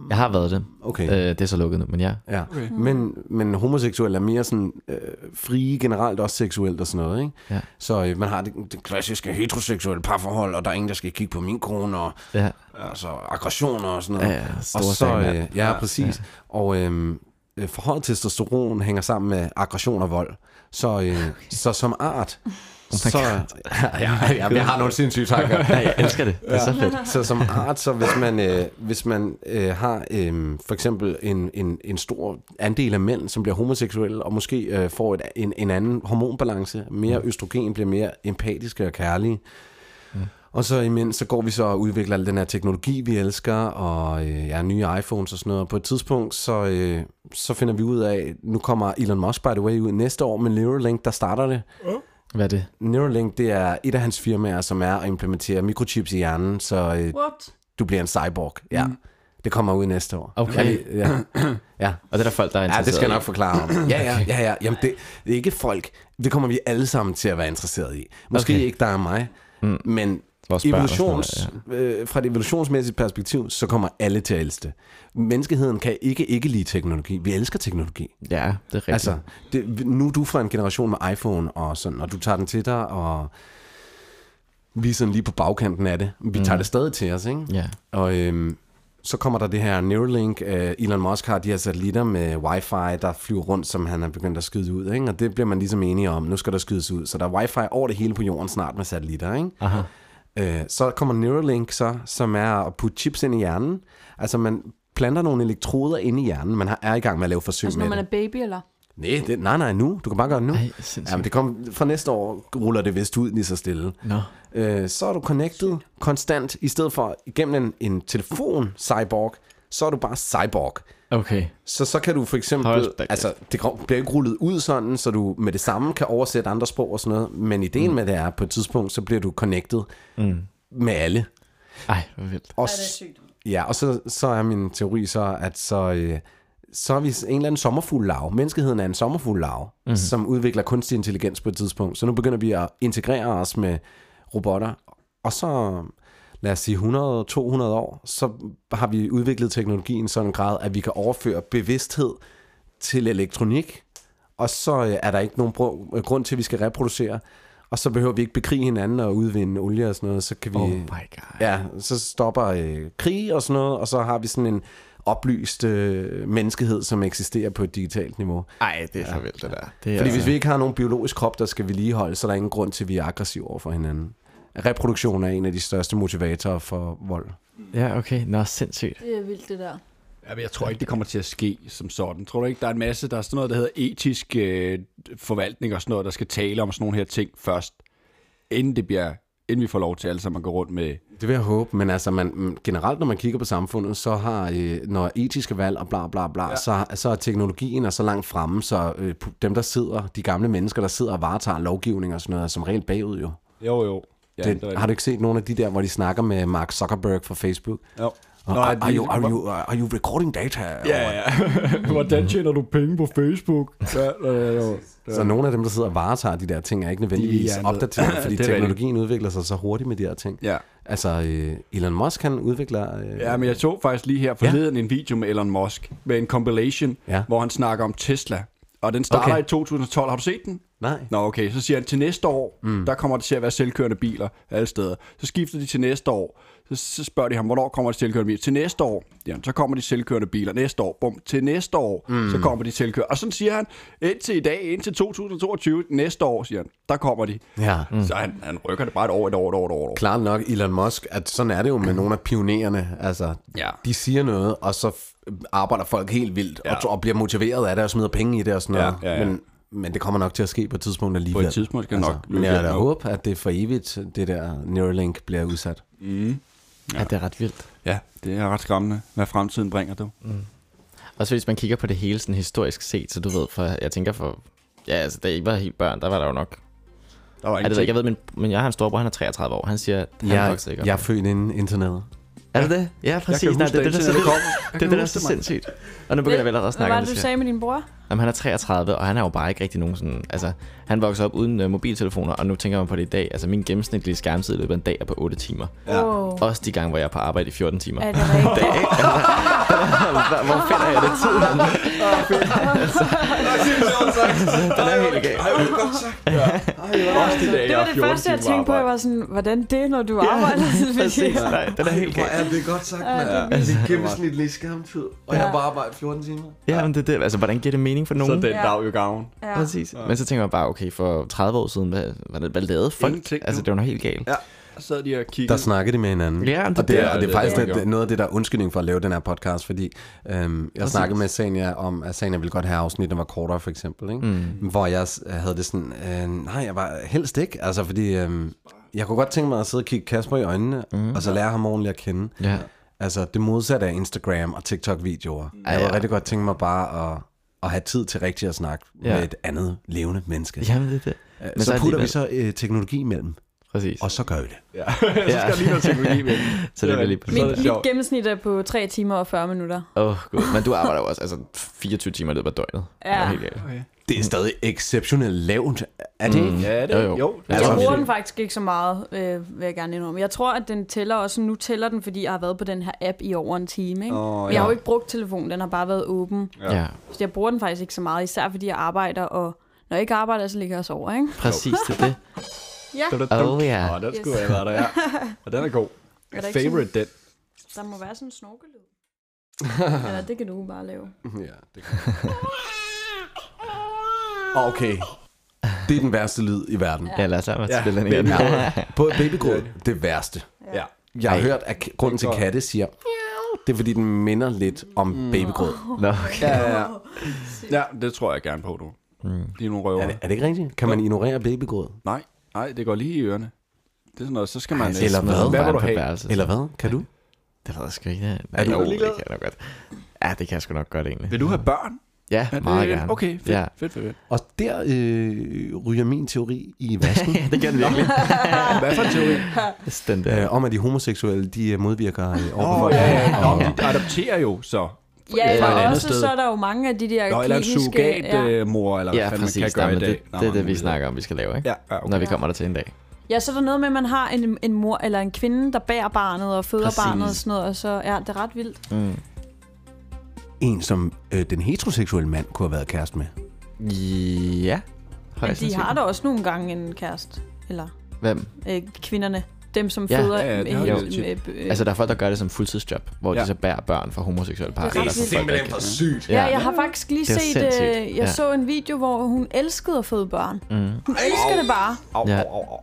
Jeg har været det. Okay. Øh, det er så lukket nu, men ja. Ja, okay. men, men homoseksuelle er mere sådan øh, frie generelt, også seksuelt og sådan noget, ikke? Ja. Så øh, man har det, det klassiske heteroseksuelle parforhold, og der er ingen, der skal kigge på min kone, og Ja, altså, aggressioner og sådan noget. ja og store så, så, øh, ja, præcis. Ja. Og øh, øh, forhøjet testosteron hænger sammen med aggression og vold. Så, øh, okay. så som art, oh så... (laughs) Ja, ja, ja, jeg har nogle sindssyge tanker. Ja, jeg elsker det. Det er så fedt. Så som art, så hvis man, øh, hvis man øh, har øh, for eksempel en, en, en stor andel af mænd, som bliver homoseksuelle, og måske øh, får et, en, en anden hormonbalance, mere østrogen, bliver mere empatiske og kærlige, og så imens, så går vi så og udvikler al den her teknologi, vi elsker, og øh, ja, nye iPhones og sådan noget. Og på et tidspunkt, så, øh, så finder vi ud af, nu kommer Elon Musk, by the way, ud næste år med Neuralink, der starter det. Hvad er det? Neuralink, det er et af hans firmaer, som er at implementere mikrochips i hjernen, så øh, What? du bliver en cyborg. Ja. Mm. Det kommer ud næste år. Okay. Ja, det- ja. (clears throat) ja. Og det er der folk, der er ja, interesseret det skal jeg i. nok forklare (clears throat) om. Ja, ja, ja. ja. Jamen, det, det er ikke folk. Det kommer vi alle sammen til at være interesseret i. Måske okay. Okay. ikke der er mig, mm. men Vores børn og sådan evolutions, øh, fra et evolutionsmæssigt perspektiv, så kommer alle til at elske det. Menneskeheden kan ikke ikke lide teknologi. Vi elsker teknologi. Ja, det er rigtigt. Altså, det, nu er du fra en generation med iPhone og sådan, og du tager den til dig, og vi er sådan lige på bagkanten af det. Vi Mm. tager det stadig til os, ikke? Ja. Og øhm, så kommer der det her Neuralink. Øh, Elon Musk har de her satellitter med wifi, der flyver rundt, som han er begyndt at skyde ud. Ikke? Og det bliver man ligesom enige om. Nu skal der skydes ud. Så der er wifi over det hele på jorden snart med satellitter. Ikke? Aha. Øh, så kommer Neuralink så, som er at putte chips ind i hjernen. Altså man planter nogle elektroder ind i hjernen. Man har- er i gang med at lave forsøg Altså, med når man det. er baby, eller? Nej, det, nej, nej, nu. Du kan bare gøre det nu. Ej, sindssygt. Jamen, det kom, fra næste år ruller det vist ud lige så stille. Nå. Øh, så er du connected konstant, i stedet for igennem en, en telefon-cyborg, så er du bare cyborg. Okay. Så, så kan du for eksempel, Hold da kæft. altså det kom- bliver ikke rullet ud sådan, så du med det samme kan oversætte andre sprog og sådan noget, men ideen mm. med det er, på et tidspunkt, så bliver du connected mm. med alle. Ej, hvor vildt. Og, ja, ja, og så, så er min teori så, at så, øh, så er vi en eller anden sommerfuglelav. Menneskeheden er en sommerfuglelav, mm-hmm. som udvikler kunstig intelligens på et tidspunkt. Så nu begynder vi at integrere os med robotter. Og så, lad os sige 100-200 år, så har vi udviklet teknologien i sådan en grad, at vi kan overføre bevidsthed til elektronik. Og så øh, er der ikke nogen brug, øh, grund til, at vi skal reproducere. Og så behøver vi ikke bekrige hinanden og udvinde olie og sådan noget. Så kan vi... Oh my god. Ja, så stopper øh, krig og sådan noget, og så har vi sådan en oplyst øh, menneskehed, som eksisterer på et digitalt niveau. Ej, det er så vildt, det der. Det er Fordi hvis vi ikke har nogen biologisk krop, der skal vedligeholde, så er der ingen grund til, at vi er aggressive over for hinanden. Reproduktion er en af de største motivatorer for vold. altså- Ja, okay. Nå, sindssygt. Det er vildt, det der. Ja, men jeg tror ikke, det kommer til at ske som sådan. Tror du ikke, der er en masse, der er sådan noget, der hedder etisk øh, forvaltning og sådan noget, der skal tale om sådan nogle her ting først, inden det bliver inden vi får lov til alle sammen at gå rundt med... Det vil jeg håbe, men altså man, mm, generelt, når man kigger på samfundet, så har, øh, når etiske valg og bla bla bla, ja. så, så er teknologien er så langt fremme, så øh, pu- dem, der sidder, de gamle mennesker, der sidder og varetager lovgivning og sådan noget, er som regel bagud jo. Jo, jo. Ja, det, det har du ikke set nogle af de der, hvor de snakker med Mark Zuckerberg fra Facebook? Jo. Og, Nå, are, det- are, you, are, you, are you recording data? Ja, ja. (laughs) Hvordan tjener du penge på Facebook? Ja, ja, ja, ja. Så nogle af dem, der sidder og varetager de der ting, er ikke nødvendigvis De er noget- (clears throat) opdateret, fordi Det er teknologien udvikler sig så hurtigt med de her ting. Ja. Altså, øh, Elon Musk, han udvikler... Øh, Ja, men jeg så faktisk lige her forleden ja. en video med Elon Musk, med en compilation, Ja. ja. hvor han snakker om Tesla. Og den starter Okay. okay. i 2012. Har du set den? Nej. Nå, okay. Så siger han, til næste år, mm. der kommer det til at være selvkørende biler alle steder. Så skifter de til næste år. Så, så spørger de ham, hvornår kommer de selvkørende biler? Til næste år. Jamen, så kommer de selvkørende biler. Næste år. Bum. Til næste år, mm. så kommer de selvkørende. Og sådan siger han, indtil i dag, indtil 2022, næste år, siger han, der kommer de. Ja. Mm. Så han, han rykker det bare et år, et år, et år, et år. Et år. Klart nok, Elon Musk, at sådan er det jo med nogle af pionererne. Altså, Ja. de siger noget, og så f- arbejder folk helt vildt, ja. Ja. og, tr- og bliver motiveret af det, og smider penge i det og sådan Ja, noget. ja, ja. Men, men det kommer nok til at ske på et tidspunkt alligevel. Altså, På et tidspunkt skal det nok Men løse jeg det da op. håbe, at det for evigt, det der Neuralink bliver udsat. Ja. det er ret vildt. Ja, det er ret skræmmende, hvad fremtiden bringer, du. Også hvis man kigger på det hele sådan historisk set, så du ved, for jeg tænker for... Ja, altså, da I var helt børn, der var der jo nok... Der var Jeg, det, ved jeg ikke, jeg ved, men, men jeg har en storbror, han er 33 år. Han siger, at han er Jeg, vokset ikke op. jeg er født inden internettet. Er det det? Ja, præcis. huske, Nej, det, er det, der, da så, internettet vildt. kom. det, Jeg kan er det der er huske så det, mand. sindsigt. Og nu begynder jeg vel allerede at Hvad snakke var om det, det. du siger. sagde med din bror? Jamen, han er 33, og han er jo bare ikke rigtig nogen sådan... Altså, han voksede op uden uh, mobiltelefoner, og nu tænker man på det i dag. Altså, min gennemsnitlige skærmtid i løbet af en dag er på 8 timer. Ja. (laughs) Oh, Også de gange, hvor jeg er på arbejde i 14 timer. er det rigtigt? dag, ikke? Altså, (laughs) hvor finder jeg det tid? (laughs) altså, den er helt gal. Også de dage, Det var jeg det første, jeg tænkte på. Jeg var sådan, hvordan det, når du arbejder? (laughs) Præcis, nej, den er helt gal. det godt sagt, mand. det er det er gennemsnitlig skærmtid, og jeg har bare arbejdet 14 timer. Ja, men det er det. Altså, hvordan giver det mening for nogen? Så den Ja. dag jo gavn. Ja. Præcis. Men så tænker man bare, okay, for 30 år siden, hvad, hvad, hvad lavede folk? Ingenting, altså, du. det var noget helt galt. Ja. Så sad de og kiggede. Der snakkede de med hinanden. Ja, og det- det, det, er, og det er det- faktisk det- det, det, noget af det, der er undskyldning for at lave den her podcast, fordi øhm, jeg snakkede med Sanja om, at Sanja ville godt have afsnit, der var kortere for eksempel, ikke? Mm. hvor jeg s- havde det sådan, øh, nej, jeg var helst ikke, altså fordi øhm, jeg kunne godt tænke mig at sidde og kigge Kasper i øjnene, mm. og så lære ham ordentligt at kende. Ja. Altså det modsatte af Instagram og TikTok-videoer. Mm. Jeg Ja, kunne ja. rigtig godt tænke mig bare at, at have tid til rigtigt at snakke Ja. med et andet levende menneske. Jamen, det er det. Men så, så putter vi alligevel- så øh, teknologi imellem, Præcis. og så gør vi det. ja. (laughs) så skal der lige noget teknologi med. Så det er vel lige præcis. Så er det Mit, mit sjovt. gennemsnit er på 3 timer og 40 minutter. Åh, oh, gud. Men du arbejder jo også altså, 24 timer i løbet af døgnet. Det er Ja. helt galt. Det er stadig exceptionelt lavt, er det ikke? Ja, det Jo, jo. jo. jo. Ja, det Jeg så er er det bruger jo. den faktisk ikke så meget, øh, vil jeg gerne indrømme. Jeg tror, at den tæller også, nu tæller den, fordi jeg har været på den her app i over en time. Ikke? Åh, Oh, Jeg har jo ikke brugt telefonen, den har bare været åben. Ja. ja. Så jeg bruger den faktisk ikke så meget, især fordi jeg arbejder, og når jeg ikke arbejder, så ligger jeg og sover. Ikke? Præcis, det er (laughs) det. Ja, Oh, ja. Åh, den Yes. skulle have været der, ja. Og den er god. Er der ikke Favorite, den. (laughs) der må være sådan en snorkelyd. (laughs) ja, det kan du bare lave. Mm. Ja, det Okay. Det er den værste lyd i verden. (laughs) Ja, lad os lade mig til den baby. igen. På babygråd, det værste. Ja. Jeg har hørt, at k- grunden til at katte siger, "Miau", det er fordi, den minder lidt om babygråd. (laughs) Nå, okay. Ja, ja, ja. ja, det tror jeg gerne på, du. De er nogle røver. Er det, er det ikke rigtigt? Kan man ignorere babygråd? Nej, nej, det går lige i ørerne. Det er sådan noget, så skal man... Ej, eller hvad? Hvad vil du have? Eller hvad? Kan du? Det ved jeg sgu ikke. Er Er du du jo, det ligeglad? kan jeg nok godt. Ja, det kan jeg sgu nok godt egentlig. Vil du have børn? Ja, Er det- meget gerne. Okay, fedt, Ja. (laughs) ja. fedt, fedt, fedt. Og der øh, ryger min teori i (laughs) vasken. ja, det gør den (laughs) virkelig. Hvad for en teori? den der. øh, om at de homoseksuelle, de øh, modvirker øh, Åh, overbefolkning. ja, ja. Nå, Og- men de adopterer jo, så. (laughs) Ja, fra et eller andet også sted. så er der jo mange af de der Nå, eller øh, en kliniske... ja. surrogatmor, eller hvad Ja, fanden man præcis. kan gøre Nej, i men dag. det, Der det er mange det, vi muligheder. snakker om, vi skal lave, ikke? Ja, ja, okay. Når vi kommer der til en dag. ja, så er der noget med, at man har en, en mor eller en kvinde, der bærer barnet og føder Præcis. barnet og sådan noget, og så ja, det er ret vildt. Mm. En, som øh, den heteroseksuelle mand kunne have været kæreste med. Ja. Men højst de har sandsynligt. da også nogle gange en kæreste, eller Hvem? øh, kvinderne. Dem, som Ja, føder... ja, ja, det har øh, vi øh, legit. øh, øh, Altså, der er folk, der gør det som fuldtidsjob, hvor Ja. de så bærer børn fra homoseksuelle par. Det er simpelthen for sygt. øh, Ja, jeg har faktisk lige Det er set, sindssygt. øh, jeg Ja. så en video, hvor hun elskede at føde børn. Mm. Hun elsker det bare. Ja.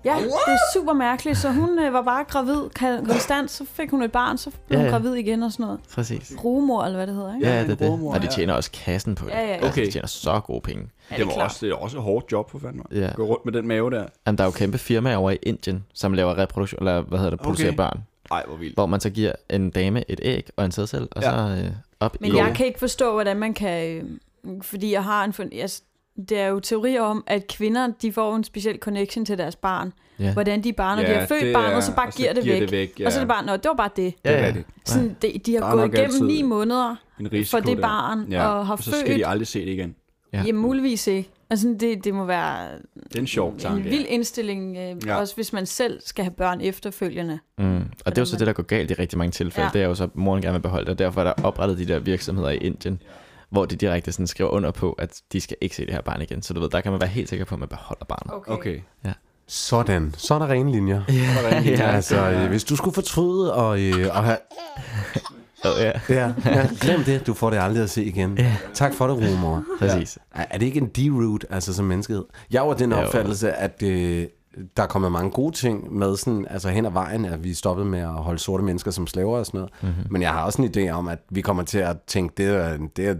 Ja, det er super mærkeligt. Så hun øh, var bare gravid ka- konstant, så fik hun et barn, så blev Ja, hun ja. gravid igen og sådan noget. Præcis. Rugemor, eller hvad det hedder, ikke? Ja, en det er det. rugemor, Og de ja. tjener også kassen på det. Ja, ja, ja. Altså, Okay. de tjener så gode penge. Ja, Det, var klart. også, det er også et hårdt job, for fanden. Ja. Yeah. Gå rundt med den mave der. Jamen, der er jo kæmpe firmaer over i Indien, som laver reproduktion, eller hvad hedder det, producerer Okay. okay. børn. Ej, hvor vildt. Hvor man så giver en dame et æg og en sædcelle, og Ja. ja. så øh, op Men i... jeg kan ikke forstå, hvordan man kan... Øh, fordi jeg har en... fund- Altså, det er jo teorier om, at kvinder, de får en speciel connection til deres barn. Ja. Hvordan de bare, når ja, de har født det barnet, er- så bare og giver, det, giver væk. det væk. Ja. Og så er det bare, nå, det var bare det. Ja, Det er ja. rigtigt. Sådan, de, de Der har er gået nok igennem altid ni måneder en risiko for det der. barn, Ja. og har og så skal født. de aldrig se det igen. Ja. Jamen, muligvis ikke. Altså, det, det må være Det er en sjov en tanke. vild indstilling, øh, Ja. ja. også hvis man selv skal have børn efterfølgende. Mm. Og det er jo så det, der går galt i rigtig mange tilfælde. Ja. Ja. Det er jo så, at moren gerne vil beholde det, og derfor er der oprettet de der virksomheder i Indien, hvor de direkte sådan skriver under på, at de skal ikke se det her barn igen. Så du ved, der kan man være helt sikker på, at man beholder barnet. Okay. Sådan. Så er der rene linjer. Ja. Ja, altså, øh, hvis du skulle fortryde og, øh, og have... Okay. Ja, Ja, ja, glem det. Du får det aldrig at se igen. Tak for det, rumor. præcis. Er er det ikke en deroute, altså som menneskehed? Jeg var den Jo. opfattelse, at øh, der er kommet mange gode ting med sådan, altså hen ad vejen, at vi stoppede med at holde sorte mennesker som slaver og sådan noget. Mm-hmm. Men jeg har også en idé om, at vi kommer til at tænke, det er, det er,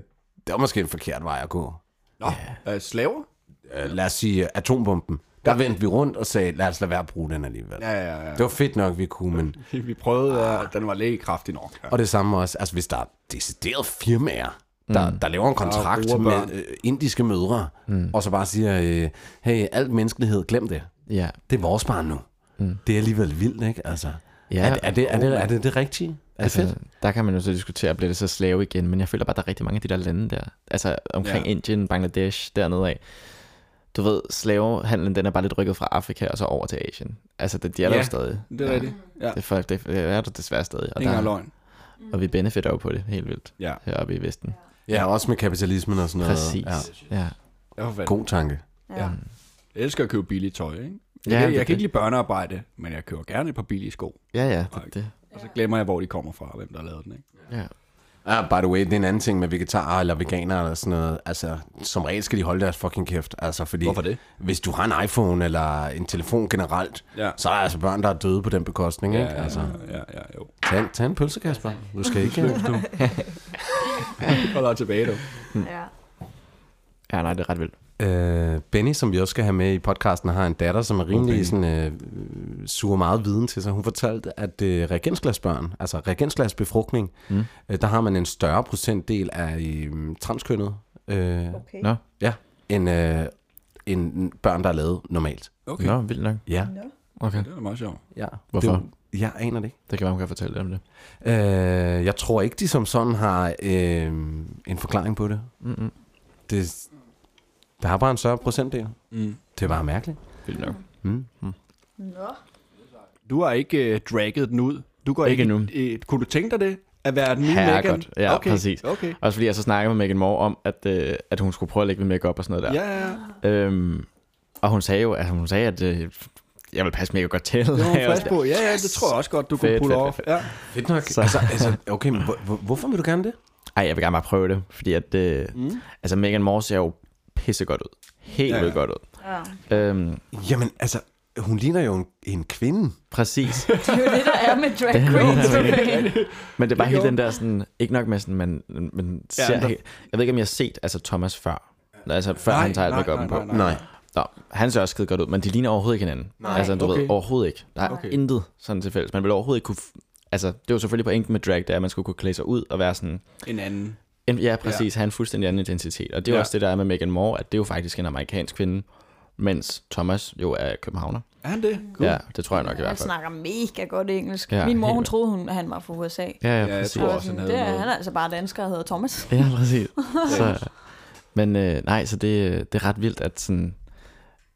det er måske en forkert vej at gå. Nå, øh, slaver? Øh, lad os sige øh, atombomben. Der vendte vi rundt og sagde, lad os lade være at bruge den alligevel. Ja, ja, ja. Det var fedt nok, vi kunne, men... Vi prøvede, at den var lægekraftig nok. Ja. Og det samme også, altså hvis der er deciderede firmaer, der, mm. der laver en kontrakt bruger med børn. øh, indiske mødre, mm. og så bare siger, øh, hey, alt menneskelighed, glem det. Ja. Det er vores barn nu. Mm. Det er alligevel vildt, ikke? Altså, ja, Oh. Ja, er, er, det, er, det, er det det rigtige? Er det fedt? Altså, der kan man jo så diskutere, bliver det så slave igen, men jeg føler bare, at der er rigtig mange af de der lande der, altså omkring Ja. ja. Indien, Bangladesh, dernede af. Du ved, slavehandlen, den er bare lidt rykket fra Afrika og så over til Asien. Altså, det, de er der Ja, jo stadig. Det er rigtigt. Ja. Det, er folk, det, det er der desværre stadig. Og, Ingen er der, løgn. og vi benefitter jo på det helt vildt Ja. heroppe i Vesten. Ja, også med kapitalismen og sådan noget. Præcis. Ja. Ja. ja. Jeg, for fanden. God tanke. Ja. Jeg elsker at købe billigt tøj, ikke? Ja, Jeg, ja, det er jeg kan det. ikke lide børnearbejde, men jeg køber gerne et par billige sko. Ja, ja, det, det. Og så glemmer jeg, hvor de kommer fra, og hvem der har lavet den, ikke? Ja. Ah, by the way, det er en anden ting med vegetarer eller veganere eller sådan noget. Altså, som regel skal de holde deres fucking kæft. Altså, fordi Hvorfor det? Hvis du har en iPhone eller en telefon generelt, Ja. så er der altså børn, der er døde på den bekostning, ikke? Altså, ja, ja, jo. tag, en- tag en pølse, Kasper. Du skal ikke... Du. Hold dig tilbage, du. Ja. ja, nej, det er ret vildt. Øh, Benny, som vi også skal have med i podcasten, har en datter, som er rimelig oh, sådan, øh, øh, suger meget viden til sig. Hun fortalte, at øh, reagensglasbørn, altså reagensglasbefrugtning, mm. øh, der har man en større procentdel af øh, transkønnet, øh, Okay. Nå, ja, end, øh, end børn, der er lavet normalt. Okay. nå vildt nok. Ja. Okay. Det er da meget sjovt. ja. Hvorfor? Det, jeg aner det ikke. Det kan være, hun kan fortælle lidt om det. Øh, jeg tror ikke, de som sådan har øh, en forklaring på det. Mm-hmm. det. Der er bare en større procentdel. Mm. Det er bare mærkeligt. Vildt nok. Hmm. Du har ikke uh, dragget den ud. Du går Ikke ikke, endnu. Øh, kunne du tænke dig det? At være den nye Megan? Herregud. Ja, okay. præcis. Okay. Også fordi jeg så snakkede med Megan Moore om, at, øh, at hun skulle prøve at lægge lidt makeup og sådan noget der. Ja, ja, ja. Øhm, og hun sagde jo, altså hun sagde, at øh, jeg vil passe mega godt til. Det var hun Jeg var frisk sådan, på. Ja, ja, det tror jeg også godt, du kunne Fedt, pulle fedt, off. fedt, Ja. Fedt nok. Så. Altså, altså, okay, men hvor, hvor, hvorfor vil du gerne det? Ej, jeg vil gerne bare prøve det, fordi at, øh, mm. altså Megan Moore ser jo pisse godt ud. Helt Ja, ja, ja. ja. godt ud. Ja. Øhm, Jamen, altså, hun ligner jo en, en kvinde. præcis. (laughs) Det er jo det, der er med drag queens. okay? Men (laughs) det er bare Det helt gjorde- den der sådan, ikke nok med sådan, man, man ser der- ja, helt, Jeg ved ikke, om jeg har set altså Thomas før. Altså før Nej, han tager alt nej, make nej, på. nej, nej. Nå, han ser også skide godt ud, men de ligner overhovedet ikke hinanden. Nej, altså, du okay. okay. ved, overhovedet ikke. Der er okay. intet sådan til fælles. Man vil overhovedet ikke kunne... f- Altså, det var selvfølgelig pointen med drag, det er, at man skulle kunne klæde sig ud og være sådan... En anden. En, ja, præcis. Ja. Han en fuldstændig anden identitet. Og det er Ja. ja. også det, der er med Megan Moore, at det er jo faktisk en amerikansk kvinde, mens Thomas jo er københavner. Er han det? Cool. Ja, det tror jeg nok i Han hvert fald. snakker mega godt engelsk. Ja, Ja, Min mor, helt hun vildt. troede, hun, han var fra USA. Ja, Ja, ja, jeg præcis. tror Og også, sådan, han det havde er, han noget. er altså bare dansker og hedder Thomas. Ja, præcis. Så, men øh, nej, så det, det er ret vildt, at sådan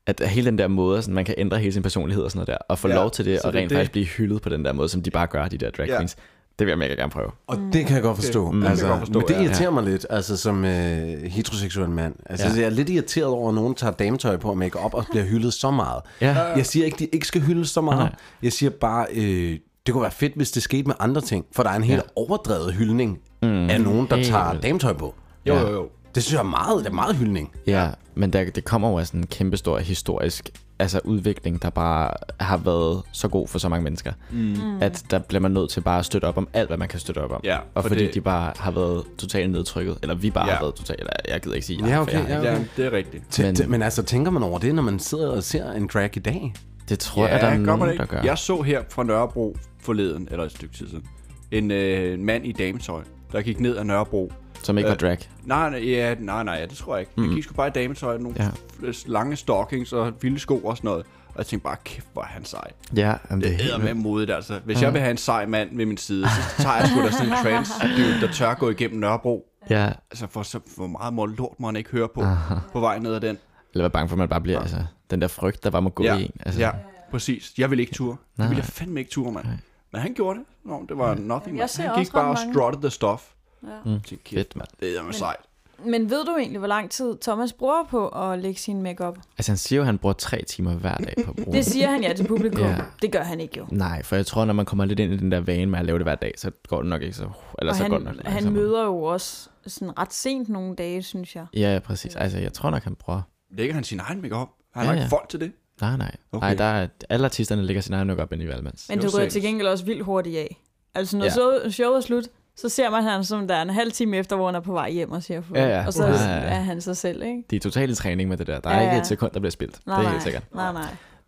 at hele den der måde, sådan, man kan ændre hele sin personlighed og sådan noget der, og få Ja, ja, lov til det, så og det er rent det. faktisk blive hyldet på den der måde, som de bare gør, de der drag Ja. queens. Det vil jeg mega gerne prøve. Og det kan jeg godt forstå. Mm. Mm. Det Altså, kan jeg godt forstå, men det ja. irriterer mig lidt, altså som øh, heteroseksuel mand. Altså, Ja. ja. Jeg er lidt irriteret over, at nogen tager dametøj på og make op og bliver hyldet så meget. Ja. Jeg siger ikke, at de ikke skal hyldes så meget. Nej. Jeg siger bare, øh, det kunne være fedt, hvis det skete med andre ting. For der er en helt Ja. overdrevet hyldning mm. af nogen, der Helt tager vildt. dametøj på. Jo, Ja. jo, jo. Det synes jeg er meget, det er meget hyldning. Ja, men der, det kommer jo af sådan en kæmpe stor historisk altså udvikling, der bare har været så god for så mange mennesker, mm. at der bliver man nødt til bare at støtte op om alt, hvad man kan støtte op om. Ja, og for fordi det- de bare har været totalt nedtrykket, eller vi bare Ja. har været totalt, eller jeg gider ikke sige, Ja, for okay, jeg har ja. ikke. Ja, det er rigtigt. Men- Men, men altså, tænker man over det, når man sidder og ser en drag i dag? Det tror jeg, der er gør man nogen, ikke. der gør. Jeg så her fra Nørrebro forleden, eller et stykke tid siden, en øh, mand i dametøj, der gik ned ad Nørrebro. Som ikke var Øh, drag. Nej, nej, ja, nej, nej, det tror jeg ikke. Mm. Jeg gik sgu bare i dametøj, nogle Ja. ja. lange stockings og vilde sko og sådan noget. Og jeg tænkte bare, kæft, hvor er han sej. Ja, jamen, det er æder helt med vildt. modet, altså. Hvis jeg vil have en sej mand ved min side, så tager jeg sgu da (laughs) sådan en trans dude, der tør gå igennem Nørrebro. Ja, Altså, for så hvor meget må lort må han ikke høre på, Aha. på vej ned ad den. eller være bange for, at man bare bliver, altså, den der frygt, der bare må gå ja, i en. Altså, ja, præcis. Jeg vil ikke ture. Det Nej. ville jeg fandme ikke ture, mand. Men han gjorde det. Nå, det var nothing, Jeg man. ser Han også gik bare og ret mange. strutted the stuff. Ja. Mm. Tænkte, kæft, Fedt, mand. det er med sejt. Men ved du egentlig, hvor lang tid Thomas bruger på at lægge sin makeup? Altså, han siger jo, at han bruger tre timer hver dag på at bruge Det siger han ja til publikum. Ja. ja. Det gør han ikke jo. Nej, for jeg tror, når man kommer lidt ind i den der vane med at lave det hver dag, så går det nok ikke så... Eller Og så går det han, nok han langsommere. møder jo også sådan ret sent nogle dage, synes jeg. Ja, ja, præcis. Altså, jeg tror nok, han bruger... Lægger han sin egen make-up? Har Ja, han ja, ja. ikke folk til det? Nej, nej. Okay. Okay. Ej, der er, alle artisterne lægger sin egen nok op ind i Valmans. Men Det er det jo rører til seriøst. gengæld også vildt hurtigt af. Altså når Ja. ja. showet, showet er slut, så ser man ham, som der er en halv time efter, hvor han er på vej hjem og siger farvel. Ja, ja. Og så Ja, ja, ja. er han sig selv, ikke? Det er totalt i træning med det der. Der er Ja, ja, ikke ja. et sekund, der bliver spildt. Nej, det er nej. helt sikkert. Nej, nej.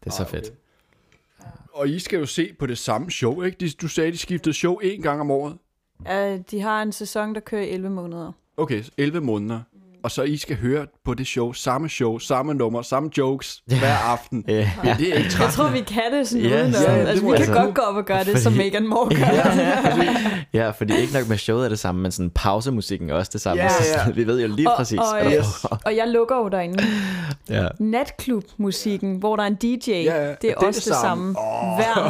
Det er så Ah, fedt. Og I skal jo se på det samme show, ikke? De- Du sagde, de skiftede show én gang om året. Uh, de har en sæson, der kører i 11 måneder. Okay, så 11 måneder. Mm. Og så I skal høre på det show, samme show, samme nummer, samme jokes hver aften. (laughs) Ja. (laughs) Ja, det er ikke Jeg træt. tror, vi kan det sådan Ja, yeah, udenom. ja, det altså, må vi jeg kan sige. godt gå op og gøre det, som Fordi- Megan Moore gør. ja, fordi ikke nok med showet er det samme, men sådan pausemusikken er også det samme. Ja, Så ja. sådan, (laughs) Vi ved jo lige Og- præcis. og, eller- yes. Og jeg lukker jo derinde. ja. Natklubmusikken, hvor der er en DJ, ja, ja. ja. det er Og det er også det det samme. samme. Oh. Hver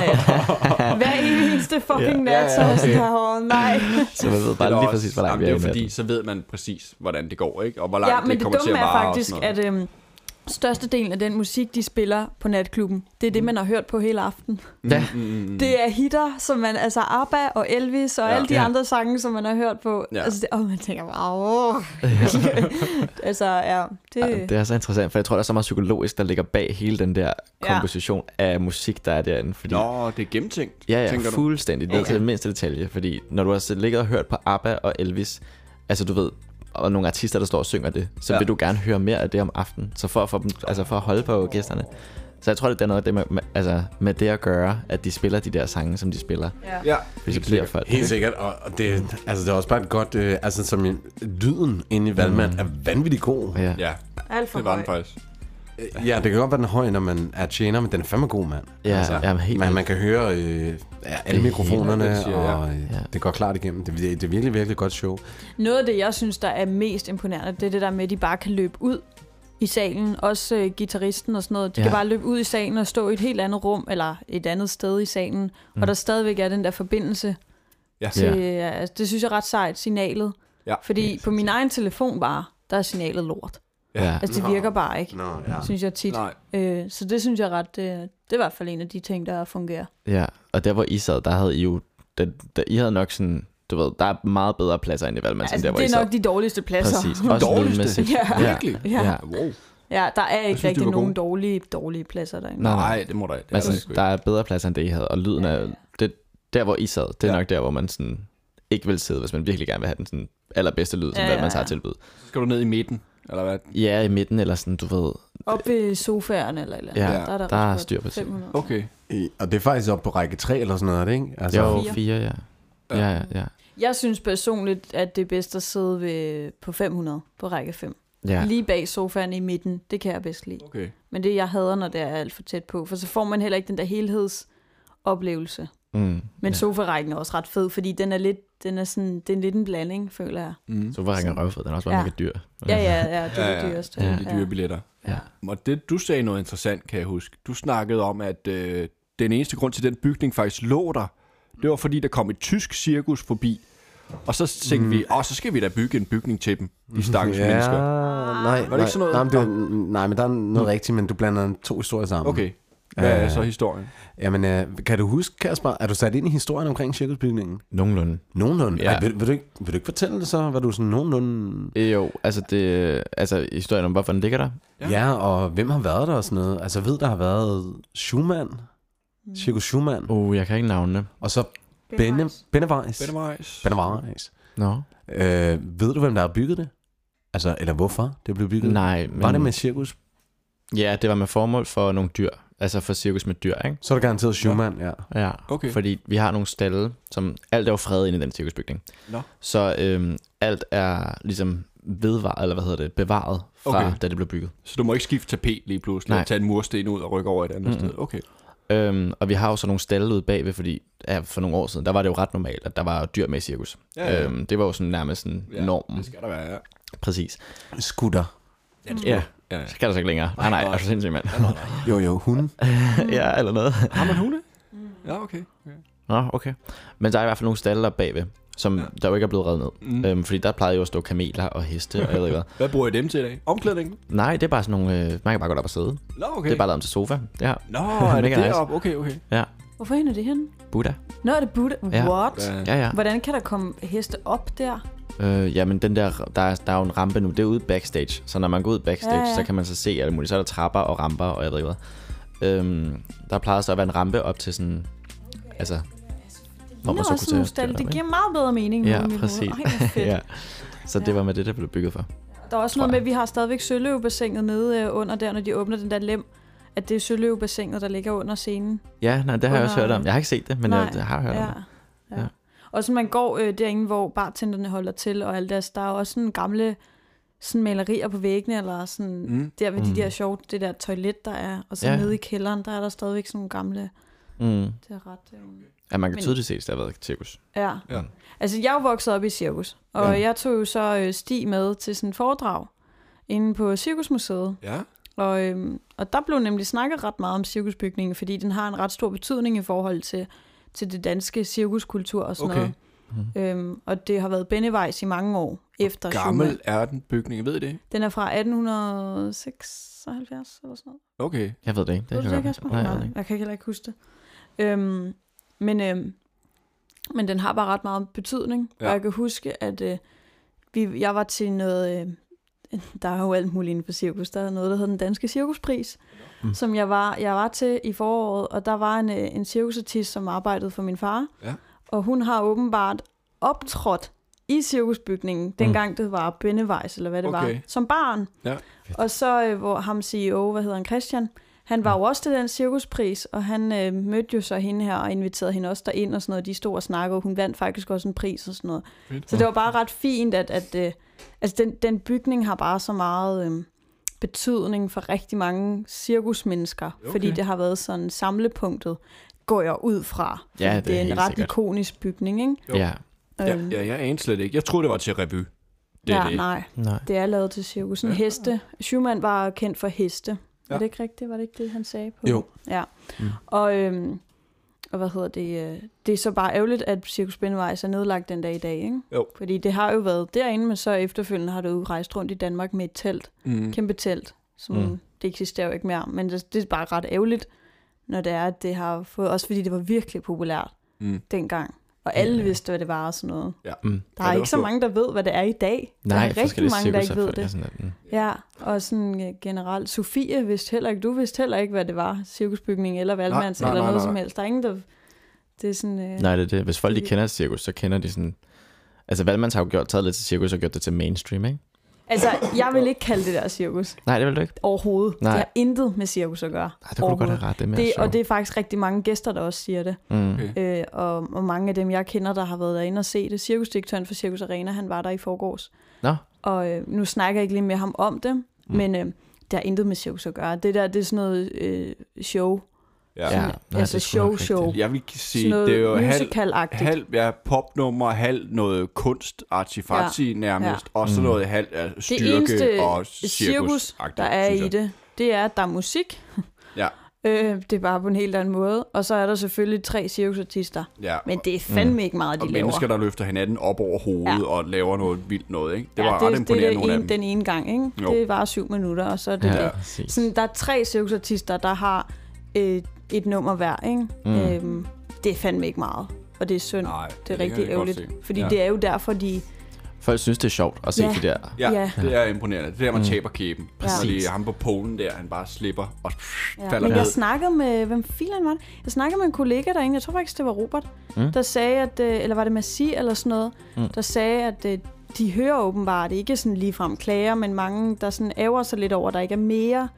nat. Hver eneste fucking nat, så er jeg sådan her, åh nej. Så man ved bare Eller lige også- præcis, hvor langt Jamen, vi det er er i jo fordi, natten. så ved man præcis, hvordan det går, ikke? Og hvor langt Ja, men det det kommer til at dumme er vare faktisk, og sådan at øhm, størstedelen af den musik, de spiller på natklubben, det er Mm. det, man har hørt på hele aften. Ja, Det er hitter, som man, altså ABBA og Elvis og Ja. alle de Ja. andre sange, som man har hørt på. Ja. Ja. Altså, det, og man tænker bare, åh. (laughs) altså, ja, det... Ej, det er så interessant, for jeg tror, der er så meget psykologisk, der ligger bag hele den der Ja. komposition af musik, der er derinde. Fordi Nå, det er gennemtænkt, Ja, ja, tænker du? fuldstændig. Ned Okay. til den mindste detalje. Fordi når du har siddet- ligget og hørt på ABBA og Elvis, altså du ved, og nogle artister, der står og synger det, så Ja. ja. vil du gerne høre mere af det om aftenen. Så for at, få dem, altså for at holde på gæsterne. Så jeg tror, det er noget af det med, med, altså med det at gøre, at de spiller de der sange, som de spiller. Ja, Hvis det bliver folk. Helt sikkert, og og det, altså, det er også bare et godt... Øh, altså, som en- lyden inde i Valmand er vanvittig god. Øh, Ja. ja, alt for det var den højt. faktisk. Ja, det kan godt være, den er høj, når man er tjener, men den er fandme god, mand. Ja, altså, jamen, helt man, vildt. man kan høre øh, ja, alle helt mikrofonerne, vildt, det siger, ja. og øh, Ja. det går klart igennem. Det, det, det er virkelig, virkelig godt show. Noget af det, jeg synes, der er mest imponerende, det er det der med, at de bare kan løbe ud i salen. Også øh, gitarristen og sådan noget. De ja. Ja. kan bare løbe ud i salen og stå i et helt andet rum, eller et andet sted i salen. Mm. Og der stadigvæk er den der forbindelse. Ja. Til, ja. altså, det synes jeg er ret sejt, signalet. Ja. Fordi på min egen telefon bare, der er signalet lort. Ja. Altså, det virker bare ikke, Nå, ja. synes jeg tit. Nej, Øh, så det synes jeg er ret... Øh, det er i hvert fald en af de ting, der fungerer. ja, og der hvor I sad, der havde I jo, der, der, I havde nok sådan, du ved, der er meget bedre pladser end i Valmands, end Altså, der hvor det I er sad. nok de dårligste pladser. Præcis. Også Dårligste. lydmæssigt. Ja. Ja. virkelig. (laughs) Ja. ja. Wow. ja, der er ikke synes, de rigtig var nogen gode. dårlige, dårlige plasser derinde. Nej, nej. Nej, det må der ikke. Men altså, der er bedre plads end det, I havde, og lyden er det, der, hvor I sad, det er Ja. ja. nok der, hvor man sådan ikke vil sidde, hvis man virkelig gerne vil have den sådan allerbedste lyd, som Ja, ja, ja, ja, man tager ja. tilbud. Så skal du ned i midten, eller hvad? Ja, i midten, eller sådan, du ved, Op ved sofaerne eller et eller andet. Ja, der er, der der er også godt styr på ting. 500. Okay. I- Og det er faktisk op på række 3 eller sådan noget, er det ikke? Altså, jo, fire. fire, ja. Ja, ja, ja. Jeg synes personligt, at det er bedst at sidde ved, på 500, på række 5. Ja. ja. Lige bag sofaen i midten, det kan jeg bedst lide. Okay. Men det jeg hader, når det er alt for tæt på, for så får man heller ikke den der helhedsoplevelse. Mm. Men ja. ja. sofarækken er også ret fed, fordi den er lidt, den er sådan, det er lidt en blanding, føler jeg. Mm. Så var rækken røvfed, den er også bare Ja. mega dyr. Ja, ja, ja, det Ja, er ja. det dyreste. Ja. De dyre billetter. Ja. Og det, du sagde noget interessant, kan jeg huske. Du snakkede om, at øh, den eneste grund til, at den bygning faktisk lå der, Det var fordi, der kom et tysk cirkus forbi, og så tænkte mm. vi, åh, så skal vi da bygge en bygning til dem, (laughs) de stakkels Ja, mennesker. nej, ikke nej, sådan noget? nej, men det var, nej, men der er noget rigtigt, men du blander to historier sammen. Okay, hvad er Øh. så historien? Jamen, øh, kan du huske, Kasper, er du sat ind i historien omkring cirkusbygningen? Nogenlunde. Nogenlunde. Ja. Ja. Ej, vil, vil, du ikke, vil du ikke fortælle det så, hvad du sådan nogenlunde... Øh, Jo, altså, det, altså historien om, hvorfor den ligger der. Ja. Ja. ja, og hvem har været der og sådan noget? Altså, jeg ved, der har været Schumann, Mm. Cirkus Schumann, Uh, jeg kan ikke navnene. og så Benne, Bennevejs. Bennemajs. Bennevejs. Nå. Øh, ved du, hvem der har bygget det? Altså, eller hvorfor det blev bygget? Nej, men... Var det med cirkus? Ja, det var med formål for nogle dyr. Altså for cirkus med dyr, ikke? Så er det garanteret Schumann, ja. Ja, Okay. fordi vi har nogle stalle, som alt er jo fredet inde i den cirkusbygning. Nå. Så øhm, alt er ligesom vedvaret, eller hvad hedder det, bevaret fra Okay. okay. da det blev bygget. Så du må ikke skifte tapet lige pludselig Nej. Mm. og tage en mursten ud og rykke over et andet Mm-mm. sted. Okay. Øhm, og vi har jo så nogle stalle ude bagved, fordi ja, for nogle år siden, der var det jo ret normalt, at der var dyr med i cirkus. Ja, ja. Øhm, det var jo sådan nærmest sådan Ja, ja, normen. Det skal der være, ja. Præcis. Skutter. Ja, ja, ja. så kan der så ikke længere. Nej, nej, nej. er du sindssyg, mand? Jo, jo, hun. (laughs) Mm. ja, eller noget. Har man hunde? Ja, okay. okay. Nå, okay. Men der er i hvert fald nogle stalle der bagved, som Ja. ja. der jo ikke er blevet reddet ned. Mm. Mm. Øhm, fordi der plejede jo at stå kameler og heste og jeg ved ikke hvad. Hvad bruger I dem til i dag? Omklædningen? Nej, det er bare sådan nogle... Øh, man kan bare gå op og sidde. Okay. Nå, okay. Det er bare lavet om til sofa. Ja, (laughs) Nå, er det Mega nice. deroppe? Okay, okay. Hvorfor hænder det henne? Buddha. Nå, er det Buddha. Ja. What? Ja, ja. Hvordan kan der komme heste op der? Øh, ja, men den der, der, er, der er jo en rampe nu. Det er ude backstage. Så når man går ud backstage, Ja, ja, ja. ja. så kan man så se alt muligt. Så er der trapper og ramper og jeg ved ikke hvad. Øhm, der plejer så at være en rampe op til sådan... Altså, hvor Nå, man så sådan kunne nogle tage... stalle. Det Det giver giver meget bedre mening. Ja, nu i mit hoved. præcis. Ej, hvor fedt. (laughs) ja. Så det var med det, der blev bygget for. Der er også Tror noget med, jeg. at vi har stadigvæk søløvebassinet nede øh, under der, når de åbner den der lem, at det er søløvebassinet, der ligger under scenen. Ja, nej, det har jeg også Under- hørt om. Jeg har ikke set det, men Nej, jeg, jeg har hørt om det. ja. Ja. Og så man går øh, derinde, hvor bartenderne holder til, og alt deres, der er også sådan gamle sådan malerier på væggene, eller sådan Mm. mm. der ved mm. Mm. de der sjove, det der toilet, der er. Og så ja. Ja. nede i kælderen, der er der stadigvæk sådan nogle gamle, Mm. det er ret... Øh, Ja, man kan Men- tydeligt se, at der har været cirkus. Ja. Ja. ja. Altså, jeg er jo vokset op i cirkus, og Ja. ja. jeg tog jo så øh, Stig med til sådan en foredrag inde på Cirkusmuseet. Ja. Og, øhm, og der blev nemlig snakket ret meget om cirkusbygningen, fordi den har en ret stor betydning i forhold til, til det danske cirkuskultur og sådan Okay. okay. Mm. noget. Øhm, og det har været Bennevejs i mange år efter Gammel Schumann. er den bygning, ved I det? Den er fra 1876 eller sådan noget. Okay. Jeg ved det ikke. Ved kan du det, jeg Kasper? godt- Nej, jeg ved det Nej, ikke. jeg kan heller ikke huske det. Øhm, men, øhm, men den har bare ret meget betydning. Ja. Ja. Og jeg kan huske, at øh, vi, jeg var til noget... Øh, (laughs) der er jo alt muligt inden for cirkus. Der er noget, der hedder den danske cirkuspris, mm. som jeg var, jeg var til i foråret. Og der var en, øh, en cirkusartist, som arbejdede for min far. Ja. Og hun har åbenbart optrådt i cirkusbygningen, dengang det var Bennevejs, eller hvad det okay. Okay. var, som barn. Ja. Og så, øh, hvor ham CEO, hvad hedder han, Christian, han var jo også til den cirkuspris, og han øh, mødte jo så hende her og inviterede hende også derind og sådan noget. De stod og snakkede, og hun vandt faktisk også en pris og sådan noget. Fedt. Så det var bare ret fint, at, at øh, altså den, den bygning har bare så meget øh, betydning for rigtig mange cirkusmennesker, okay. fordi Okay. det har været sådan samlepunktet, går jeg ud fra. Fordi Ja, det, det det er er en helt ret sikkert. ikonisk bygning, ikke? Jo. Ja, Ja, Øhm, ja, jeg anede slet ikke. Jeg troede, det var til revy. Det er ja, det. nej, nej. det er lavet til cirkus. Sådan Ja. heste. Schumann var kendt for heste. Ja. Ja. Er det ikke rigtigt? Var det ikke det, han sagde på? Jo. Ja. Mm. Og, øhm, og hvad hedder det? øh, Det er så bare ærgerligt, at Cirkus Spændevejs er nedlagt den dag i dag, ikke? Jo. Fordi det har jo været derinde, men så efterfølgende har det jo rejst rundt i Danmark med et telt. Mm. Kæmpe telt. Som mm. Mm. Det eksisterer jo ikke mere. Men det, det er bare ret ærgerligt, når det er, at det har fået... Også fordi det var virkelig populært Mm. dengang. Og alle Ja. vidste, hvad det var og sådan noget. Mm. Der Ja, er det var ikke så stort. mange, der ved, hvad det er i dag. Nej, der er rigtig forskellige mange, der ikke cirkusser, ved folk er det. Sådan, at, mm. Ja, og sådan øh, generelt. Sofie vidste heller ikke, du vidste heller ikke, hvad det var. Cirkusbygning eller valgmands nej, eller nej, noget nej, som nej. helst. Der er ingen, der... Det er sådan... Øh, Nej, det er det. Hvis folk Det er ikke kender et cirkus, så kender de sådan... Altså, Valmans har jo gjort, taget lidt til cirkus og gjort det til mainstream, ikke? Altså, jeg vil ikke kalde det der cirkus Nej, det vil du ikke. overhovedet. Nej. Det har intet med cirkus at gøre. Nej, det kunne du godt have ret. Det er mere Det, sjovt. og det er faktisk rigtig mange gæster, der også siger det. Mm. Okay. Øh, og, og mange af dem, jeg kender, der har været derinde og set det. Cirkusdirektøren for Cirkus Arena, han var der i forgårs. Nå. Og øh, nu snakker jeg ikke lige med ham om det, mm. men øh, det har intet med cirkus at gøre. Det der, det er sådan noget øh, Ja. show. Ja, Sådan, nej, altså det er sgu nok show-show. rigtigt. Jeg vil ikke Sådan sige, noget det er jo halv, musical-agtigt. halv ja, popnummer, halv noget kunst, artifarti ja. nærmest, ja. og så Mm. noget halv ja, Det styrke eneste og cirkus, der er i det, det er, at der er musik, (laughs) Ja. Øh, det er bare på en helt anden måde. Og så er der selvfølgelig tre cirkusartister. Ja, Men det er fandme mm. ikke meget, de og laver. mennesker, der løfter hinanden op over hovedet ja. Ja. og laver noget vildt noget, ikke? Det Ja, var ret det, det imponerende, er nogle af en, dem. den ene gang, ikke? Jo. Jo. Det var syv minutter, og så er det ja. det. præcis. Sådan, der er tre cirkusartister, der har øh, et nummer hver, ikke? Mm. Mm. Øhm, det er fandme ikke meget, og det er synd. Nej, det er kan jeg rigtig godt ærgerligt. se. Fordi Ja. ja. det er jo derfor, de... Folk synes, det er sjovt at se Ja. de der. Ja, ja, Ja. det er imponerende. Det er der, man taber kæben. Præcis. Fordi ham på polen der, han bare slipper og pff, Ja. falder Men ned. jeg snakkede med... Hvem filen var det? Jeg snakkede med en kollega derinde, jeg tror faktisk, det var Robert, mm. der sagde, at... øh, Eller var det Massi eller sådan noget? Mm. Der sagde, at øh, de hører åbenbart ikke sådan ligefrem klager, men mange, der sådan æver sig lidt over, at der ikke er mere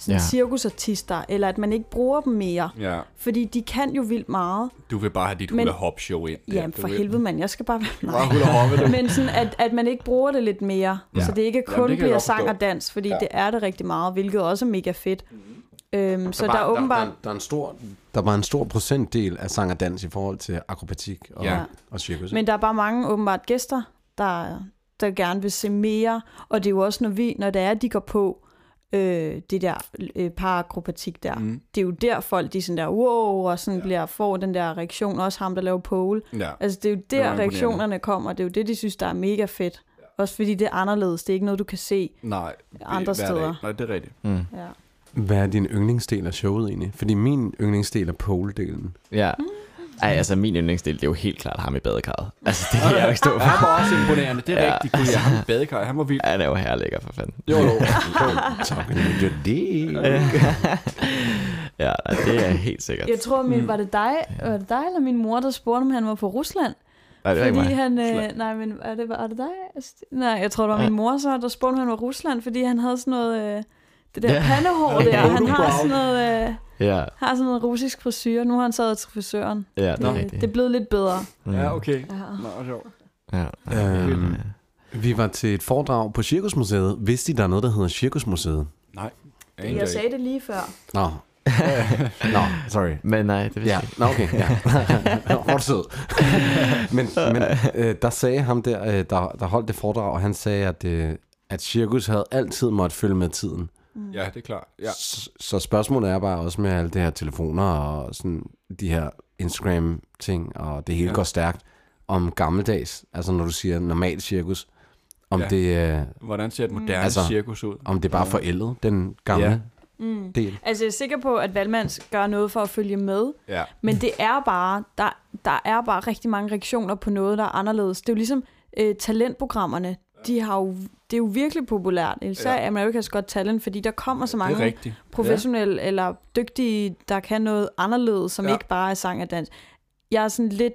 sådan Ja. ja. cirkusartister, eller at man ikke bruger dem mere. Ja, Fordi de kan jo vildt meget. du vil bare have dit Men- hula hop show ind. der, Ja, du for ved. helvede mand, jeg skal bare være... Bare hula hoppe, (laughs) du. Men sådan, at, at man ikke bruger det lidt mere, Ja. ja. så det ikke kun Jamen, det kan jeg Jamen, det bliver godt forstå. sang og dans, fordi Ja. Mhm. ja. det er det rigtig meget, hvilket også er mega fedt. Øhm, så der, er åbenbart... Der, der, der, er en stor, der var en stor procentdel af sang og dans i forhold til akrobatik og, Ja. ja. og cirkus. Men der er bare mange åbenbart gæster, der, der gerne vil se mere, og det er jo også, når, vi, når det er, at de går på øh, det der øh, parakrobatik der. Mm. Det er jo der, folk de er sådan der, wow, og sådan ja. bliver, får den der reaktion, også ham, der laver pole. Ja. Altså, det er jo var der, imponerende. reaktionerne kommer, det er jo det, de synes, der er mega fedt. Også fordi det er anderledes, det er ikke noget, du kan se. Nej, det- Andre hver dag. steder. Nej, det er rigtigt. Mm. Ja. Hvad er din yndlingsdel af showet egentlig? Fordi min yndlingsdel er pole-delen. Ja. Ej, altså min yndlingsdel, det er jo helt klart ham i badekarret. Altså, det kan jeg jo ikke stå for. Han var også imponerende, det er ja. rigtigt. Kunne jeg ham i badekar, han var vild. Han er jo herlækker for fanden. Jo, jo. Talking to det. (laughs) Ja, nej, det er helt sikkert. Jeg tror, min, var, det dig, var det dig eller min mor, der spurgte, om han var på Rusland? Nej, det er ikke fordi mig. han... Øh, nej, men er det, var det dig? St- Nej, jeg tror, det var min mor så, der spurgte, om han var Rusland, fordi han havde sådan noget... Øh, det der Ja. pandehår der, han har Brown. sådan noget, øh, Ja, har sådan noget russisk frisyr. Nu har han taget til frisøren. Øh, ja det er Det, rigtigt. Mm. det er blevet lidt bedre. Ja, okay. Ja. Nå, hvor sjovt. Ja, Øhm, vi var til et foredrag på Cirkusmuseet. Vidste I, der er noget, der hedder Cirkusmuseet? Nej. Jeg sagde det lige før. Nå. Nå, sorry. Men nej, det vidste Ja, jeg ikke. nå, okay. Ja. Fortsæt. men men øh, der sagde ham der, øh, der, der holdt det foredrag, og han sagde, at, øh, at cirkus havde altid måtte følge med tiden. Mm. Ja, det er klart. Ja. S- så spørgsmålet er bare også med alle det her telefoner og sådan de her Instagram-ting, og det hele Ja. ja. går stærkt, om gammeldags, altså når du siger normal cirkus, om, Ja. ja. det, øh, Hvordan ser et Mm. moderne altså, Altså, cirkus ud? om det bare er forældet, den gamle ja. del. Altså, jeg er sikker på, at Valmands gør noget for at følge med. Ja. Men det er bare, der, der er bare rigtig mange reaktioner på noget, der er anderledes. Det er jo ligesom øh, talentprogrammerne. De har jo, det er jo virkelig populært, især Ja. ja. America's Got Talent, fordi der kommer så Det er mange rigtigt. professionelle ja. eller dygtige, der kan noget anderledes, som Ja. ja. ikke bare er sang og dans. Jeg er sådan lidt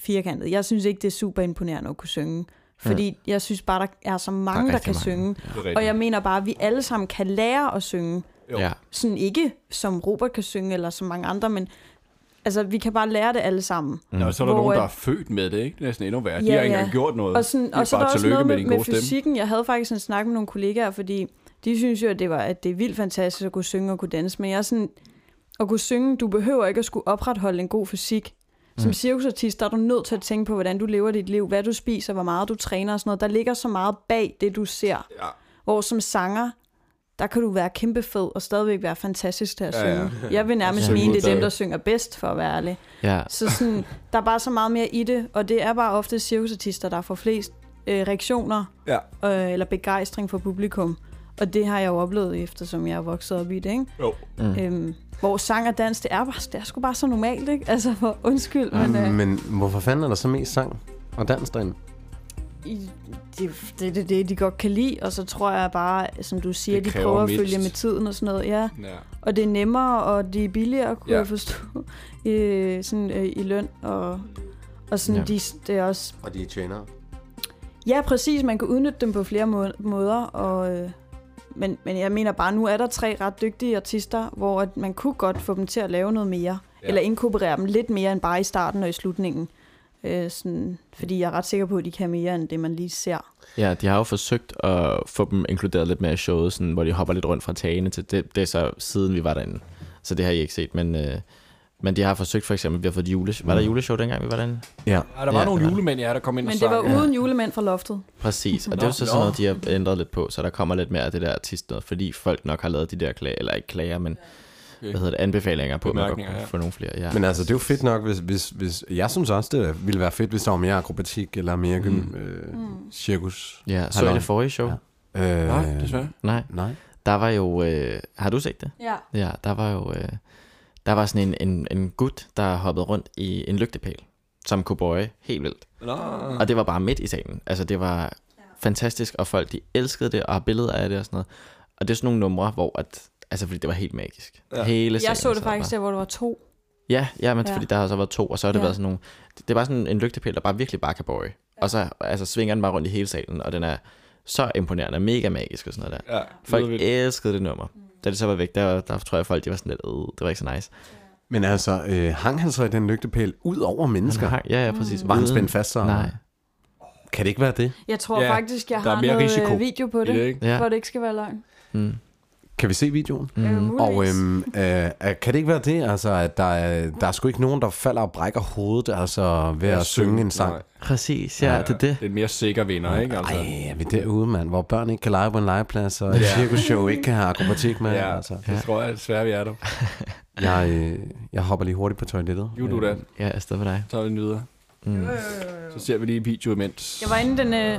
firkantet. Jeg synes ikke, det er super imponerende at kunne synge, fordi ja. jeg synes bare, der er så mange, der, der rigtig kan mange. mange. synge. Det er rigtigt. Og jeg mener bare, at vi alle sammen kan lære at synge Jo. Ja, sådan ikke som Robert kan synge, eller som mange andre, men altså, vi kan bare lære det alle sammen. Mm. Nå, så er der Hvor nogen, der er at- født med det, ikke? Det er næsten endnu værre. De Ja, har ikke ja. engang gjort noget. Og, sådan, de er og så er der bare også tillykke noget med med, din med gode stemme. fysikken. Jeg havde faktisk en snak med nogle kollegaer, fordi de synes jo, at det, var, at det er vildt fantastisk at kunne synge og kunne danse, men jeg er sådan, at kunne synge, du behøver ikke at skulle opretholde en god fysik. Mm. Som cirkusartist, der er du nødt til at tænke på, hvordan du lever dit liv, hvad du spiser, hvor meget du træner og sådan noget. Der ligger så meget bag det, du ser. Ja. Hvor som sanger, der kan du være kæmpe fed og stadigvæk være fantastisk til at Ja, synge. ja. Ja, ja. Jeg vil nærmest Ja. mene, det er Modtaget. dem, der synger bedst, for at være ærlig. ja. Så sådan, der er bare så meget mere i det, og det er bare ofte cirkusartister, der får flest øh, reaktioner Ja. øh, eller begejstring fra publikum. Og det har jeg jo oplevet, eftersom jeg er vokset op i det, ikke? Jo. Mm. Øhm, hvor sang og dans, det er, bare, det er sgu bare så normalt, ikke? Altså, for, undskyld, men øh, Men hvorfor fanden er der så mest sang og dans derinde? i- det det er det, det, de godt kan lide, og så tror jeg bare, som du siger, Det de kræver prøver mindst. at følge med tiden og sådan noget, ja. ja. Og det er nemmere, og de er billigere, kunne Ja. ja. jeg forstå, (laughs) øh, sådan, øh, i løn. Og, og sådan, Ja. ja. de, det er også... Og de er tjenere. Ja, præcis. Man kan udnytte dem på flere må- måder. Og, øh, men, men jeg mener bare, nu er der tre ret dygtige artister, hvor at man kunne godt få dem til at lave noget mere. Ja. Ja. Eller inkorporere dem lidt mere end bare i starten og i slutningen. Øh, sådan, fordi jeg er ret sikker på, at de kan mere end det, man lige ser. Ja, de har jo forsøgt at få dem inkluderet lidt mere i showet, sådan, hvor de hopper lidt rundt fra tagene til det, det er så siden vi var derinde. Så det har I ikke set, men, øh, men de har forsøgt for eksempel, vi har fået jule, var der juleshow dengang vi var derinde? Ja. Ja, der var Ja, nogle det var- julemænd, ja, der kom ind Men og det var sang. uden julemænd fra loftet. Præcis, og det er jo så Nå. sådan noget, de har ændret lidt på, så der kommer lidt mere af det der artist noget, fordi folk nok har lavet de der klager, eller ikke klager, men hvad hedder det, anbefalinger på, at man Bemærkninger, godt ja. kunne få nogle flere. Ja. Men altså, det er jo fedt nok, hvis, hvis, hvis... Jeg synes også, det ville være fedt, hvis der var mere akrobatik eller mere gym, mm. øh, cirkus. ja, så Salon. er det forrige show? Ja. Øh, Nej, desværre. Nej, Nej. der var jo, øh, har du set det? Ja. Ja, der var jo øh, der var sådan en, en, en gut, der hoppede rundt i en lygtepæl, som kunne bøje helt vildt. Nå. Og det var bare midt i salen. Altså, det var fantastisk, og folk de elskede det, og har billeder af det og sådan noget. Og det er sådan nogle numre, hvor at, altså, fordi det var helt magisk. Ja. Ja. Hele salen Jeg så det altså, sad faktisk Bare. der, hvor der var to. Ja, ja, men Ja. ja. fordi der har så været to, og så har det Ja. ja. været sådan nogle... Det, det var sådan en lygtepæl, der bare virkelig bare kan bøje. Ja. Og så altså, svinger den bare rundt i hele salen, og den er så imponerende, mega magisk og sådan noget der. Ja, Folk lyder vildt. elskede det nummer. Da det så var væk, der, der tror jeg folk, de var sådan lidt, øh, det var ikke så nice. Men altså, øh, hang han så i den lygtepæl ud over mennesker? Hang- Ja, ja, præcis. Var han Uden- spændt fast? Så? Nej. Kan det ikke være det? Jeg tror Ja, faktisk, jeg der er har mere noget risiko øh, video på i det, det, ikke? Ja. for at det ikke skal være løgn. Mm. Kan vi se videoen? Mhm. Mm. Og øhm, øh, øh, kan det ikke være det, altså, at der, er- der er sgu ikke nogen, der falder og brækker hovedet altså, ved at synge en sang? Nej. Præcis, ja, det er det. Det er en mere sikker vinder, ikke? Altså. Ej, er vi derude, mand, hvor børn ikke kan lege på en legeplads, og et cirkusshow ikke kan have akrobatik med? Ja, Altså. det tror jeg desværre, vi er der. Jeg, øh, jeg hopper lige hurtigt på toilettet. Jo, du da. Ja, jeg er stadig med dig. Så tager vi den videre. Mm. Så ser vi lige video imens. Jeg var inde den... Øh,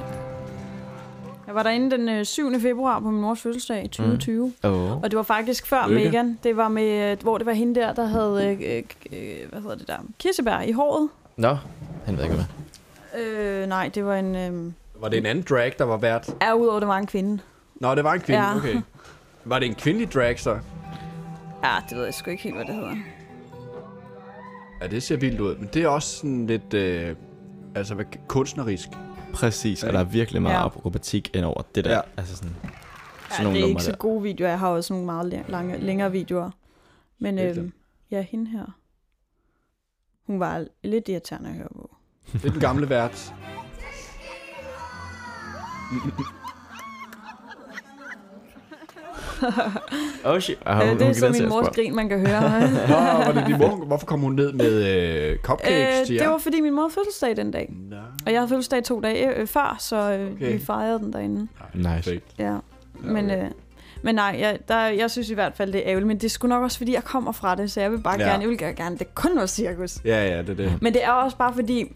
jeg var derinde den øh, 7. februar på min mors fødselsdag Mhm. i 2020. Mm. Oh. Og det var faktisk før Lykke. Lykke. Megan. Det var med, øh, hvor det var hende der, der havde, øh, øh, øh, hvad hedder det der, kirsebær i håret. Nå, han ved ikke hvad. Øh, nej, det var en, øh, Var det en anden drag, der var vært? er udover, det var en kvinde. Nå, det var en kvinde, Ja. okay. Var det en kvindelig drag, så? Ja, det ved jeg sgu ikke helt, hvad det hedder. Ja, det ser vildt ud, men det er også sådan lidt... Øh, altså, hvad, kunstnerisk. Præcis, og der er virkelig meget Ja. ja. akrobatik ind over det der. Ja. Ja. Altså sådan, Ja, sådan det nogle er numre ikke så der. gode videoer. Jeg har også nogle meget læ- lange, længere videoer. Men Helt øh, ja, hende her. Hun var lidt irriterende at høre på. (laughs) Det er den gamle vært. Oh shit. Ah, Øh, hun, det er hun så sådan min mors (laughs) grin, man kan høre. øh, Nå, var det din mor? Hvorfor kom hun ned med øh, cupcakes til jer? det var fordi min mor havde fødselsdag den dag. Nå. Og jeg havde fødselsdag to dage øh, før, så øh, Okay. okay. vi fejrede den derinde. Nice. Perfekt. Ja. Men, øh, men nej, jeg, der, jeg synes i hvert fald, det er ærgerligt. Men det er sgu nok også, fordi jeg kommer fra det, så jeg vil bare Ja. ja. gerne, jeg vil gerne, det kun var cirkus. Ja, ja, det er det. Men det er også bare fordi,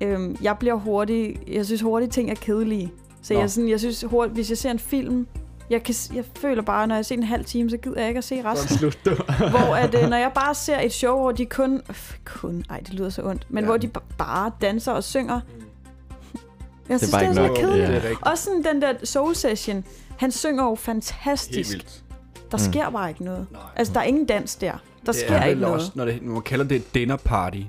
øhm, jeg bliver hurtig, jeg synes hurtige ting er kedelige. Så Nå. jeg, er sådan, jeg synes hurtigt, hvis jeg ser en film, jeg, kan, s- jeg føler bare, når jeg ser en halv time, så gider jeg ikke at se resten. Sådan slut. hvor at, (laughs) øh, når jeg bare ser et show, hvor de kun... F, kun? Ej, det lyder så ondt. Men Ja. Mm. ja. hvor de ba- bare danser og synger. Jeg synes, bare det er, ikke så nok. kedeligt. Det er rigtigt. Også sådan den der Soul Session. Han synger jo fantastisk. Helt vildt. Der Mm. sker bare ikke noget. Nej. Altså, der er ingen dans der. Der Det sker er ikke vel noget. også, når, det, når man kalder det et dinner party.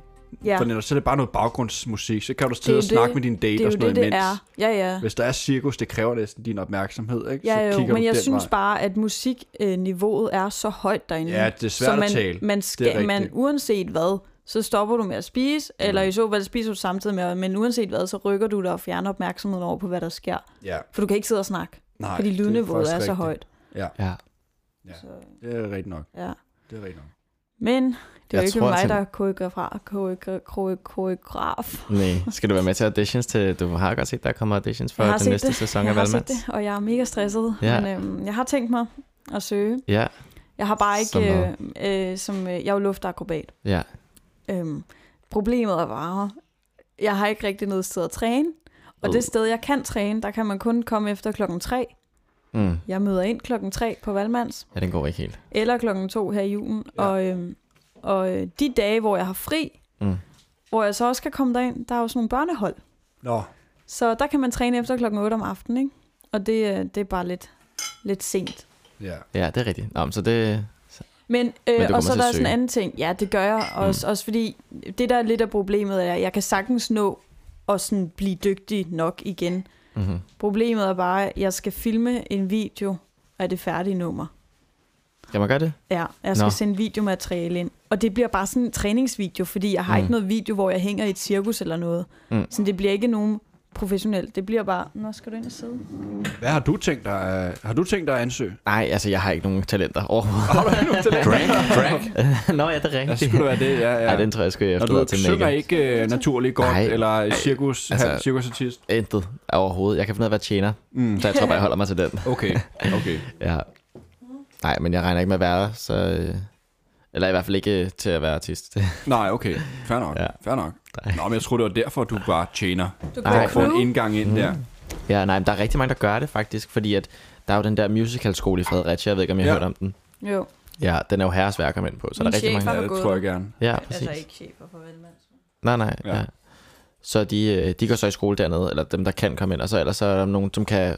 ja. For netop, så er det bare noget baggrundsmusik. Så kan du Det er sidde og jo snakke det. med din det date er jo og sådan noget det, det imens. er. Ja, ja. Hvis der er cirkus, det kræver næsten din opmærksomhed, ikke? Ja, så jo, kigger men du jeg den synes vej. bare, at musikniveauet er så højt derinde. Ja, det er svært så at man, tale. Man Det er skal, man, rigtigt. uanset hvad, så stopper du med at spise, mm. eller i så fald spiser du samtidig med, men uanset hvad, så rykker du dig og fjerner opmærksomheden over på, hvad der sker. Ja, For du kan ikke sidde og snakke, nej. fordi det er lydniveauet faktisk er, er rigtigt. så højt. Ja. Det er rigtigt nok. Ja. Det er rigtigt nok. Men det er Jeg jo ikke tror, mig, at- der er koreograf. koreograf, koreograf. Nej, skal du være med til auditions til... Du har godt set, der kommer auditions for Jeg har den set næste det. sæson Jeg af har set Valmands. det, og jeg er mega stresset, Ja. men øhm, jeg har tænkt mig at søge. Ja, Jeg har bare Som ikke, øh, øh, som øh, jeg er jo luftakrobat, ja. Øhm, problemet er bare, jeg har ikke rigtig noget sted at træne. Og Øh. det sted, jeg kan træne, der kan man kun komme efter klokken 3. Mm. Jeg møder ind klokken 3 på Valmands, Ja, den går ikke helt. eller klokken 2 her i julen. Ja. Ja. Og, øhm, og øh, de dage, hvor jeg har fri, Mm. hvor jeg så også kan komme derind, der er jo sådan nogle børnehold. Nå, Så der kan man træne efter klokken 8 om aftenen, ikke? Og det, øh, det er bare lidt, lidt sent. ja. Ja, det er rigtigt. Nå, men så det... Men, du øh, kommer og så til er at der sådan en søge. anden ting. Ja, det gør jeg også, mm. også fordi det, der er lidt af problemet, er, at jeg kan sagtens nå at sådan blive dygtig nok igen. Mm-hmm. Problemet er bare, at jeg skal filme en video af det færdige nummer. Kan man gøre det? Ja, jeg skal Nå. Nå. sende videomateriale ind. Og det bliver bare sådan en træningsvideo, fordi jeg har mm. ikke noget video, hvor jeg hænger i et cirkus eller noget. Mm. Mm. Så det bliver ikke nogen professionelt. Det bliver bare, nå skal du ind og sidde? Hvad har du tænkt dig, øh, har du tænkt dig at ansøge? (laughs) Nej, altså, jeg har ikke nogen talenter overhovedet. (laughs) Har du ikke nogen talent? Drag, drag. Nå, ja, det er Ja, rigtigt. skulle det være det, ja, ja. Ja, den tror jeg, skulle jeg og du efterlade til Megan. synger ikke øh, naturligt godt, Nej. eller cirkus, altså- altså, cirkusartist? Intet overhovedet. Jeg kan finde ud af at være tjener, Mm. mm. så jeg tror (laughs) bare, jeg holder mig til den. Okay, okay. Ja. Nej, men jeg regner ikke med at være der, så øh, Eller i hvert fald ikke øh, til at være artist. (laughs) Nej, okay. Fair nok. Ja. Ja. Fair nok. Nej. Nå, men jeg tror, det var derfor, du bare tjener. Du Nej, går For en crew. indgang ind Mm. der. ja, nej, men der er rigtig mange, der gør det faktisk, fordi at der er jo den der musicalskole i Fredericia, jeg ved ikke, om jeg har Ja. hørt om den. Jo. Ja, den er jo herres værk at komme ind på, så Min der er rigtig mange... chef var- Ja, det gået tror jeg gerne. Ja, præcis. Altså ikke chefer for velmand. Nej, nej, Ja. ja. ja. Så de, øh, de går så i skole dernede, eller dem, der kan komme ind, og så ellers så er der nogen, som kan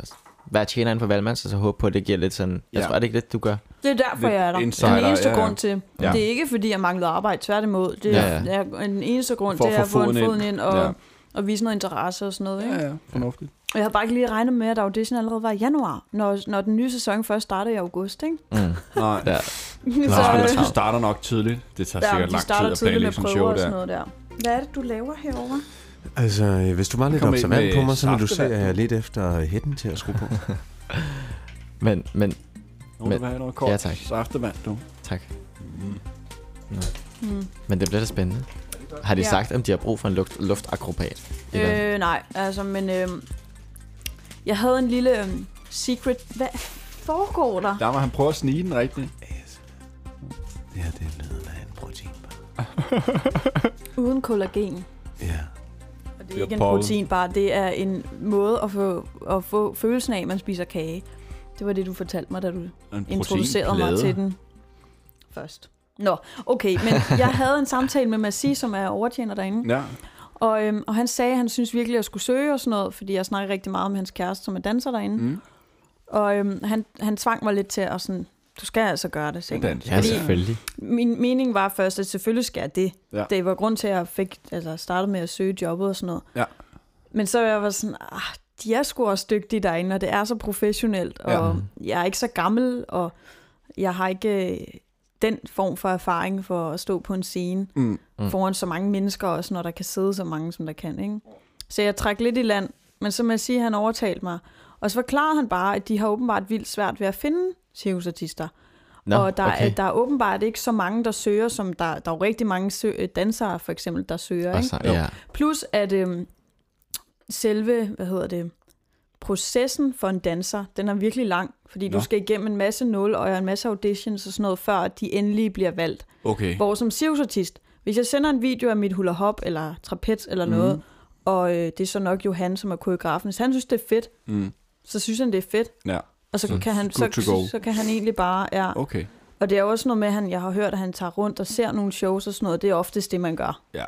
være tjener inden for valgmands, og så håbe på, at det giver lidt sådan... Ja. Ja. Jeg tror, er det ikke lidt, du gør? Det er derfor, Lidt jeg er der. Det er insider, den eneste ja, ja. grund til. Ja. Ja. Det er ikke, fordi jeg manglede arbejde. Tværtimod. Det Ja, er, ja. ja, ja. er den eneste grund For at til, få at få en foden foden ind. ind og, Ja. ja. og vise noget interesse og sådan noget. Ikke? Ja, ja. Fornuftigt. Og jeg har bare ikke lige regnet med, at audition allerede var i januar, når, når den nye sæson først starter i august. Ikke? Mm. Nej. Ja. (laughs) Så, Nej, øh, men altså, de starter nok tidligt. Det tager ja, sikkert de lang tid starter at tidligt med planlægge sådan prøver en show og sådan der. noget der. Hvad er det, du laver herovre? Altså, øh, hvis du var lidt Kom ind observant med på mig, så vil du se, saftevand. at jeg er lidt efter hætten til at skrue (laughs) på. Men, men, Nogen, der vil have noget kort. Ja, tak. Saftevand, du. tak. Mm. Hmm. Men det bliver da spændende. Har de Ja. sagt, om de har brug for en luft, luftakrobat? i verden? Øh, nej, altså, men øh, jeg havde en lille øh, secret. Hvad foregår der? Der var han prøver at snige den rigtigt. Ja, det er lyden af en protein. Uden kollagen. Ja. Og det Det er er ikke en Paul. proteinbar, det er en måde at få, at få følelsen af, at man spiser kage. Det var det, du fortalte mig, da du En introducerede mig proteinplade. til den først. Nå, okay, men jeg havde en samtale med Massi, som er overtjener derinde. Ja, Og, øhm, og han sagde, at han synes virkelig, at jeg skulle søge og sådan noget, fordi jeg snakker rigtig meget med hans kæreste, som er danser derinde. Mm. Mm. Og øhm, han, han tvang mig lidt til at sådan, du skal altså gøre det, det sagde er han. dansk. Ja, selvfølgelig. Min mening var først, at selvfølgelig skal jeg det. Ja. Ja. Det var grund til, at jeg fik, altså, startede med at søge jobbet og sådan noget. Ja. Men så var jeg var sådan, ah, de er sgu også dygtige derinde, og det er så professionelt, og Ja. jeg er ikke så gammel, og jeg har ikke øh, den form for erfaring for at stå på en scene Mm. mm. foran så mange mennesker, også når der kan sidde så mange, som der kan. Ikke? Så jeg trak lidt i land, men så må jeg sige, at han overtalte mig. Og så forklarede han bare, at de har åbenbart vildt svært ved at finde cirkusartister. Nå, og der, okay. er, der er åbenbart ikke så mange, der søger, som der, der er jo rigtig mange sø- øh, dansere, for eksempel, der søger. Og Ikke? så, ja. Plus at øhm, selve, hvad hedder det, processen for en danser, den er virkelig lang, fordi Nå. Nå. du skal igennem en masse nul og en masse auditions og sådan noget, før de endelig bliver valgt. Okay. Hvor som cirkusartist, hvis jeg sender en video af mit hula hop eller trapez eller noget, Mhm. og øh, det er så nok Johan, som er koreografen, hvis han synes, det er fedt, Mm. så synes han, det er fedt. Ja, Og så, kan han, good så, to go. så, så kan han egentlig bare... Ja. okay. Og det er jo også noget med, at han, jeg har hørt, at han tager rundt og ser nogle shows og sådan noget. Det er oftest det, man gør. Ja.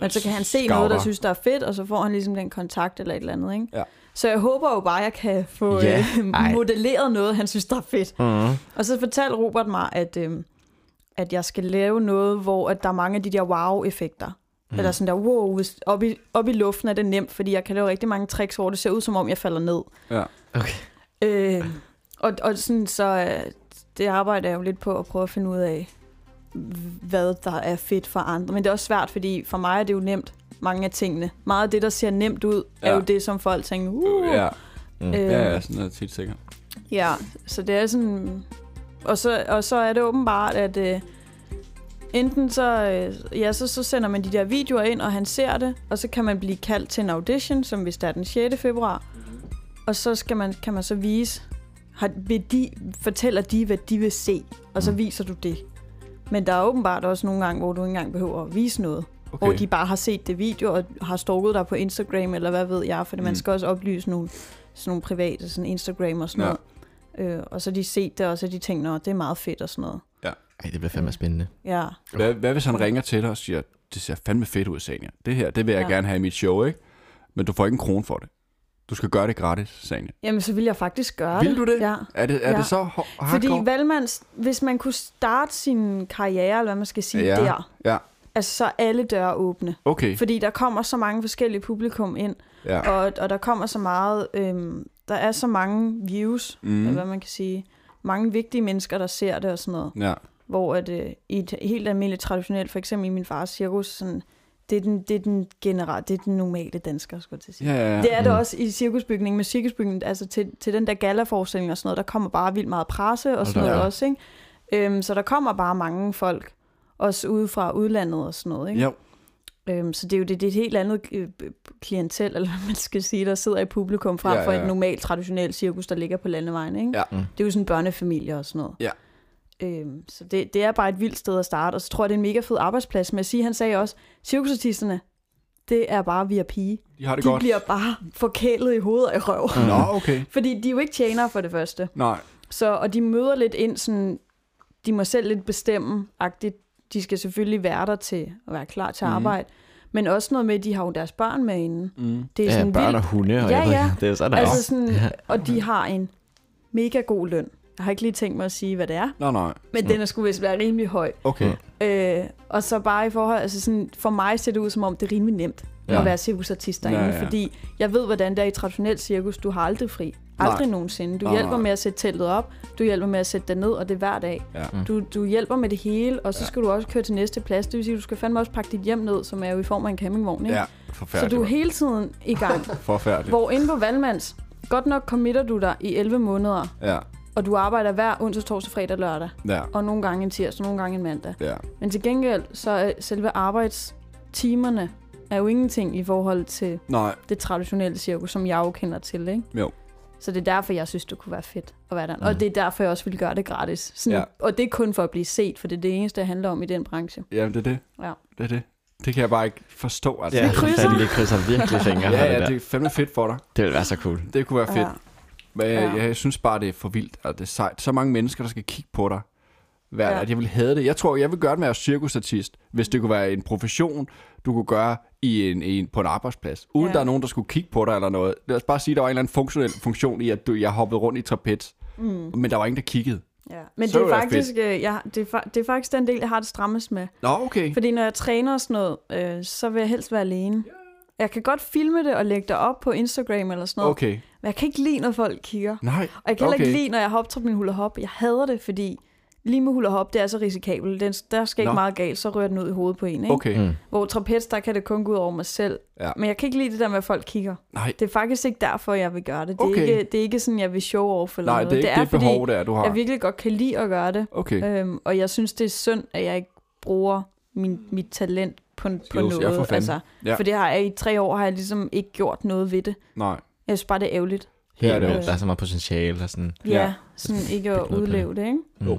Men så kan han se Scouter. Scouter. noget, der synes, der er fedt, og så får han ligesom den kontakt eller et eller andet, ikke? Ja. Så jeg håber jo bare, at jeg kan få Ja, yeah. ej. øh, modelleret noget, han synes, der er fedt. Mm. Og så fortalte Robert mig, at, øh, at jeg skal lave noget, hvor at der er mange af de der wow-effekter. Mm. Eller sådan der, wow, hvis- op i, op i luften er det nemt, fordi jeg kan lave rigtig mange tricks, hvor det ser ud, som om jeg falder ned. Ja. Okay. Øh, og, og sådan, så øh, det arbejder jeg jo lidt på at prøve at finde ud af, hvad der er fedt for andre. Men det er også svært, fordi for mig er det jo nemt, mange af tingene. Meget af det, der ser nemt ud, er Ja. jo det, som folk tænker, uh, Ja, øh, ja, ja, sådan noget tit sikkert. Ja, så det er sådan... Og så, og så er det åbenbart, at øh, enten så, øh, ja, så, så sender man de der videoer ind, og han ser det, og så kan man blive kaldt til en audition, som hvis der er den 6. februar. Og så skal man, kan man så vise, har, vil de, fortæller de, hvad de vil se, og så viser du det. Men der er åbenbart også nogle gange, hvor du ikke engang behøver at vise noget. Okay. Hvor de bare har set det video og har stalket dig på Instagram, eller hvad ved jeg, for mm. Mm. man skal også oplyse nogle, sådan nogle private, sådan Instagram og sådan Ja. ja. noget. Øh, og så har de set det, og så har de tænkt, at det er meget fedt og sådan noget. Ej, det bliver fandme spændende. Ja, Hvad, hvad hvis han ringer til dig og siger, det ser fandme fedt ud, Sanja. Det her, det vil jeg ja. Ja. gerne have i mit show, ikke? Men du får ikke en krone for det. Du skal gøre det gratis, Sanja. jamen så vil jeg faktisk gøre Vil det. du det? Ja. Er det, er ja. Ja. det så hår- Fordi hardcore? Valmands, hvis man kunne starte sin karriere, eller hvad man skal sige, Ja. ja. der, Ja, altså så er alle døre åbne. okay. Fordi der kommer så mange forskellige publikum ind, Ja. og, og der kommer så meget, øhm, der er så mange views, mm. eller hvad man kan sige, mange vigtige mennesker, der ser det og sådan noget. Ja, hvor at, øh, i et helt almindeligt traditionelt, for eksempel i min fars cirkus, sådan, det er den, det er den, generelle, det er den normale dansker, skulle jeg til at sige. ja, ja. Mm. ja. Det er det også i cirkusbygningen, med cirkusbygningen, altså til, til den der galaforestilling og sådan noget, der kommer bare vildt meget presse og sådan da noget op. også, ikke? Øhm, så der kommer bare mange folk, også ude fra udlandet og sådan noget, ikke? Ja, Øhm, så det er jo det, det er et helt andet øh, klientel, (laughs) eller hvad man skal sige, der sidder i publikum frem Ja, ja, ja. ja, for ja. et normalt, traditionelt cirkus, der ligger på landevejen, ikke? Ja. Mm. Det er jo sådan børnefamilier og sådan noget. Ja. Øhm, så det, det er bare et vildt sted at starte, og så tror jeg, det er en mega fed arbejdsplads. Men jeg siger, han sagde også, cirkusartisterne, det er bare via pige. De har det De godt. bliver bare forkælet i hovedet og i røv. Nå, okay. (laughs) Fordi de er jo ikke tjenere for det første. Nej. Så, og de møder lidt ind sådan, de må selv lidt bestemme, agtigt. de skal selvfølgelig være der til at være klar Mhm. til mm. arbejde. Men også noget med, at de har jo deres børn med inden. Mm. Det er Ja, sådan børn vildt. og hunde, og Ja, jeg ved, ja. ikke, det er sådan, Altså sådan, og de har en mega god løn. Jeg har ikke lige tænkt mig at sige, hvad det er, Nå, nej. men den er sgu vist være rimelig høj. Okay. Mm. Øh, og så bare i forhold, altså sådan, for mig ser det ud som om, det er rimelig nemt ja. Ja. at være cirkusartist derinde, ja, Ja, ja. ja. fordi jeg ved, hvordan det er i traditionel cirkus. Du har aldrig fri. Aldrig nej. nogensinde. Du Nej, hjælper nej. med at sætte teltet op, du hjælper med at sætte det ned, og det er hver dag. Ja. Du, du hjælper med det hele, og så skal du også køre til næste plads. Det vil sige, at du skal fandme også pakke dit hjem ned, som er jo i form af en campingvogn, ikke? Ja, så forfærdeligt. du er hele tiden i (laughs) gang. Forfærdeligt. Hvor inde på Valmands, godt nok committer du dig i 11 måneder, Ja, og du arbejder hver onsdag, torsdag, fredag, lørdag, ja, og nogle gange en tirsdag, nogle gange en mandag. ja. Men til gengæld, så er selve arbejdstimerne er jo ingenting i forhold til Nej, det traditionelle cirkus, som jeg jo kender til, ikke? Jo. Så det er derfor, jeg synes, det kunne være fedt at være der. Mm. Og det er derfor, jeg også vil gøre det gratis. Sådan, Ja. Og det er kun for at blive set, for det er det eneste, det handler om i den branche. jamen det er det. Ja. Det er det. Det kan jeg bare ikke forstå, altså. Ja, Vi krydser. vi krydser virkelig fingre ja, for ja, det, det der. er fandme fedt for dig. det ville være så cool. Det kunne være fedt. Ja. Men jeg, Ja. jeg synes bare, det er for vildt, og det er sejt. Så mange mennesker, der skal kigge på dig hver Ja. ja. Jeg vil have det. Jeg tror, jeg vil gøre det med at være cirkusartist, hvis det kunne være en profession, du kunne gøre i en, i en, på en arbejdsplads. Uden Ja. ja. der er nogen, der skulle kigge på dig eller noget. Lad os bare sige, der var en eller anden funktionel funktion i, at du, jeg hoppede rundt i trapez. Mm. Men der var ingen, der kiggede. Ja. Men Så det ville er, det være faktisk, øh, jeg, det, er, fa- det er faktisk den del, jeg har det strammest med. Nå, okay. Fordi når jeg træner og sådan noget, øh, så vil jeg helst være alene. Jeg kan godt filme det og lægge det op på Instagram eller sådan noget, Okay. men jeg kan ikke lide, når folk kigger. Nej. Og jeg kan heller okay. okay. ikke lide, når jeg har optrådt min hula hop. Jeg hader det, fordi lige med hula hop, det er så risikabelt. Den, der skal ikke Nå. meget galt, så rører den ud i hovedet på en. Ikke? Okay. Mm. Mm. Hvor trapez, der kan det kun gå ud over mig selv. Ja. Men jeg kan ikke lide det der med, at folk kigger. Nej. Det er faktisk ikke derfor, jeg vil gøre det. Det er, Okay. ikke, det er ikke sådan, jeg vil show off eller Nej, noget. det er ikke det, det er fordi, behov, der du har. jeg virkelig godt kan lide at gøre det. Okay. Øhm, og jeg synes, det er synd, at jeg ikke bruger min, mit talent på, på Skills, ja, noget. for fanden. altså, Ja. For det har jeg i tre år, har jeg ligesom ikke gjort noget ved det. Nej. Jeg synes bare, det er ærgerligt. Helt Ja, det er vildt. også- Der er så meget potentiale og sådan. Ja, Ja. sådan ikke fedt noget at på det. udleve det, ikke? Mm. Jo.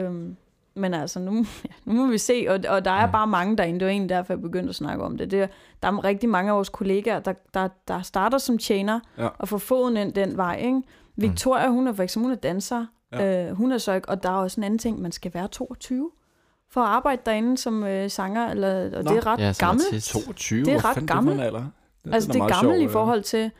Øhm, men altså, nu, (laughs) ja, nu må vi se, og, og der Mm. er bare mange derinde, det var egentlig derfor, jeg begyndte at snakke om det. det er, der er rigtig mange af vores kollegaer, der, der, der starter som tjener, Ja. og får foden ind den vej, ikke? Victoria, hun er for eksempel, hun er danser, ja. øh, hun er så ikke, og der er også en anden ting, man skal være 22 for at arbejde derinde som øh, sanger, eller, og Nå, det er ret ja, Ja, som gammelt. artist. 22. Det er Hvor ret fanden gammel. Det for en alder? Den Altså, er det er meget gammelt sjov, i forhold til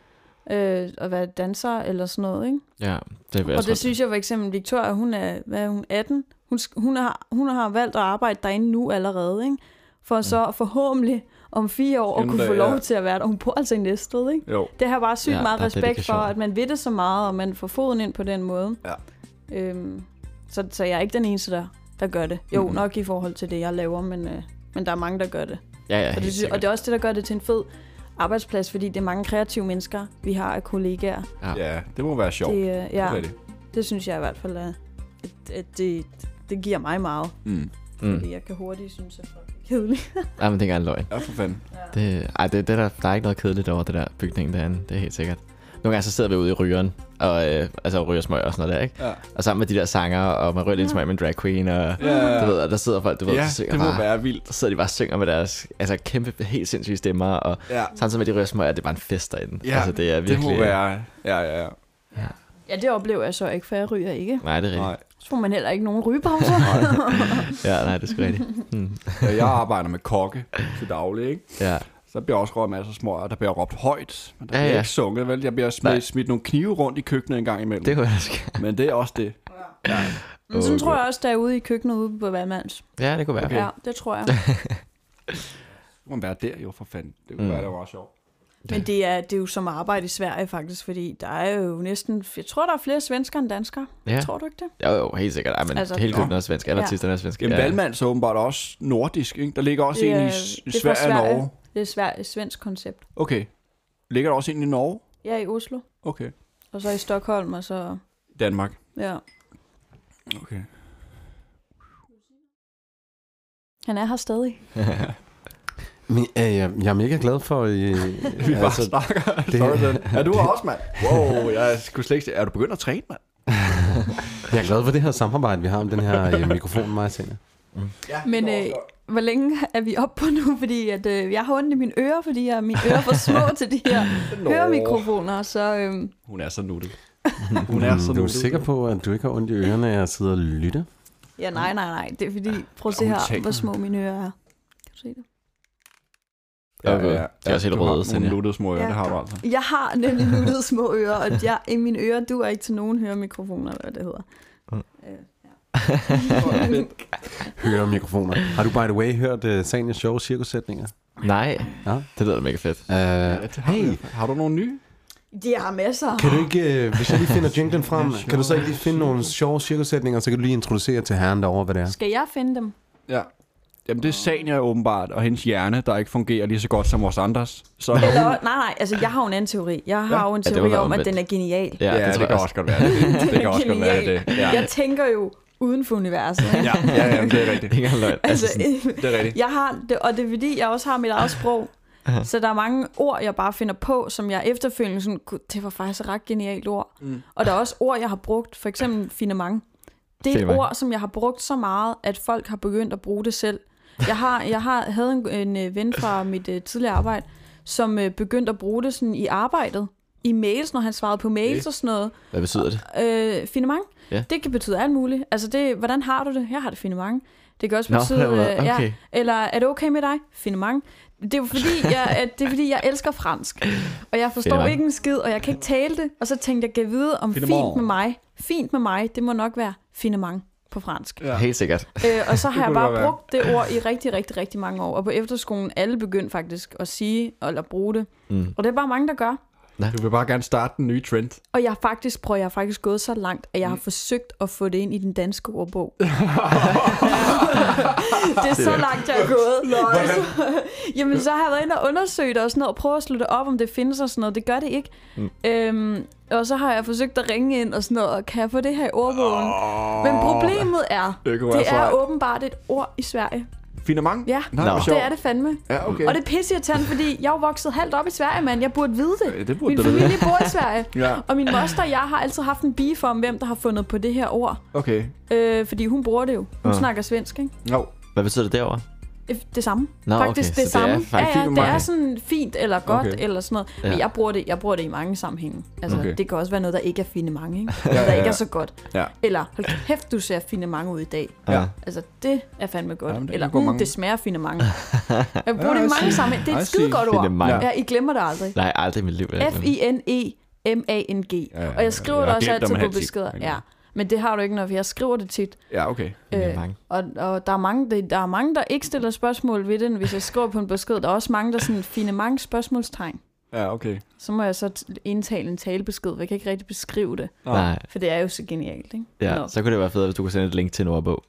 øh, at være danser eller sådan noget, ikke? Ja, det vil jeg Og det også. synes jeg for eksempel, Victoria, hun er, hvad er hun, 18? Hun, sk- hun, har, hun har valgt at arbejde derinde nu allerede, ikke? For så forhåndentlig om fire år at Inden kunne da, få lov ja. til at være der. Hun bor altså i Næstved, ikke? Jo. Det har jeg bare sygt Ja, ja, meget der er respekt for, dedikation. at man ved det så meget, og man får foden ind på den måde. Ja. Øhm, så, så jeg er ikke den eneste, der, der gør det. Jo, mm. nok i forhold til det, jeg laver, men, øh, men der er mange, der gør det. Ja, ja, Og helt det, synes, og sikkert. det er også det, der gør det til en fed arbejdsplads, fordi det er mange kreative mennesker, vi har af kollegaer. Ja, det må være sjovt. Det, Det, øh, ja. ja. Det er det. Det synes jeg i hvert fald, er, at, at det, det giver mig meget. Mm. Mm. Fordi jeg kan hurtigt synes, at folk er kedelige. Ej, men det er ikke engang løgn. Ja, for fanden. Det, ej, det, det der, der er ikke noget kedeligt over det der bygning derinde, det er helt sikkert. Nogle gange så sidder vi ude i rygeren, og øh, altså ryger smøg og sådan noget der, ikke? Ja. Og sammen med de der sanger, og man rører lidt smøg med en drag queen, og Ja. du ved, og der sidder folk, du ved, Ja, der synger det må bare, være vildt. der sidder de bare og synger med deres altså, kæmpe, helt sindssyge stemmer, og Ja. samtidig med at de ryger smøg, er det bare en fest derinde. Ja, altså, det er virkelig... Det må være... Ja, ja, ja. Ja, det oplever jeg så ikke, for jeg ryger ikke. Nej, det er rigtigt. Nej. Så får man heller ikke nogen rygepauser. Ja, nej, det er sgu rigtigt. Ja, Jeg arbejder med kokke til daglig, ikke? Ja. Så bliver jeg også røget masser af små, og der bliver råbt højt. Men der Ja, bliver ja. ikke sunget, vel? Jeg bliver Nej. smidt, smidt nogle knive rundt i køkkenet en gang imellem. Det kunne jeg også Men det er også det. (laughs) Men sådan tror jeg også, der er ude i køkkenet ude på Valmands. Ja, det kunne være. Okay. Okay. Ja, det tror (laughs) jeg. Det må man være der jo, for fanden. Det kunne Mm. være, det var sjovt. Men det er, det er jo som arbejde i Sverige faktisk, fordi der er jo næsten... Jeg tror, der er flere svensker end danskere. Ja. Tror du ikke det? Jo, jo, helt sikkert. Ej, men Altså- altså, hele klubben Nå. er svensk. Alle Ja. artisterne er svenske. Jamen, Ja. Valmand så åbenbart også nordisk, ikke? Der ligger også Det en i er- S- det er fra Sverige og Sverige. Norge. Det er svært, et svensk koncept. Okay. Ligger der også en i Norge? Jeg er i Oslo, Okay. og så i Stockholm, og så... (laughs) Danmark. Ja. Okay. Han er her stadig. Men, øh, jeg, jeg er mega glad for... Øh, (laughs) Vi bare snakker. det- (laughs) Sorry, Dan. Ja, du er også, mand. Wow, jeg skulle slet ikke... se- Er du begyndt at træne, mand? Jeg er glad for det her samarbejde, vi har om den her øh, mikrofon, Martin. Men øh, hvor længe er vi oppe på nu? (laughs) Fordi at, øh, jeg har ondt i mine ører, fordi jeg, mine ører er for små (laughs) til de her høremikrofoner. Så øh, Hun er så nuttet. (laughs) Hun er så Mm, Du er nuttet. sikker på, at du ikke har ondt i ørerne, når jeg sidder og lytter? ja, nej, nej, nej. Det er fordi, prøv at se Hun her, taler. hvor små mine ører er. Kan du se det? Ja, ja, ja. De er også helt du har røde, Nogle Senja. luttede små ører, Ja. det har du altså. Jeg har nemlig nuttet små ører, og jeg, i mine ører duer ikke til nogen høremikrofoner, eller hvad det hedder. Mm. Øh, Hører mikrofoner. Har du by the way hørt uh, Sanias sjove cirkussætninger? (laughs) Nej, Ja. det lyder da mega fedt. Øh, Uh, hey, Har du nogle nye? De har masser. kan du ikke, uh, hvis jeg lige finder (laughs) jinglen frem, kan du så ikke lige finde nogle sjove cirkussætninger, så kan du lige introducere til herren derovre, hvad det er? Skal jeg finde dem? Ja. Jamen, det er Sanja åbenbart, og hendes hjerne, der ikke fungerer lige så godt som vores andres. Så Eller, nej, nej, altså jeg har jo en anden teori. Jeg har jo en Ja, det teori var om, at omvendt. den er genial. Ja, ja, det, tror det, det jeg kan også. også godt være (laughs) det. Det, det kan også godt være genial. det. Ja, Jeg tænker jo uden for universet. ja, ja, ja det er rigtigt. (laughs) Ikke engang løgn. Altså, Altså, sådan, (laughs) Det er rigtigt. jeg har, det, og det er fordi, jeg også har mit eget sprog. Så der er mange ord, jeg bare finder på, som jeg efterfølgende sådan, "Gud, det var faktisk et ret genialt ord. Mm. Og der er også ord, jeg har brugt, for eksempel finement. Det er et Finement. ord, som jeg har brugt så meget, at folk har begyndt at bruge det selv. Jeg, har, jeg har, havde en, en øh, ven fra mit uh, tidligere arbejde, som uh, begyndte at bruge det sådan i arbejdet. I mails, når han svarede på mails og sådan noget. hvad betyder det? Øh, finement. Ja. Det kan betyde alt muligt. Altså, det, hvordan har du det? Jeg har det finement. Det kan også Nå, betyde, på den måde. øh, (laughs) ja, Okay. eller er det okay med dig? Finement. Det er jo fordi, (laughs) jeg, at det er fordi, jeg elsker fransk, og jeg forstår Finement. ikke en skid, og jeg kan ikke tale det. Og så tænkte jeg, kan vide om fint med mig. Fint med mig, det må nok være finement på (laughs) fransk. Ja. Helt sikkert. Øh, og så har jeg kunne det godt bare være. brugt det ord i rigtig, rigtig, rigtig mange år. Og på efterskolen, alle begyndte faktisk at sige eller bruge det. Mm. Og det er bare mange, der gør. Du vil bare gerne starte den nye trend. Og jeg har faktisk, prøv, jeg har faktisk gået så langt, at jeg har forsøgt at få det ind i den danske ordbog. det er så langt, jeg er gået. Så, jamen, så har jeg været inde og undersøge det og sådan noget, og prøve at slå det op, om det findes og sådan noget. Det gør det ikke. Mm. Øhm, og så har jeg forsøgt at ringe ind og sådan noget, og kan jeg få det her i ordbogen? Oh, Men problemet er, Det kunne være det er sejt. åbenbart et ord i Sverige. Finemang? Ja, Nej, no. det er det fandme. Ja, okay. Og det er pisseirriterende, fordi jeg er jo vokset halvt op i Sverige, mand. Jeg burde vide det. Ja, Øh, det burde Min du vide. familie bor i Sverige. Ja. Og min moster og jeg har altid haft en bif om, hvem der har fundet på det her ord. Okay. Øh, fordi hun bruger det jo. Hun ja. snakker svensk, ikke? No. Hvad betyder det derovre? Øh, Det samme. Nå, faktisk okay, det så det er samme. faktisk ja, ja, fint det nok. er sådan fint eller godt Okay. okay. eller sådan noget. Men Ja. jeg bruger det, jeg bruger det i mange sammenhænge. Altså, Okay. okay. det kan også være noget, der ikke er fine mange, ikke? ja, der ikke er så godt. Ja. Eller hold kæft, du ser fine mange ud i dag. Ja. Altså, det er fandme godt. Jamen, det eller kan gå mm, mange. det smager fine mange. Jeg bruger Ja, det i I mange see. sammenhænge. Det er I et see. skide godt ord. Finde mange. Ja, I glemmer det aldrig. Nej, aldrig i mit liv. vil jeg glemme. E F-I-N-E-M-A-N-G. ja, Og jeg skriver ja. det Jeg også glemte altid dem på altid. beskeder. Okay. Ja. Men det har du ikke noget, for jeg skriver det tit. Ja, okay. øh. Det er mange. og, og der, er mange, det- der er mange, der ikke stiller spørgsmål ved den, hvis jeg skriver på en besked. Der er også mange, der sådan finder mange spørgsmålstegn. Ja, okay. Så må jeg så t- indtale en talebesked, for jeg kan ikke rigtig beskrive det. Nej, For det er jo så genialt, ikke? ja. Nå. Så kunne det være fedt, hvis du kunne sende et link til en ordbog.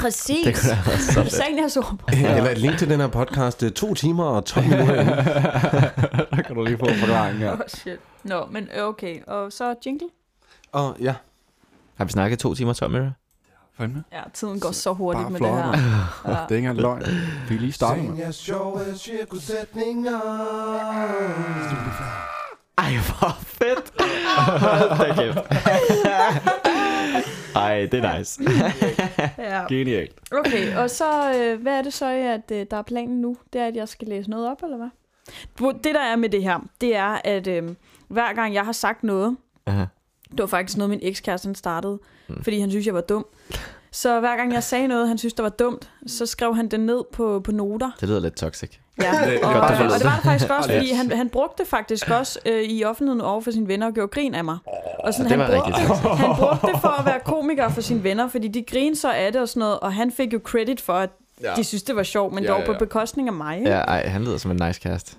Præcis. Det (laughs) kunne da være så fedt. Sagen er så Eller et link til den her podcast, øh, to timer og 12 minutter. (laughs) inden. (laughs) Der kan du lige få forklaringen her. Oh, shit. Nå, men okay. Og så jingle. Og ja, Har vi snakket to timer og 12 minutter? Fandme. Ja, tiden går så hurtigt Bare med flot, det her. Det er ikke engang løgn. Vi er lige startet med. Senjas sjove cirkussætninger. Ej, hvor fedt! Hold da kæft. Ej, det er nice. Ja. Genialt. Okay, og så øh, hvad er det så, at øh, der er planen nu? Det er, at jeg skal læse noget op, eller hvad? Du, Det, der er med det her, det er, at øh, hver gang jeg har sagt noget, Aha. det var faktisk noget, min ekskæreste han startede, mm. fordi han synes, jeg var dum. Så hver gang jeg sagde noget, han synes, der var dumt, så skrev han det ned på, på noter. Det lyder lidt toxic. Ja, og, godt, det og, forlod. og det var det faktisk også, fordi han, han brugte det faktisk også øh, i offentligheden over for sine venner og gjorde grin af mig. Og sådan, Det var han, brugte, rigtig toxic. (laughs) han brugte det for at være komiker for sine venner, fordi de grinede så af det og sådan noget, og han fik jo credit for, at ja. de synes, det var sjovt, men ja, dog ja, ja. på bekostning af mig. ikke? Ja, ej, han lyder som en nice (laughs) kæreste.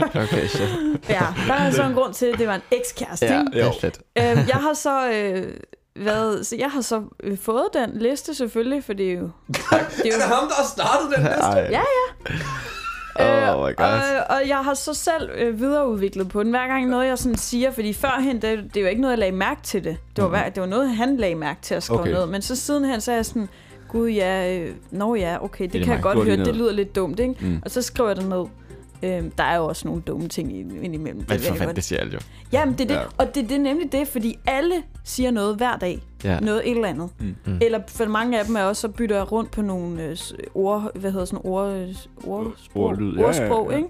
Okay, shit. ja der er så en grund til, at det var en ekskæreste. Ja, Ja. det er fedt. Øhm, jeg har så... Øh, været, så jeg har så øh, fået den liste selvfølgelig, for det er jo... Det er jo Ej. Ja, Oh my god. Øh, Og, og jeg har så selv øh, videreudviklet på den, hver gang noget, jeg sådan siger, fordi førhen, det, det er jo ikke noget, jeg lagde mærke til det. Det var, hver, det var noget, han lagde mærke til at skrive Okay. Mm-hmm. okay. ned. Men så sidenhen, så er jeg sådan, gud ja, øh, nå ja, okay, det, er det kan jeg mig. godt Du har høre, lige det noget. Mm. lyder lidt dumt, ikke? Mm. Og så skriver jeg det ned. Øhm, der er jo også nogle dumme ting ind- indimellem. Men vil for jeg fanden, godt- det siger alt jo. Jamen, det er det. Ja. Og det, det er nemlig det, fordi alle siger noget hver dag. Ja. Ja. Noget et eller andet. Mm. Mm. Eller for mange af dem er også, så bytter jeg rundt på nogle øh, s- ord, hvad hedder sådan ord, øh, s- ord, Ordlyd, ja, ja, ordsprog, ja. ikke?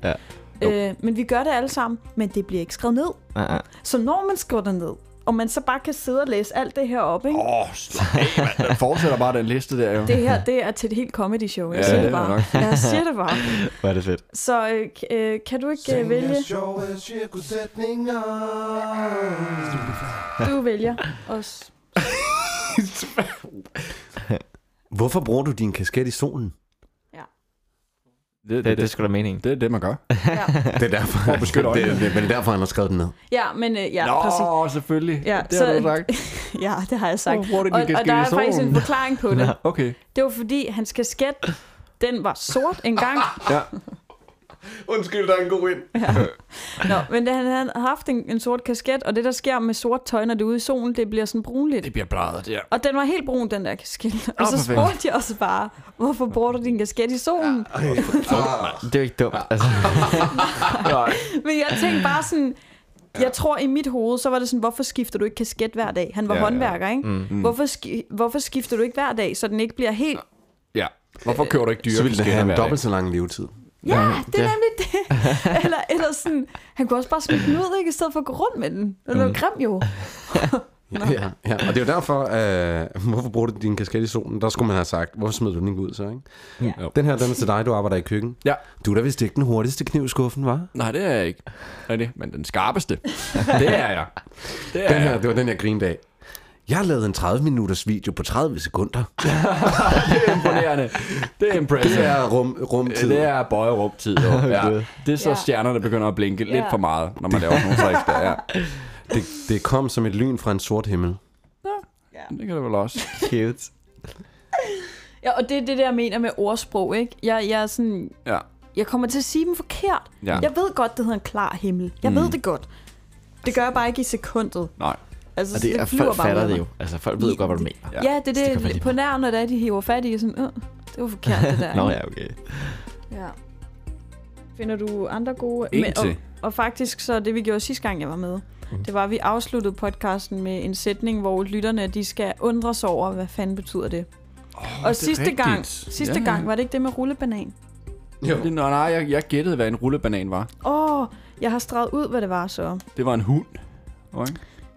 Ja. Øh, men vi gør det alle sammen, men det bliver ikke skrevet ned. Nej, nej. Så når man skriver det ned, og man så bare kan sidde og læse alt det her op, ikke? Åh, oh, slap af, mand. Den fortsætter bare den liste der, jo. Det her, det er til et helt comedy show, jeg Ja, ja, siger det det er bare. nok. Jeg siger det bare. Hvor er det fedt. Så øh, k- øh, kan du ikke øh, vælge? Du vælger os. Hvorfor bruger du din kasket i solen? Det, Det, det er sgu da (laughs) meningen. det er det, man gør. Ja, Det er derfor, For at beskytte det, øjnene. det, det, men derfor, han har skrevet den ned. ja men øh, ja, Nå, præcis. selvfølgelig. Ja, det har så- du (laughs) sagt. Ja, det har jeg sagt. Hvorfor bruger du din og, og kasket der i er faktisk solen? en (laughs) forklaring på det. Okay. Det var fordi, hans kasket, den var sort engang. Ja. Undskyld, der er en god ind. Nå, men da han havde haft en, en sort kasket, og det, der sker med sort tøj, når det er ude i solen, det bliver sådan brunligt. Det bliver bladet, det der. Og den var helt brun, den der kasket. (laughs) Og Ah, så perfekt. spurgte jeg også bare, hvorfor bruger du din kasket i solen? Det er jo ikke dumt. Altså, Men jeg tænkte bare sådan, jeg tror i mit hoved, så var det sådan, hvorfor skifter du ikke kasket hver dag? Han var Ja, ja, ja. håndværker, ikke? Mm. Hvorfor, ski- hvorfor skifter du ikke hver dag, så den ikke bliver helt... Ja. Hvorfor kører du ikke dyre? Så ville det kasketter have hver en dag? dobbelt så lang levetid. Ja, det er ja. nemlig det. (laughs) Eller, eller sådan, han kunne også bare smide den ud, ikke? I stedet for at gå rundt med den. Det var mm. grim jo. Ja, ja, og det er jo derfor, øh, hvorfor bruger du din kasket i solen? Der skulle man have sagt, hvorfor smed du den ikke ud så, ikke? Ja. Den her, den er til dig, du arbejder i køkken. Ja. Du er da vist ikke den hurtigste kniv i skuffen, var? Nej, det er jeg ikke. Er det? Men den skarpeste. det er jeg. Det er Den jeg. her, det var den her grindag. Jeg har lavet en 30-minutters video på 30 sekunder. Det er imponerende. Det er Det impressive. er (laughs) rum, rumtid. Det er bøjerum-tid. jo. Ja. (laughs) Det er så Ja. stjernerne begynder at blinke lidt Ja. for meget, når man laver sådan nogle tricks der. Ja. Det, det kom som et lyn fra en sort himmel. (laughs) Det kan det vel også. cute. Ja, og det er det, der jeg mener med ordsprog, ikke? Jeg, jeg, er sådan, Ja. jeg kommer til at sige dem forkert. Ja. Jeg ved godt, det hedder en klar himmel. Jeg mm. ved det godt. Det gør jeg bare ikke i sekundet. Nej. Altså, Og så det er, folk ud af fatter det mig. jo. Altså, folk ved jo godt, hvad du mener. Ja, det det er kan det, være lige det på nær, når det er, de hiver fat i, og sådan, øh, det var forkert, det der. (laughs) Nå ikke? ja, okay. ja. Finder du andre gode? En og, til. og faktisk så det, vi gjorde sidste gang, jeg var med, det var, at vi afsluttede podcasten med en sætning, hvor lytterne de skal undre sig over, hvad fanden betyder det. Oh, og det er sidste rigtigt. gang, sidste Ja. gang var det ikke det med rullebanan. Det, nej, nej, jeg, jeg gættede, hvad en rullebanan var. Åh, oh, jeg har streget ud, hvad det var så. Det var en hund. Okay.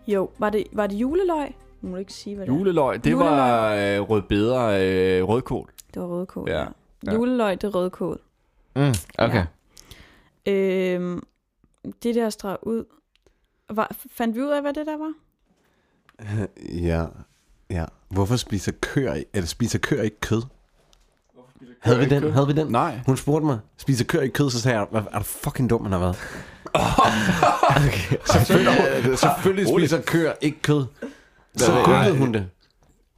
Jo, var det, var det juleløg? Nu må du ikke sige, hvad det Juleløg, det var øh, rødbeder, øh, rødkål. er. Det var rødkål. Ja. Ja. Juleløg, det er rødkål. Mm, okay. Øhm, det der streg ud... Var, fandt vi ud af, hvad det der var? Ja, ja. Hvorfor spiser køer, i- eller spiser køer ikke kød? Havde vi den? Havde vi den? Nej. Hun spurgte mig, spiser køer ikke kød? Så sagde jeg, "Hvad- er du fucking dum, han har (laughs) været? okay. Selvfølgelig, selvfølgelig spiser køer ikke kød. Så Nej. googlede hun det.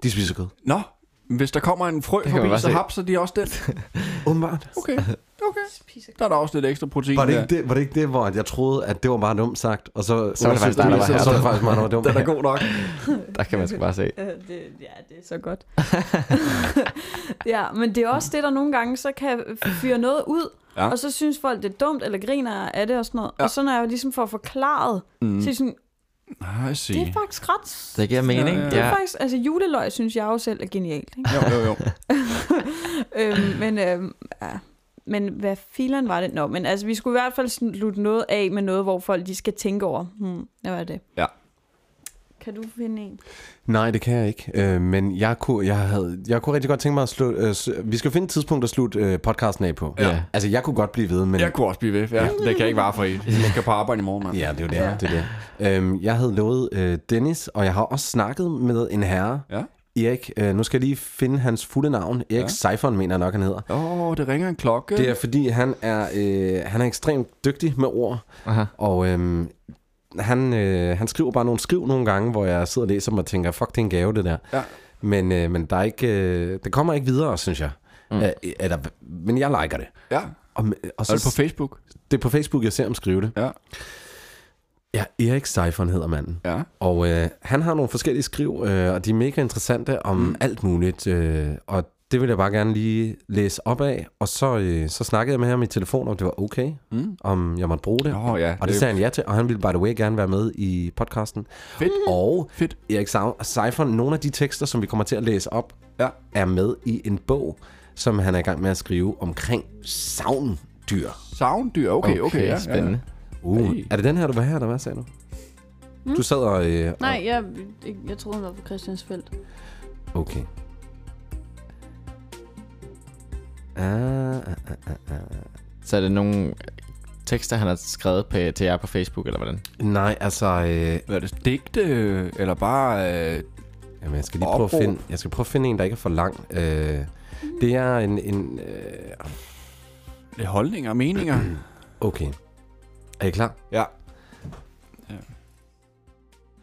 De spiser kød. Nå, hvis der kommer en frø man forbi, bare så se. hapser de også den. Åbenbart. Okay, (laughs) okay. Der er der også lidt ekstra protein Var det, der. ikke det, var det ikke det, hvor jeg troede, at det var meget dumt sagt, og så, Så var det faktisk dig, der var så, så var det her. faktisk mig, der var dum. Den er god nok. Der kan man sgu bare se. Øh, det, ja, det er så godt. (laughs) ja, men det er også det, der nogle gange så kan fyre noget ud, Ja. ja. og så synes folk, det er dumt, eller griner af det og sådan noget. Ja. Og så når jeg ligesom får forklaret, mm. så er de sådan, Nej, jeg siger. det er faktisk ret... Det giver mening. Ja, Det Ja, er faktisk, altså juleløg synes jeg jo selv er genialt, ikke? Jo, jo, jo. (laughs) øhm, men, øhm, ja. men hvad filan var det? Nå, men altså, vi skulle i hvert fald slutte noget af med noget, hvor folk de skal tænke over. Hmm, hvad var det? Ja. Kan du finde en? Nej, det kan jeg ikke. Øh, men jeg kunne, jeg, havde, jeg kunne rigtig godt tænke mig at slutte... Øh, s- vi skal jo finde et tidspunkt at slutte øh, podcasten af på. Ja. Altså, jeg kunne godt blive ved, men... Jeg kunne også blive ved. Ja, det kan jeg ikke vare for i. Jeg skal på arbejde i morgen, mand. Ja, det er jo det. Ja. det, er det. Øhm, jeg havde lovet øh, Dennis, og jeg har også snakket med en herre, Ja. Erik. Øh, nu skal jeg lige finde hans fulde navn. Erik ja. Seifern, mener jeg nok, han hedder. Åh, oh, det ringer en klokke. Det er fordi, han er, øh, han er ekstremt dygtig med ord. Aha. Og øhm, han, øh, han skriver bare nogle skriv nogle gange, hvor jeg sidder og læser dem og tænker, fuck, det er en gave, det der. Ja. Men, øh, men der er ikke, øh, det kommer ikke videre, synes jeg. Mm. Øh, eller, men jeg liker det. Ja. Og, og Er så, det på Facebook? det er på Facebook, jeg ser ham skrive det. Ja. Ja, Erik Seifern hedder manden. Ja. Og øh, han har nogle forskellige skriv, øh, og de er mega interessante om mm. alt muligt. Øh, og det vil jeg bare gerne lige læse op af. Og så, øh, så snakkede jeg med ham i telefon, om det var okay, mm. om jeg måtte bruge det. Nå øh, ja, Og det det- sagde han ja til, og han ville by the way gerne være med i podcasten. Mm. Fedt. Og Fedt. Erik Sau- Seifert, nogle af de tekster, som vi kommer til at læse op, Ja. er med i en bog, som han er i gang med at skrive omkring savndyr. Savndyr, okay, okay. okay ja, spændende. Ja, Uh, Ej. er det den her, du var her, eller hvad sagde du? Mm. Du sad og... Øh, Nej, jeg, jeg, jeg troede, hun var på Christiansfeld. og- Okay. Ah, ah, ah, ah, ah. Så er det nogle tekster, han har skrevet på, til jer på Facebook, eller hvordan? Nej, altså... Øh, ja. Hvad er det, digte, øh, eller bare... Øh, Jamen, jeg skal lige prøve at Opråb. finde, jeg skal prøve at finde en, der ikke er for lang. Øh, det er en... en øh, det er holdninger og (clears throat) meninger? okay. Er I klar? ja.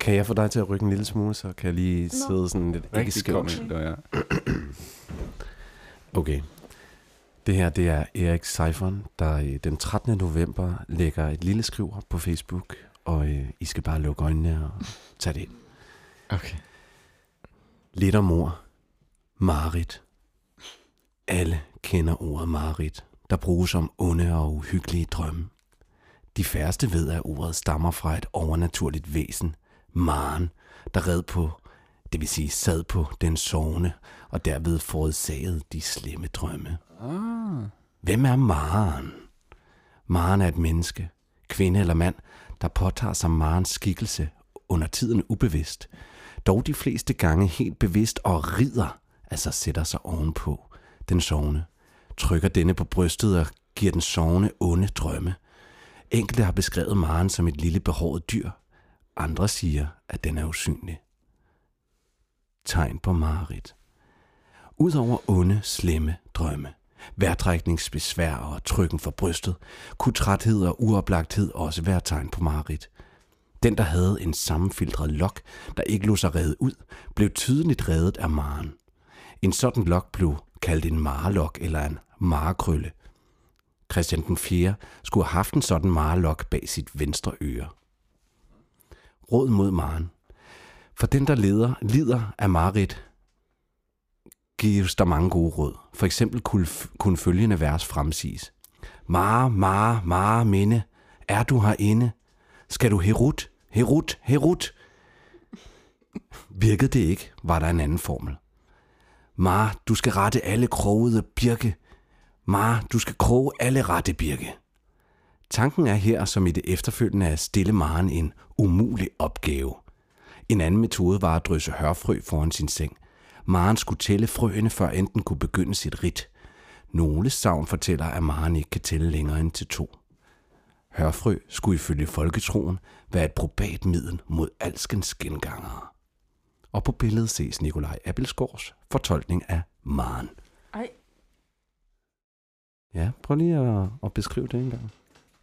Kan jeg få dig til at rykke en lille smule, så kan jeg lige Nå. sidde sådan lidt ikke Rigtig skævt. godt. Ja. Okay. Det her, det er Erik Seifern, der øh, den 13. november lægger et lille skriv op på Facebook, og øh, I skal bare lukke øjnene og tage det ind. Okay. Lidt om ord. Marit. Alle kender ordet Marit, der bruges om onde og uhyggelige drømme. De færreste ved, at ordet stammer fra et overnaturligt væsen, Maren, der red på, det vil sige sad på, den sovende, og derved forudsagede de slemme drømme. Hvem er Maren? Maren er et menneske, kvinde eller mand, der påtager sig Marens skikkelse, under tiden ubevidst, dog de fleste gange helt bevidst og rider, altså sætter sig ovenpå den sovende, trykker denne på brystet og giver den sovende onde drømme. Enkelte har beskrevet Maren som et lille behåret dyr, andre siger, at den er usynlig. Tegn på Marit. Udover onde, slemme drømme, vejrtrækningsbesvær og trykken for brystet, kunne træthed og uoplagthed også være tegn på Marit. Den, der havde en sammenfiltret lok, der ikke lå sig reddet ud, blev tydeligt reddet af maren. En sådan lok blev kaldt en marelok eller en marekrølle. Christian den 4. skulle have haft en sådan marelok bag sit venstre øre. Råd mod maren. For den, der leder, lider af marit, gives der mange gode råd. For eksempel kunne, kunne følgende vers fremsiges. Mare, mare, mare minde, er du herinde? Skal du herut, herut, herut? Virkede det ikke, var der en anden formel. Mar, du skal rette alle krogede birke. Mar, du skal kroge alle rette birke. Tanken er her, som i det efterfølgende, at stille Maren en umulig opgave. En anden metode var at drysse hørfrø foran sin seng. Maren skulle tælle frøene, før enten kunne begynde sit rit. Nogle savn fortæller, at Maren ikke kan tælle længere end til to. Hørfrø skulle ifølge folketroen være et probat middel mod alskens gengangere. Og på billedet ses Nikolaj Appelsgaards fortolkning af Maren. Ej, Ja, prøv lige at, at beskrive det engang.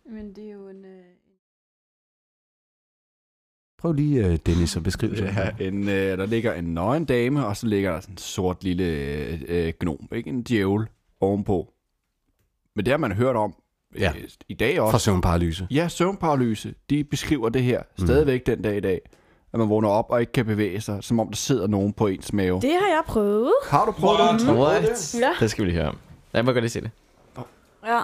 men det er jo en... Øh... Prøv lige, øh, Dennis, at beskrive det. Ja, en, øh, der ligger en nøgen dame, og så ligger der sådan en sort lille øh, øh, gnom, ikke? En djævel ovenpå. Men det har man hørt om øh, Ja. i dag også. Fra søvnparalyse. Ja, søvnparalyse, de beskriver det her stadigvæk den dag i dag. At man vågner op og ikke kan bevæge sig, som om der sidder nogen på ens mave. Det har jeg prøvet. Har du prøvet det? Mhm. What? Ja. Det skal vi lige høre om. Jeg må godt lige se det. Ja,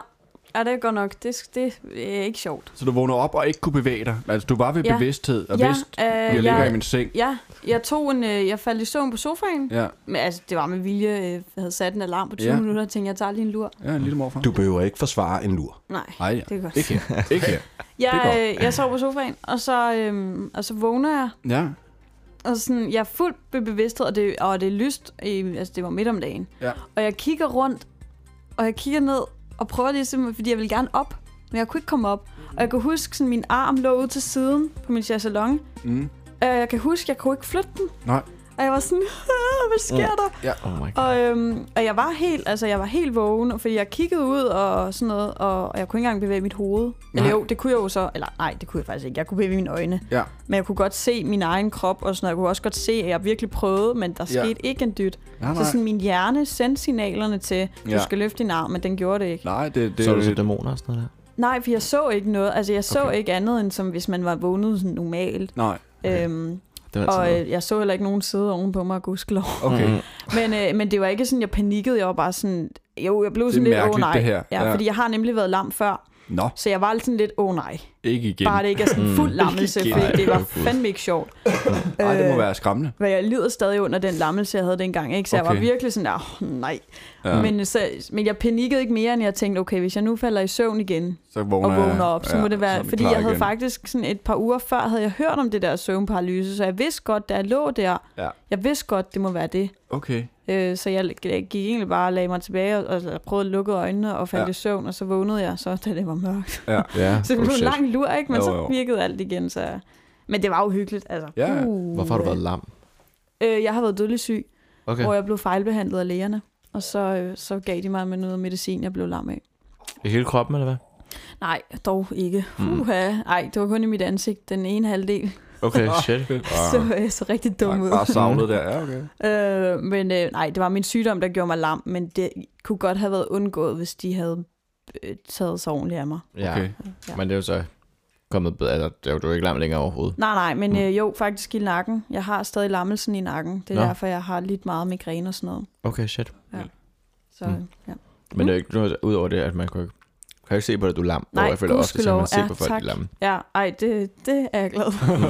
ja, det er godt nok. Det, det er ikke sjovt. Så du vågner op og ikke kunne bevæge dig. Altså, du var ved Ja. bevidsthed og ja, vidste, øh, jeg ligger i jeg, min seng. ja, jeg tog en... Øh, jeg faldt i søvn på sofaen. Ja, Men, altså, det var med vilje. Øh, jeg havde sat en alarm på 20 Ja. minutter og tænkte, jeg tager lige en lur. ja en lille morfar. Du behøver ikke forsvare en lur. Nej, Ej, ja. det er godt. Ikke her. Ikke her. Det Jeg, øh, jeg sov på sofaen, og så, øh, og så vågner jeg. Ja. Og sådan, jeg er fuldt ved bevidsthed, og det, og det er lyst. Øh, altså, det var midt om dagen. Ja. Og jeg kigger rundt, og jeg kigger ned, og prøver lige simpelthen, fordi jeg ville gerne op. Men jeg kunne ikke komme op. Og jeg kunne huske, sådan, min arm lå ude til siden på min chaiselong. Mm. Og Øh, jeg kan huske, jeg kunne ikke flytte den. Nej. Mm. Og jeg var sådan, "Ah, hvad sker der? Oh my god. Og, øhm, og jeg var helt, altså jeg var helt vågen, fordi jeg kiggede ud og sådan noget, og, og jeg kunne ikke engang bevæge mit hoved. Eller Nej. jo, det kunne jeg jo så, eller nej, det kunne jeg faktisk ikke. Jeg kunne bevæge mine øjne. Ja. Men jeg kunne godt se min egen krop og sådan noget. Jeg kunne også godt se, at jeg virkelig prøvede, men der Ja. skete ikke en dyt. Nej, Så nej. sådan min hjerne sendte signalerne til, du Ja. skal løfte din arm, men den gjorde det ikke. Nej, det, det, Så er du så dæmoner og sådan noget der? Nej, for jeg så ikke noget. Altså jeg så Okay. ikke andet, end som hvis man var vågnet sådan normalt. Nej. Okay. Øhm, Det var altid Altså Og noget. øh, jeg så heller ikke nogen sidde oven på mig, gudskelov. Okay. Mm. (laughs) Men, øh, men det var ikke sådan, jeg panikkede. Jeg var bare sådan, jo, jeg blev sådan lidt, åh mærkeligt, nej. det her. Ja, Ja. fordi jeg har nemlig været lam før. Nå, Så jeg var altid sådan lidt, åh nej. ikke igen. Bare det ikke er sådan fuld lammelse, Ikke for igen. det var fandme ikke sjovt. Mm. Nej, det må Øh, være skræmmende. Hvad jeg lider stadig under den lammelse, jeg havde dengang. Ikke? Så okay. jeg Okay. var virkelig sådan, åh nej. Ja. Ja. Men, øh, så, men jeg panikkede ikke mere, end jeg tænkte, okay, hvis jeg nu falder i søvn igen, Så og vågner, jeg- vågner op, så ja, må det så er være, vi fordi klar jeg havde igen. faktisk sådan et par uger før, havde jeg hørt om det der søvnparalyse, så jeg vidste godt, da jeg lå der, Ja. jeg vidste godt, det må være det. Okay. Øh, så jeg gik egentlig bare og lagde mig tilbage og, og prøvede at lukke øjnene og faldt Ja. ja. i søvn, og så vågnede jeg så, da det var mørkt. Ja, så det blev oh en shit. lang lur, ikke? Men Jo, jo, jo. jo. så virkede alt igen, så... Men det var uhyggeligt, altså. Ja, ja. Uh, Hvorfor har du været lam? Øh, jeg har været dødelig syg, okay. Okay. hvor jeg blev fejlbehandlet af lægerne, og så, øh, så gav de mig med noget medicin, jeg blev lam af. I hele kroppen, eller hvad? Hmm. Nej, dog ikke. Hmm. Uha. Ej, det var kun i mit ansigt, den ene halvdel. Okay, shit. (laughs) så jeg så rigtig dum ud. Ah. Bare savlet der, ja, okay. Øh, men øh, nej, det var min sygdom, der gjorde mig lam, men det kunne godt have været undgået, hvis de havde øh, taget sig ordentligt af mig. Ja. Okay. (laughs) ja. Men det er jo så kommet bedre. Altså, det er jo du er ikke lam længere overhovedet. Nej, nej, men øh, jo, faktisk i nakken. Jeg har stadig lammelsen i nakken. Det er Nå. Nå. derfor, jeg har lidt meget migræne og sådan noget. Okay, shit. Så, mm. ja. Men det er jo ikke noget, udover det, at man kan, ikke- kan jo ikke se på dig, du er lam. Nej, hvor jeg føler ofte, at gudskelov. man ser Ja, på folk, de tak. er lamme. ja, ej, det, det er jeg glad for. det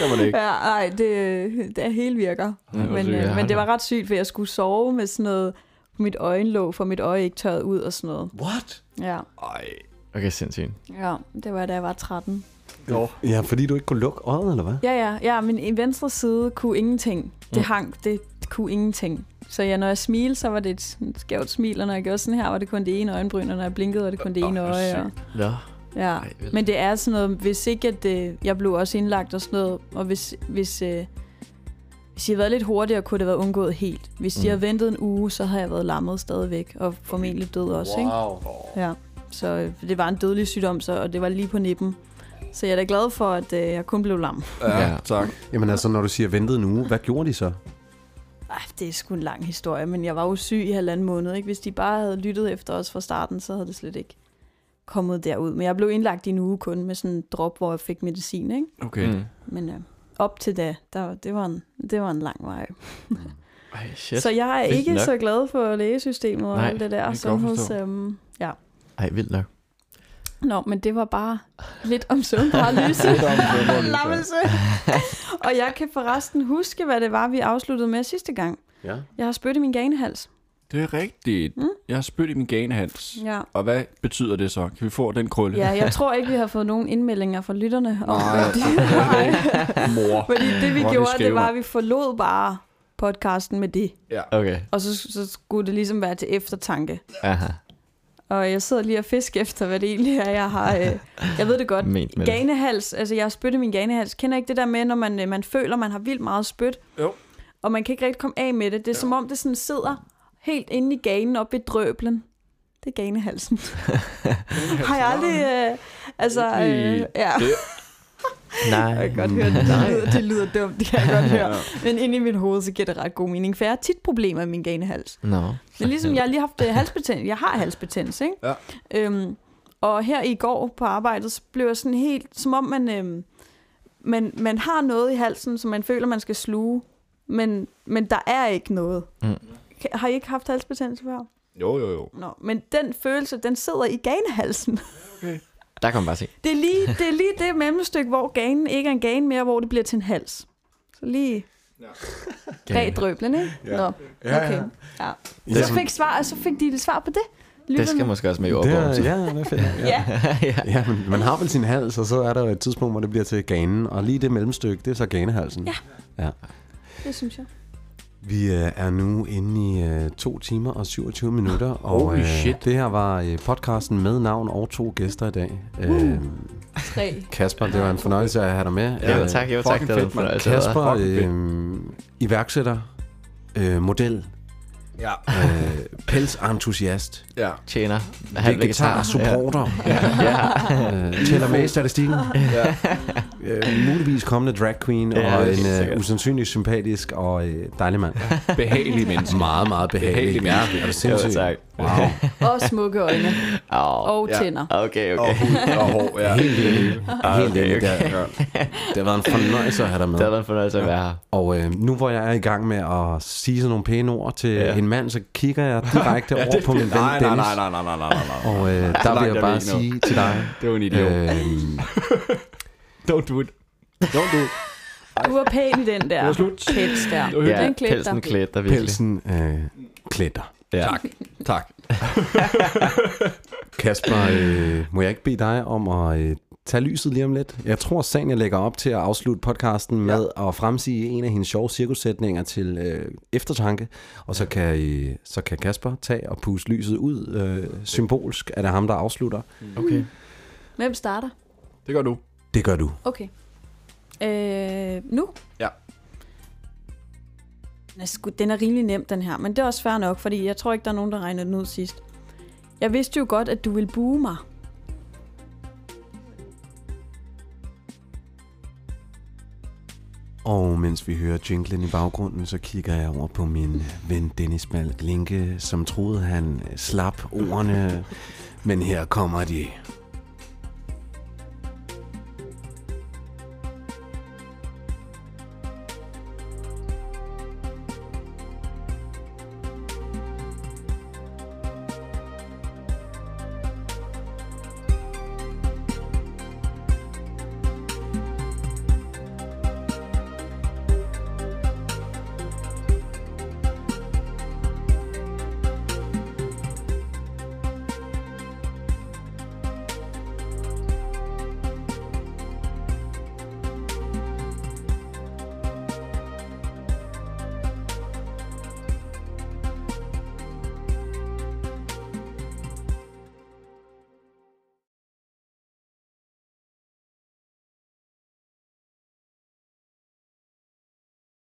kan man ikke. ja, ej, det, det er helt virker. Men, jeg øh, har men det var ret sygt, for jeg skulle sove med sådan noget på mit øjenlåg, for mit øje ikke tørret ud og sådan noget. What? Ja, Ej. Okay, sindssygt. ja det var da jeg var 13. Ja, fordi du ikke kunne lukke øjet, eller hvad? Ja, ja, ja, men i venstre side kunne ingenting. Mm. Det hang, det kunne ingenting. Så ja, når jeg smilte, så var det et sådan skævt smil, og når jeg gjorde sådan her, var det kun det ene øjenbryn, og når jeg blinkede, var det kun det ene øje. Og, Ja. ja. Ej, vildt. Men det er sådan noget, hvis ikke at det, jeg blev også indlagt og sådan noget, og hvis, hvis, øh, hvis jeg havde været lidt hurtigere, kunne det have været undgået helt. Hvis de Mm. havde ventet en uge, så havde jeg været lammet stadigvæk, og formentlig død også, ikke? Ja, så øh, det var en dødelig sygdom, så, og det var lige på nippen. Så jeg er da glad for, at øh, jeg kun blev lam. Ja, Ja. tak. Jamen altså, når du siger ventet en uge, hvad gjorde de så? Ej, det er sgu en lang historie, men jeg var jo syg i halvanden måned. Ikke? Hvis de bare havde lyttet efter os fra starten, så havde det slet ikke kommet derud. Men jeg blev indlagt i en uge kun med sådan en drop, hvor jeg fik medicin. Ikke? Okay. Mm. Men øh, op til da, der, det, var en, det var en lang vej. Ej, shit. Yes. Så jeg er Vildt ikke nok. så glad for lægesystemet og Nej, alt det der. jeg kan godt Sundheds, forstå. øhm, ja. Ej, vildt nok. Nå, men det var bare lidt om søvnparalyse. Lammelse. og jeg kan forresten huske, hvad det var, vi afsluttede med sidste gang. Ja. Jeg har spyttet min ganehals. Det er rigtigt. Mm. Jeg har spyttet i min ganehals. Ja. Og hvad betyder det så? Kan vi få den krølle? Ja, jeg tror ikke, vi har fået nogen indmeldinger fra lytterne. om, Nej. hvad de- Nej. (laughs) (laughs) Mor. Fordi det, vi Hvor er de gjorde, skæve, det var, mand. at vi forlod bare podcasten med det. Okay. Og så, så skulle det ligesom være til eftertanke. Aha. Og jeg sidder lige og fisker efter, hvad det egentlig er, jeg har... Øh, jeg ved det godt. Ment (laughs) med det. Ganehals, altså jeg har spyttet min ganehals. Kender ikke det der med, når man, øh, man føler, man har vildt meget spyt? Jo. Og man kan ikke rigtig komme af med det. Det er som om, det sådan sidder helt inde i ganen oppe i drøblen. Det er ganehalsen. har jeg aldrig... Øh, altså... Øh, ja. (laughs) Nej. Jeg kan godt høre, det lyder, det lyder dumt, det kan jeg godt høre. (laughs) Men inde i mit hoved, så giver det ret god mening, for jeg har tit problemer med min ganehals. Nå. Det er ligesom, jeg har lige haft øh, halsbetændelse. Jeg har halsbetændelse, ikke? Ja. Øhm, og her i går på arbejdet, så blev jeg sådan helt, som om man, øhm, man, man har noget i halsen, som man føler, man skal sluge, men, men der er ikke noget. Mm. Kan- Har I ikke haft halsbetændelse før? Jo, jo, jo. Nå, men den følelse, den sidder i ganehalsen. Der kan man bare se. Det er lige det, er lige det mellemstykke, hvor ganen ikke er en gane mere, hvor det bliver til en hals. Så lige bag drøblen, ikke? Ja. Nå, okay. Ja. Det er Så fik, svar, så fik de et svar på det. Det Lytterne. skal måske også med i Det overbogen. er, (laughs) ja, hvad fedt. Ja. Ja, ja, men man har vel sin hals, og så er der jo et tidspunkt, hvor det bliver til ganen, og lige det mellemstykke, det er så ganehalsen. Ja. ja. det synes jeg. Vi øh, er nu inde i øh, 2 timer og 27 minutter, og øh, Holy shit. det her var øh, podcasten med navn og to gæster i dag. Øh, Tre. Kasper, det var en fornøjelse at have dig med. Ja, Øh, tak. Jo, tak. altså Det var fucking fedt, en fornøjelse. Kasper, Fucking øh, iværksætter, øh, model, Ja. Øh, (laughs) pelsentusiast. Ja. Tjener. halv Vegetar, (laughs) supporter. Ja. Ja. Øh, tæller med i statistikken. Ja. Øh, muligvis kommende drag queen Ja, og helt en øh, sikkert. usandsynlig sympatisk og øh, dejlig mand. Behagelig (laughs) menneske. Meget, meget behagelig. Behagelig Ja, menneske. er du Ja, sindssyg? tak. Wow. (laughs) Og smukke øjne. Åh, Og tænder. Okay, okay. Og hår, ja. Helt enig. Ah, Helt enig. okay. Der. Det har været en fornøjelse at have dig med. Det har været en fornøjelse at være her. Og øh, nu hvor jeg er i gang med at sige sådan nogle pæne ord til ja. en mand, så kigger jeg (laughs) direkte ja, over på min ven Nej, nej, Dennis. nej, nej, nej, nej, nej, nej. Og øh, Så der langt vil er vi jeg bare ikke nået. sige til dig, Det var en idiot. øh, Don't do it. Don't do it. Du var pæn i den der var slut. pels der. var hyggeligt. Ja, Den klædte pelsen dig. klædte dig virkelig. pelsen øh, klætter. Ja. Tak. Tak. Kasper, øh, må jeg ikke bede dig om at øh, tage lyset lige om lidt? Jeg tror, sagen jeg lægger op til at afslutte podcasten med at fremsige en af hendes sjove cirkussætninger til øh, eftertanke, og så kan, øh, så kan Kasper tage og puste lyset ud. Øh, symbolsk er det ham, der afslutter. Okay. Hvem starter? Det gør du. Det gør du. Okay. Øh, nu? Ja. Den er, sgu, den er rimelig nem, den her. Men det er også fair nok, fordi jeg tror ikke, der er nogen, der regnede den ud sidst. Jeg vidste jo godt, at du ville buge mig. Og mens vi hører jinglen i baggrunden, så kigger jeg over på min ven Dennis Malk Linke, som troede, han slap ordene. Men her kommer de.